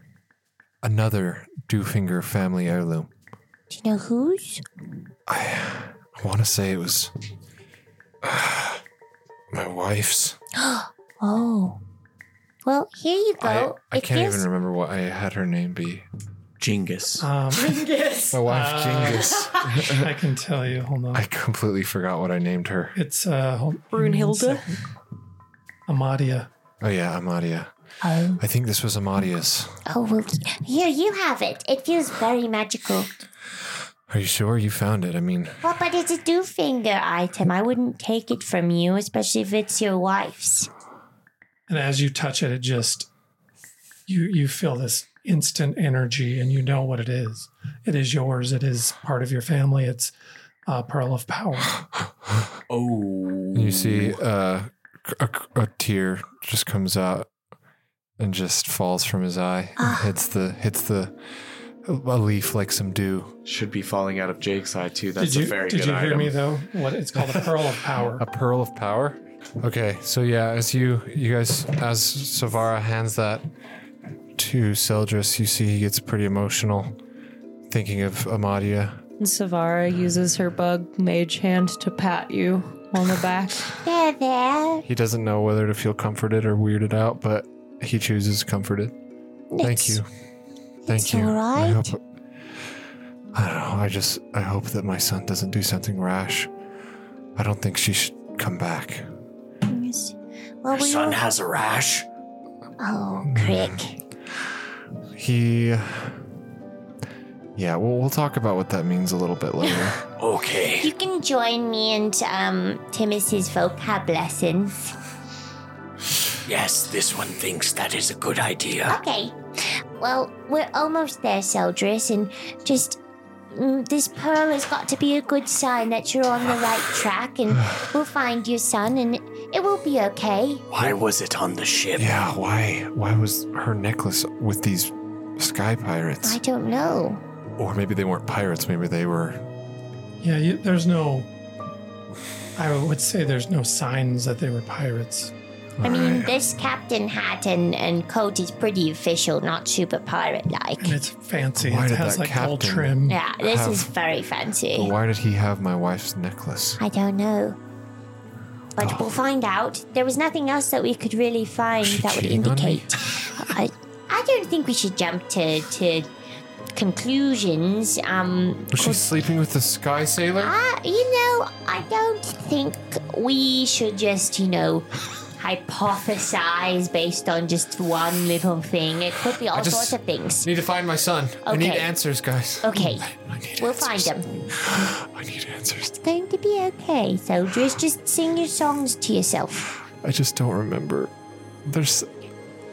[SPEAKER 1] another Dewfinger family heirloom.
[SPEAKER 5] Do you know whose?
[SPEAKER 1] I want to say it was my wife's.
[SPEAKER 5] Oh. Well, here you go.
[SPEAKER 1] I, I
[SPEAKER 5] Oh, It
[SPEAKER 1] can't
[SPEAKER 5] feels-
[SPEAKER 1] even remember what I had her name be.
[SPEAKER 6] Genghis.
[SPEAKER 2] Um,
[SPEAKER 1] My wife,
[SPEAKER 5] Uh.
[SPEAKER 1] Genghis.
[SPEAKER 2] I can tell you. Hold on.
[SPEAKER 1] I completely forgot what I named her.
[SPEAKER 2] it's uh, hold,
[SPEAKER 4] Brunhilde.
[SPEAKER 2] Amadia.
[SPEAKER 1] Oh yeah, Amadia.
[SPEAKER 5] Oh.
[SPEAKER 1] I think this was Amadia's.
[SPEAKER 5] Oh, well, here you have it. It feels very magical.
[SPEAKER 1] Are you sure you found it? I mean,
[SPEAKER 5] Well, but it's a do finger item. I wouldn't take it from you, especially if it's your wife's.
[SPEAKER 2] And as you touch it, it just you you feel this instant energy, and you know what it is. It is yours. It is part of your family. It's a pearl of power.
[SPEAKER 6] Oh.
[SPEAKER 1] you see, uh, a, a tear just comes out and just falls from his eye. And hits the hits the a leaf like some dew.
[SPEAKER 3] Should be falling out of Jake's eye too. That's
[SPEAKER 2] did you
[SPEAKER 3] a very
[SPEAKER 2] did
[SPEAKER 3] good
[SPEAKER 2] you hear
[SPEAKER 3] item.
[SPEAKER 2] me though? What it's called a pearl of power.
[SPEAKER 1] A pearl of power. Okay, so yeah, as you you guys as Savara hands that to Seldris, you see he gets pretty emotional thinking of Amadia.
[SPEAKER 4] And Savara uses her bug mage hand to pat you on the back.
[SPEAKER 5] There, there.
[SPEAKER 1] He doesn't know whether to feel comforted or weirded out, but he chooses comforted. Thank
[SPEAKER 5] It's-
[SPEAKER 1] you. Thank
[SPEAKER 5] it's
[SPEAKER 1] you.
[SPEAKER 5] all
[SPEAKER 1] I
[SPEAKER 5] right.
[SPEAKER 1] hope I don't know, I just I hope that my son doesn't do something rash. I don't think she should come back.
[SPEAKER 5] Yes. Well,
[SPEAKER 6] Your
[SPEAKER 5] we
[SPEAKER 6] son
[SPEAKER 5] will...
[SPEAKER 6] has a rash.
[SPEAKER 5] Oh, Crick.
[SPEAKER 1] He Yeah, well we'll talk about what that means a little bit later.
[SPEAKER 6] Okay.
[SPEAKER 5] You can join me and um, Timothy's vocab lessons.
[SPEAKER 6] Yes, this one thinks that is a good idea.
[SPEAKER 5] Okay. Well, we're almost there, Seldris, and just mm, this pearl has got to be a good sign that you're on the right track, and we'll find your son, and it will be okay.
[SPEAKER 6] Why was it on the ship?
[SPEAKER 1] Yeah, why? Why was her necklace with these sky pirates?
[SPEAKER 5] I don't know.
[SPEAKER 1] Or maybe they weren't pirates. Maybe they were.
[SPEAKER 2] Yeah, you, there's no. I would say there's no signs that they were pirates.
[SPEAKER 5] I mean,
[SPEAKER 1] Alright.
[SPEAKER 5] this captain hat and, and coat is pretty official, not super pirate like.
[SPEAKER 2] And it's fancy.
[SPEAKER 1] Why
[SPEAKER 2] it
[SPEAKER 1] did
[SPEAKER 2] has
[SPEAKER 1] that
[SPEAKER 2] like gold
[SPEAKER 1] captain-
[SPEAKER 2] trim.
[SPEAKER 5] Yeah, this
[SPEAKER 1] Have-
[SPEAKER 5] is very fancy.
[SPEAKER 1] But why did he have my wife's necklace?
[SPEAKER 5] I don't know. But we'll find out. There was nothing else that we could really find
[SPEAKER 1] Is she
[SPEAKER 5] that would uh,
[SPEAKER 1] cheating on me?
[SPEAKER 5] indicate. I, I don't think we should jump to, to conclusions. Um,
[SPEAKER 1] Was she sleeping with the sky sailor?
[SPEAKER 5] Uh, you know, I don't think we should just, you know, hypothesize based on just one little thing. It could be all
[SPEAKER 1] just-
[SPEAKER 5] sorts of things.
[SPEAKER 1] Need to find my son. I need
[SPEAKER 5] Okay.
[SPEAKER 1] answers, guys.
[SPEAKER 5] Okay,
[SPEAKER 1] I need
[SPEAKER 5] we'll find
[SPEAKER 1] answers.
[SPEAKER 5] them.
[SPEAKER 1] I need answers.
[SPEAKER 5] It's going to be okay, soldiers. Just sing your songs to yourself.
[SPEAKER 1] I just don't remember. There's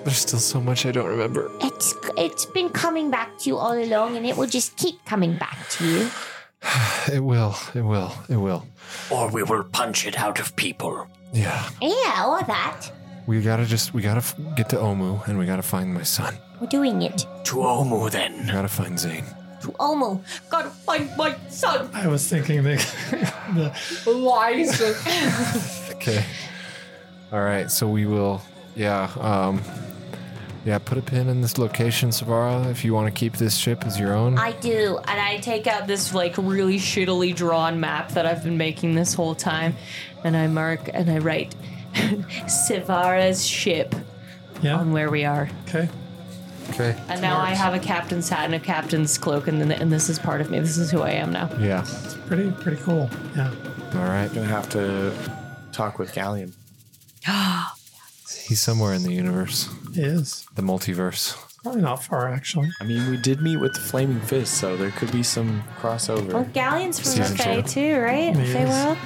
[SPEAKER 1] there's still so much I don't remember.
[SPEAKER 5] It's it's been coming back to you all along, and it will just keep coming back to you.
[SPEAKER 1] It will. It will. It will.
[SPEAKER 6] Or we will punch it out of people.
[SPEAKER 1] Yeah.
[SPEAKER 5] Yeah, or that.
[SPEAKER 1] We gotta just we gotta f- get to Omu and we gotta find my son.
[SPEAKER 5] We're doing it.
[SPEAKER 6] To Omu,
[SPEAKER 1] We
[SPEAKER 6] then.
[SPEAKER 1] gotta find Zane.
[SPEAKER 5] To
[SPEAKER 4] Oh,
[SPEAKER 5] Omo. Gotta find my son.
[SPEAKER 2] I was thinking the, the
[SPEAKER 1] Okay. All right. So we will. Yeah. Um. Yeah. Put a pin in this location, Savara. If you want to keep this ship as your own.
[SPEAKER 5] I do.
[SPEAKER 4] And I take out this like really shittily drawn map that I've been making this whole time, and I mark and I write Sivara's ship on
[SPEAKER 2] yeah
[SPEAKER 4] where we are.
[SPEAKER 2] okay.
[SPEAKER 1] okay.
[SPEAKER 4] And now I have a captain's hat and a captain's cloak, and then and this is part of me. This is who I am now.
[SPEAKER 1] Yeah.
[SPEAKER 2] Pretty pretty cool. Yeah.
[SPEAKER 1] All right.
[SPEAKER 3] Gonna have to talk with Galleon.
[SPEAKER 1] He's somewhere in the universe,
[SPEAKER 2] It is.
[SPEAKER 1] the multiverse.
[SPEAKER 2] Probably not far actually.
[SPEAKER 3] I mean, we did meet with the Flaming Fist, so there could be some
[SPEAKER 4] Well,
[SPEAKER 2] Oh.
[SPEAKER 3] crossover.
[SPEAKER 4] Galleon's from
[SPEAKER 1] Season
[SPEAKER 4] the Fae
[SPEAKER 1] four.
[SPEAKER 4] too, right?
[SPEAKER 2] Yes.
[SPEAKER 4] Fae world,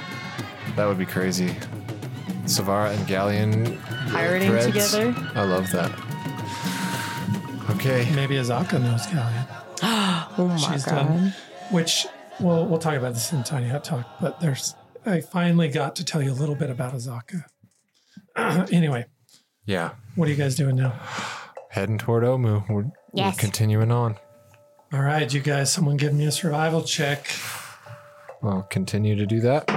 [SPEAKER 1] That would be crazy. Savara and Galleon
[SPEAKER 4] pirating
[SPEAKER 1] threads.
[SPEAKER 4] together.
[SPEAKER 1] I love that. Okay.
[SPEAKER 2] Maybe Azaka knows Galleon.
[SPEAKER 4] Oh my
[SPEAKER 2] She's
[SPEAKER 4] god!
[SPEAKER 2] done. Which we'll we'll talk about this in Tiny Hut Talk, but there's I finally got to tell you a little bit about Azaka. anyway,
[SPEAKER 1] Yeah.
[SPEAKER 2] what are you guys doing now?
[SPEAKER 1] Heading toward Omu. We're,
[SPEAKER 5] Yes.
[SPEAKER 1] we're continuing on.
[SPEAKER 2] All right, you guys, someone give me a survival check.
[SPEAKER 1] I'll continue to do that.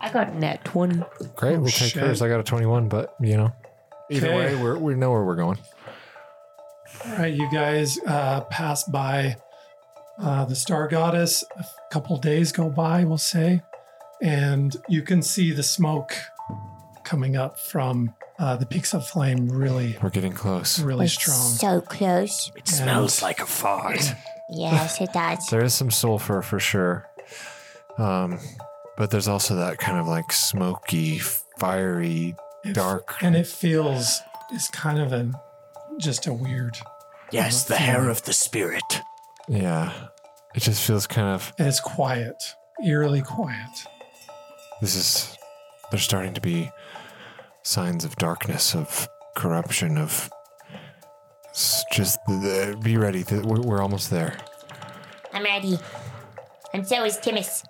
[SPEAKER 4] I got net twenty.
[SPEAKER 1] Great. we'll take
[SPEAKER 2] shit.
[SPEAKER 1] hers. I got a 21, but you know, either
[SPEAKER 2] Okay.
[SPEAKER 1] way, we're, we know where we're going.
[SPEAKER 2] All right, you guys uh, pass by uh, the Star Goddess. A f- couple days go by, we'll say, and you can see the smoke coming up from uh, the peaks of flame really,
[SPEAKER 1] We're getting close.
[SPEAKER 2] really strong.
[SPEAKER 5] So close.
[SPEAKER 6] It smells like a fart.
[SPEAKER 5] Yes, it does.
[SPEAKER 1] There is some sulfur for sure. Um, but there's also that kind of like smoky, fiery, dark.
[SPEAKER 2] And it feels it's kind of a just a weird.
[SPEAKER 6] Yes, the hair of the spirit.
[SPEAKER 1] Yeah. It just feels kind of,
[SPEAKER 2] And it's quiet, eerily quiet.
[SPEAKER 1] this is, there's starting to be signs of darkness, of corruption, of s- just the, be ready. The, we're, we're almost there.
[SPEAKER 5] I'm ready. And so is Timus.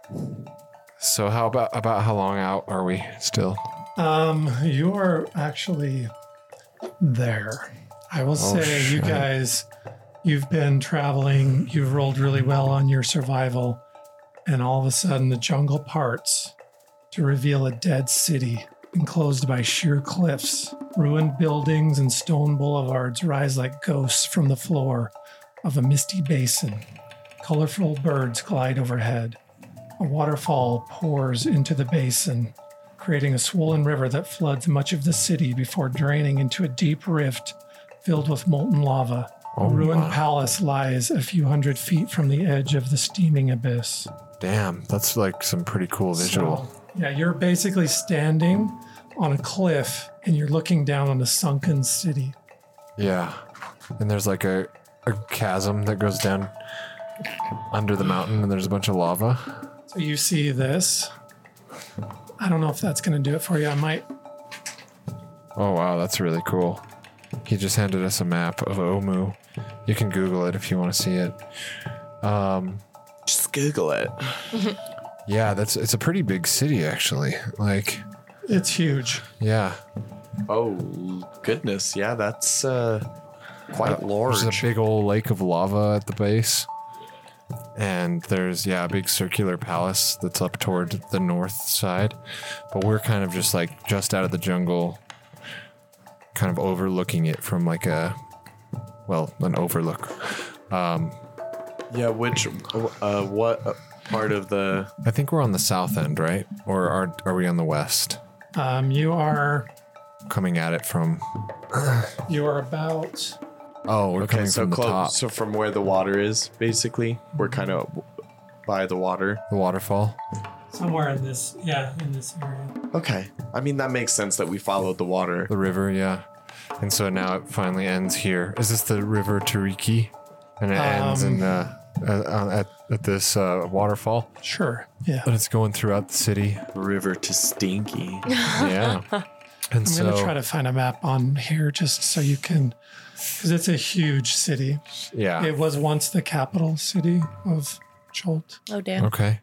[SPEAKER 1] So how about, about how long out are we still?
[SPEAKER 2] Um, you are actually there. I will say, you
[SPEAKER 1] shit.
[SPEAKER 2] guys, you've been traveling, you've rolled really well on your survival, and all of a sudden the jungle parts to reveal a dead city enclosed by sheer cliffs. Ruined buildings and stone boulevards rise like ghosts from the floor of a misty basin. Colorful birds glide overhead. A waterfall pours into the basin creating a swollen river that floods much of the city before draining into a deep rift filled with molten lava. a ruined palace lies a few hundred feet from the edge of the steaming abyss.
[SPEAKER 1] Damn, that's like some pretty cool visual.
[SPEAKER 2] So, yeah, you're basically standing on a cliff and you're looking down on a sunken city.
[SPEAKER 1] Yeah. And there's like a, a chasm that goes down under the mountain and there's a bunch of lava.
[SPEAKER 2] So you see this. I don't know if that's going to do it for you. I might.
[SPEAKER 1] Oh wow, that's really cool. He just handed us a map of Omu. You can Google it if you want to see it.
[SPEAKER 3] Just Google it.
[SPEAKER 1] Yeah, that's it's a pretty big city actually. Like,
[SPEAKER 2] It's huge.
[SPEAKER 1] yeah.
[SPEAKER 3] Oh goodness, yeah, that's uh, quite large.
[SPEAKER 1] There's a big old lake of lava at the base. And there's, yeah, a big circular palace that's up toward the north side. But we're kind of just like just out of the jungle, kind of overlooking it from like a, well, an overlook.
[SPEAKER 3] yeah, which uh, what part of the?
[SPEAKER 1] I think we're on the south end, right? Or are, are we on the west?
[SPEAKER 2] Um, you are
[SPEAKER 1] Coming at it from,
[SPEAKER 2] you are about
[SPEAKER 1] Oh, we're
[SPEAKER 3] Okay,
[SPEAKER 1] coming
[SPEAKER 3] so
[SPEAKER 1] from the
[SPEAKER 3] close.
[SPEAKER 1] top.
[SPEAKER 3] So from where the water is, basically, we're kind of by the water.
[SPEAKER 1] the waterfall.
[SPEAKER 2] Somewhere in this, yeah, in this area.
[SPEAKER 3] Okay. I mean, that makes sense that we followed the water.
[SPEAKER 1] The river, yeah. And so now it finally ends here. Is this the river Tariki? And
[SPEAKER 2] Um,
[SPEAKER 1] it ends in uh, uh, at, at this uh, waterfall.
[SPEAKER 2] Sure. Yeah.
[SPEAKER 1] And it's going throughout the city.
[SPEAKER 3] River to Stinky.
[SPEAKER 1] Yeah. And
[SPEAKER 2] I'm
[SPEAKER 1] so,
[SPEAKER 2] gonna try to find a map on here just so you can, because it's a huge city.
[SPEAKER 1] yeah.
[SPEAKER 2] It was once the capital city of Cholt.
[SPEAKER 7] Oh, damn.
[SPEAKER 1] okay.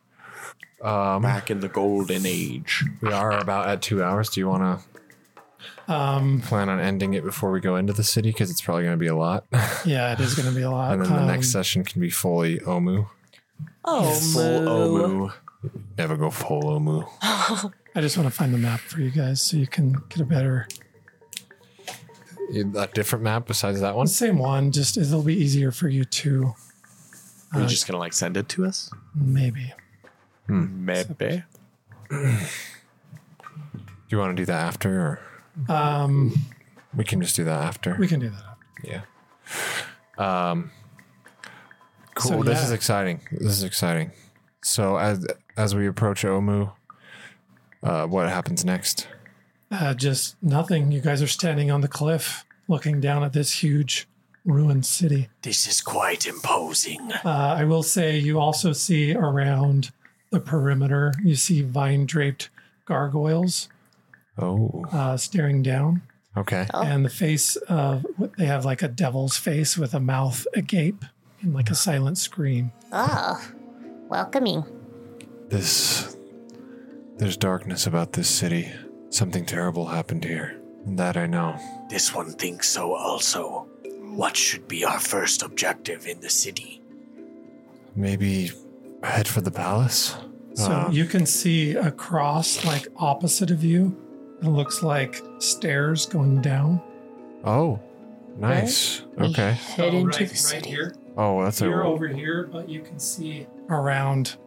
[SPEAKER 1] Um,
[SPEAKER 3] Back in the golden age.
[SPEAKER 1] we are about at two hours. Do you want
[SPEAKER 2] Um,
[SPEAKER 1] to plan on ending it before we go into the city? Because it's probably going to be a lot.
[SPEAKER 2] yeah, it is going to be a lot.
[SPEAKER 1] and then the
[SPEAKER 2] Um,
[SPEAKER 1] next session can be fully Omu.
[SPEAKER 4] Oh,
[SPEAKER 3] Full Omu.
[SPEAKER 1] Never go full Omu.
[SPEAKER 2] I just want to find the map for you guys so you can get a better.
[SPEAKER 1] A different map besides that one?
[SPEAKER 2] The same one, just it'll be easier for you to
[SPEAKER 3] Are you just gonna like send it to us?
[SPEAKER 2] maybe.
[SPEAKER 3] Maybe.
[SPEAKER 1] Do you want to do that after? Or
[SPEAKER 2] Um,
[SPEAKER 1] we can just do that after.
[SPEAKER 2] we can do that.
[SPEAKER 1] Yeah. Um. Cool.
[SPEAKER 2] So,
[SPEAKER 1] This
[SPEAKER 2] yeah.
[SPEAKER 1] is exciting. This is exciting. So as as we approach Omu, uh, what happens next?
[SPEAKER 2] Uh, just nothing. You guys are standing on the cliff, looking down at this huge ruined city.
[SPEAKER 6] This is quite imposing.
[SPEAKER 2] Uh, I will say you also see around the perimeter, you see vine draped gargoyles
[SPEAKER 1] Oh.
[SPEAKER 2] uh, staring down.
[SPEAKER 1] Okay.
[SPEAKER 5] Oh.
[SPEAKER 2] And the face of what they have like a devil's face with a mouth agape and like a silent scream.
[SPEAKER 5] Oh, welcoming.
[SPEAKER 1] This. There's darkness about this city. Something terrible happened here. That I know.
[SPEAKER 6] This one thinks so also. What should be our first objective in the city?
[SPEAKER 1] Maybe head for the palace.
[SPEAKER 2] So
[SPEAKER 1] Uh,
[SPEAKER 2] you can see across, like opposite of you, it looks like stairs going down.
[SPEAKER 1] Oh, nice. Okay.
[SPEAKER 7] Head into the city.
[SPEAKER 1] Oh, that's a
[SPEAKER 2] here, but you can see around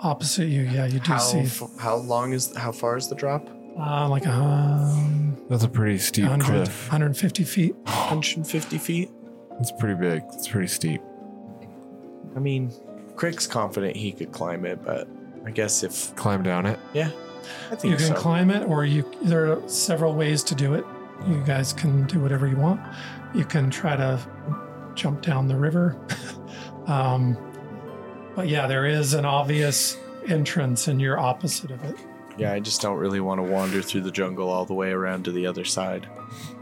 [SPEAKER 2] opposite you. Yeah, you do
[SPEAKER 3] How,
[SPEAKER 2] see
[SPEAKER 3] f- how long is how far is the drop?
[SPEAKER 2] uh, like um,
[SPEAKER 1] that's a pretty steep
[SPEAKER 2] 100,
[SPEAKER 1] cliff.
[SPEAKER 2] 150 feet.
[SPEAKER 3] 150 feet.
[SPEAKER 1] It's pretty big. It's pretty steep.
[SPEAKER 3] I mean, Crick's confident he could climb it, but I guess if
[SPEAKER 1] Climb down it.
[SPEAKER 3] I think
[SPEAKER 2] You can
[SPEAKER 3] so.
[SPEAKER 2] climb it, or you. There are several ways to do it. You guys can do whatever you want. You can try to jump down the river. um, but yeah, there is an obvious entrance, and you're opposite of it.
[SPEAKER 3] Yeah, I just don't really want to wander through the jungle all the way around to the other side.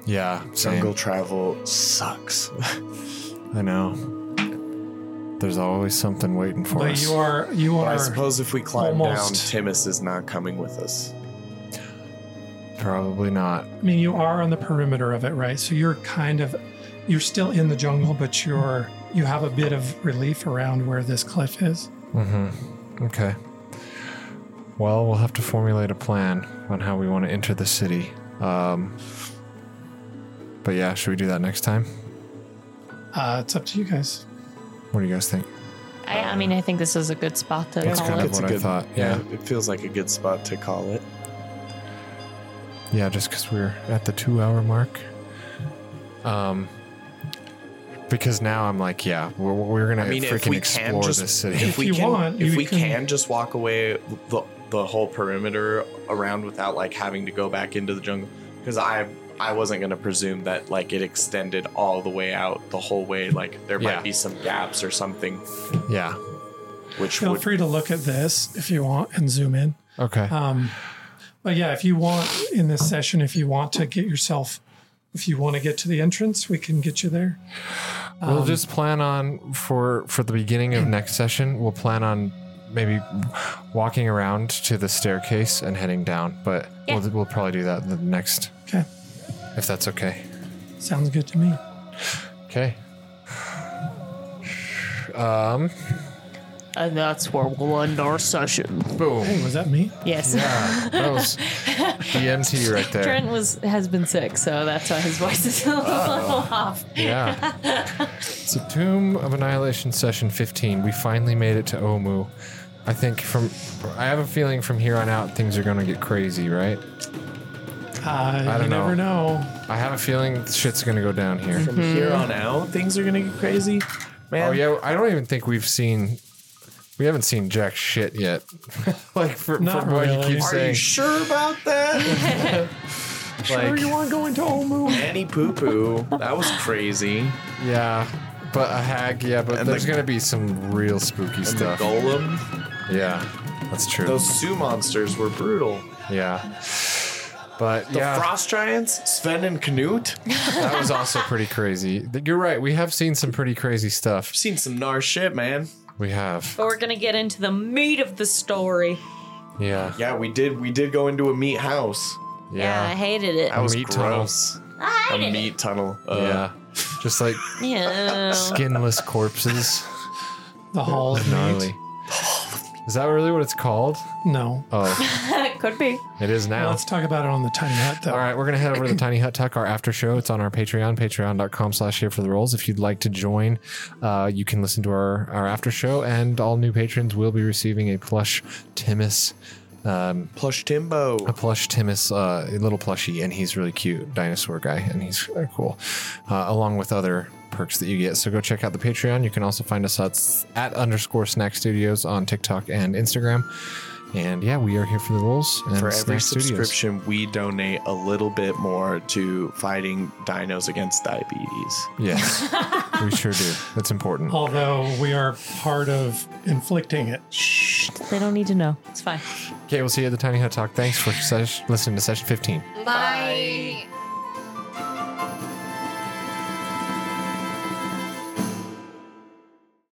[SPEAKER 1] Yeah,
[SPEAKER 3] Jungle travel sucks.
[SPEAKER 1] I know. There's always something waiting for
[SPEAKER 2] But
[SPEAKER 1] us.
[SPEAKER 2] you are you
[SPEAKER 3] But I
[SPEAKER 2] are
[SPEAKER 3] suppose if we climb
[SPEAKER 2] almost-
[SPEAKER 3] down, Timus is not coming with us.
[SPEAKER 1] Probably not.
[SPEAKER 2] I mean, you are on the perimeter of it, right? So you're kind of, you're still in the jungle, but you're, you have a bit of relief around where this cliff is.
[SPEAKER 1] Mm-hmm. Okay. Well, we'll have to formulate a plan on how we want to enter the city. Um, but yeah, should we do that next time?
[SPEAKER 2] Uh, it's up to you guys.
[SPEAKER 1] What do you guys think?
[SPEAKER 4] I, I mean, I think this is a good spot to
[SPEAKER 1] That's
[SPEAKER 4] call
[SPEAKER 1] kind
[SPEAKER 4] it.
[SPEAKER 1] of what I thought, yeah.
[SPEAKER 3] it feels like a good spot to call it.
[SPEAKER 1] Yeah, just because we're at the two hour mark. Um, because now I'm like, yeah, we're, we're gonna
[SPEAKER 3] I mean, if
[SPEAKER 1] freaking
[SPEAKER 3] we
[SPEAKER 1] explore
[SPEAKER 3] can just
[SPEAKER 1] this city.
[SPEAKER 3] if we
[SPEAKER 2] you
[SPEAKER 3] can,
[SPEAKER 2] want,
[SPEAKER 3] if
[SPEAKER 2] you
[SPEAKER 3] we
[SPEAKER 2] can-
[SPEAKER 3] can, just walk away the the whole perimeter around without like having to go back into the jungle, because I I wasn't gonna presume that like it extended all the way out the whole way. Like there
[SPEAKER 1] Yeah.
[SPEAKER 3] might be some gaps or something,
[SPEAKER 1] yeah.
[SPEAKER 3] which
[SPEAKER 2] Feel
[SPEAKER 3] would
[SPEAKER 2] free to look at this if you want and zoom in.
[SPEAKER 1] Okay.
[SPEAKER 2] Um, but yeah, if you want in this session, if you want to get yourself, if you want to get to the entrance, we can get you there.
[SPEAKER 1] We'll just plan on for for the beginning of next session. We'll plan on maybe walking around to the staircase and heading down, but we'll we'll probably do that the next
[SPEAKER 2] Okay.
[SPEAKER 1] if that's okay.
[SPEAKER 2] Sounds good to me.
[SPEAKER 1] Okay. Um.
[SPEAKER 4] And that's where we'll end our session.
[SPEAKER 1] Boom.
[SPEAKER 2] Hey, was that me?
[SPEAKER 4] Yes.
[SPEAKER 1] Yeah, that was DMT right there.
[SPEAKER 4] Trent was has been sick, so that's why his voice is a little off.
[SPEAKER 1] Yeah. So Tomb of Annihilation session 15. We finally made it to Omu. I think from I have a feeling from here on out things are going to get crazy, right?
[SPEAKER 2] I,
[SPEAKER 1] don't
[SPEAKER 2] you never know.
[SPEAKER 1] I have a feeling shit's gonna go down here.
[SPEAKER 3] From here on out, things are gonna get crazy. Man,
[SPEAKER 1] Oh yeah, I don't even think we've seen. We haven't seen jack shit yet. like for,
[SPEAKER 2] Not
[SPEAKER 1] from what you
[SPEAKER 2] really.
[SPEAKER 1] keep
[SPEAKER 2] Are
[SPEAKER 3] are
[SPEAKER 1] saying,
[SPEAKER 3] you sure about that?
[SPEAKER 2] Sure, you
[SPEAKER 3] like
[SPEAKER 2] want to go into Omu?
[SPEAKER 3] any poo poo, that was crazy.
[SPEAKER 1] yeah. But a hag, yeah. But
[SPEAKER 3] And
[SPEAKER 1] there's
[SPEAKER 3] the-
[SPEAKER 1] gonna be some real spooky
[SPEAKER 3] And the
[SPEAKER 1] stuff.
[SPEAKER 3] golem,
[SPEAKER 1] Yeah, that's true.
[SPEAKER 3] those Sioux monsters were brutal.
[SPEAKER 1] yeah. But
[SPEAKER 3] The
[SPEAKER 1] yeah,
[SPEAKER 3] frost giants, Sven and Knut. I've
[SPEAKER 1] that was also pretty crazy. Th- You're right. We have seen some pretty crazy stuff.
[SPEAKER 3] seen some gnar shit, man.
[SPEAKER 1] We have.
[SPEAKER 4] But we're gonna get into the meat of the story.
[SPEAKER 1] Yeah.
[SPEAKER 3] Yeah, we did. We did go into a meat house.
[SPEAKER 4] Yeah, I
[SPEAKER 1] Yeah.
[SPEAKER 4] hated it.
[SPEAKER 3] That was
[SPEAKER 1] meat tunnel.
[SPEAKER 3] gross.
[SPEAKER 5] I
[SPEAKER 3] A
[SPEAKER 5] did it.
[SPEAKER 3] meat tunnel.
[SPEAKER 1] Yeah.
[SPEAKER 3] Uh,
[SPEAKER 1] Just like
[SPEAKER 4] Yeah.
[SPEAKER 1] Uh, skinless corpses.
[SPEAKER 2] The Hall of
[SPEAKER 1] Gnarly.
[SPEAKER 2] Meat?
[SPEAKER 1] Is that really what it's called?
[SPEAKER 2] No.
[SPEAKER 1] Oh,
[SPEAKER 4] Could be.
[SPEAKER 1] it is now.
[SPEAKER 2] Let's talk about it on the tiny hut, though.
[SPEAKER 1] All right, we're gonna head over to the Tiny Hut Tuck, our after show. It's on our Patreon, patreon.com slash here for the rolls. If you'd like to join, uh, you can listen to our, our after show, and all new patrons will be receiving a plush Timus, um,
[SPEAKER 3] plush Timbo.
[SPEAKER 1] a plush Timus, uh, a little plushie, and he's really cute, dinosaur guy, and he's uh, cool, uh, along with other perks that you get. So go check out the Patreon. You can also find us at, at underscore Snack Studios on TikTok and Instagram. And yeah, we are here for the rolls. And
[SPEAKER 3] For every
[SPEAKER 1] Snack Studios.
[SPEAKER 3] subscription, we donate a little bit more to fighting dinos against diabetes.
[SPEAKER 1] Yes, we sure do. That's important.
[SPEAKER 2] Although we are part of inflicting it.
[SPEAKER 4] Shh, they don't need to know. It's fine.
[SPEAKER 1] Okay, we'll see you at the Tiny Hut Talk. Thanks for sesh- listening to Session 15.
[SPEAKER 5] Bye.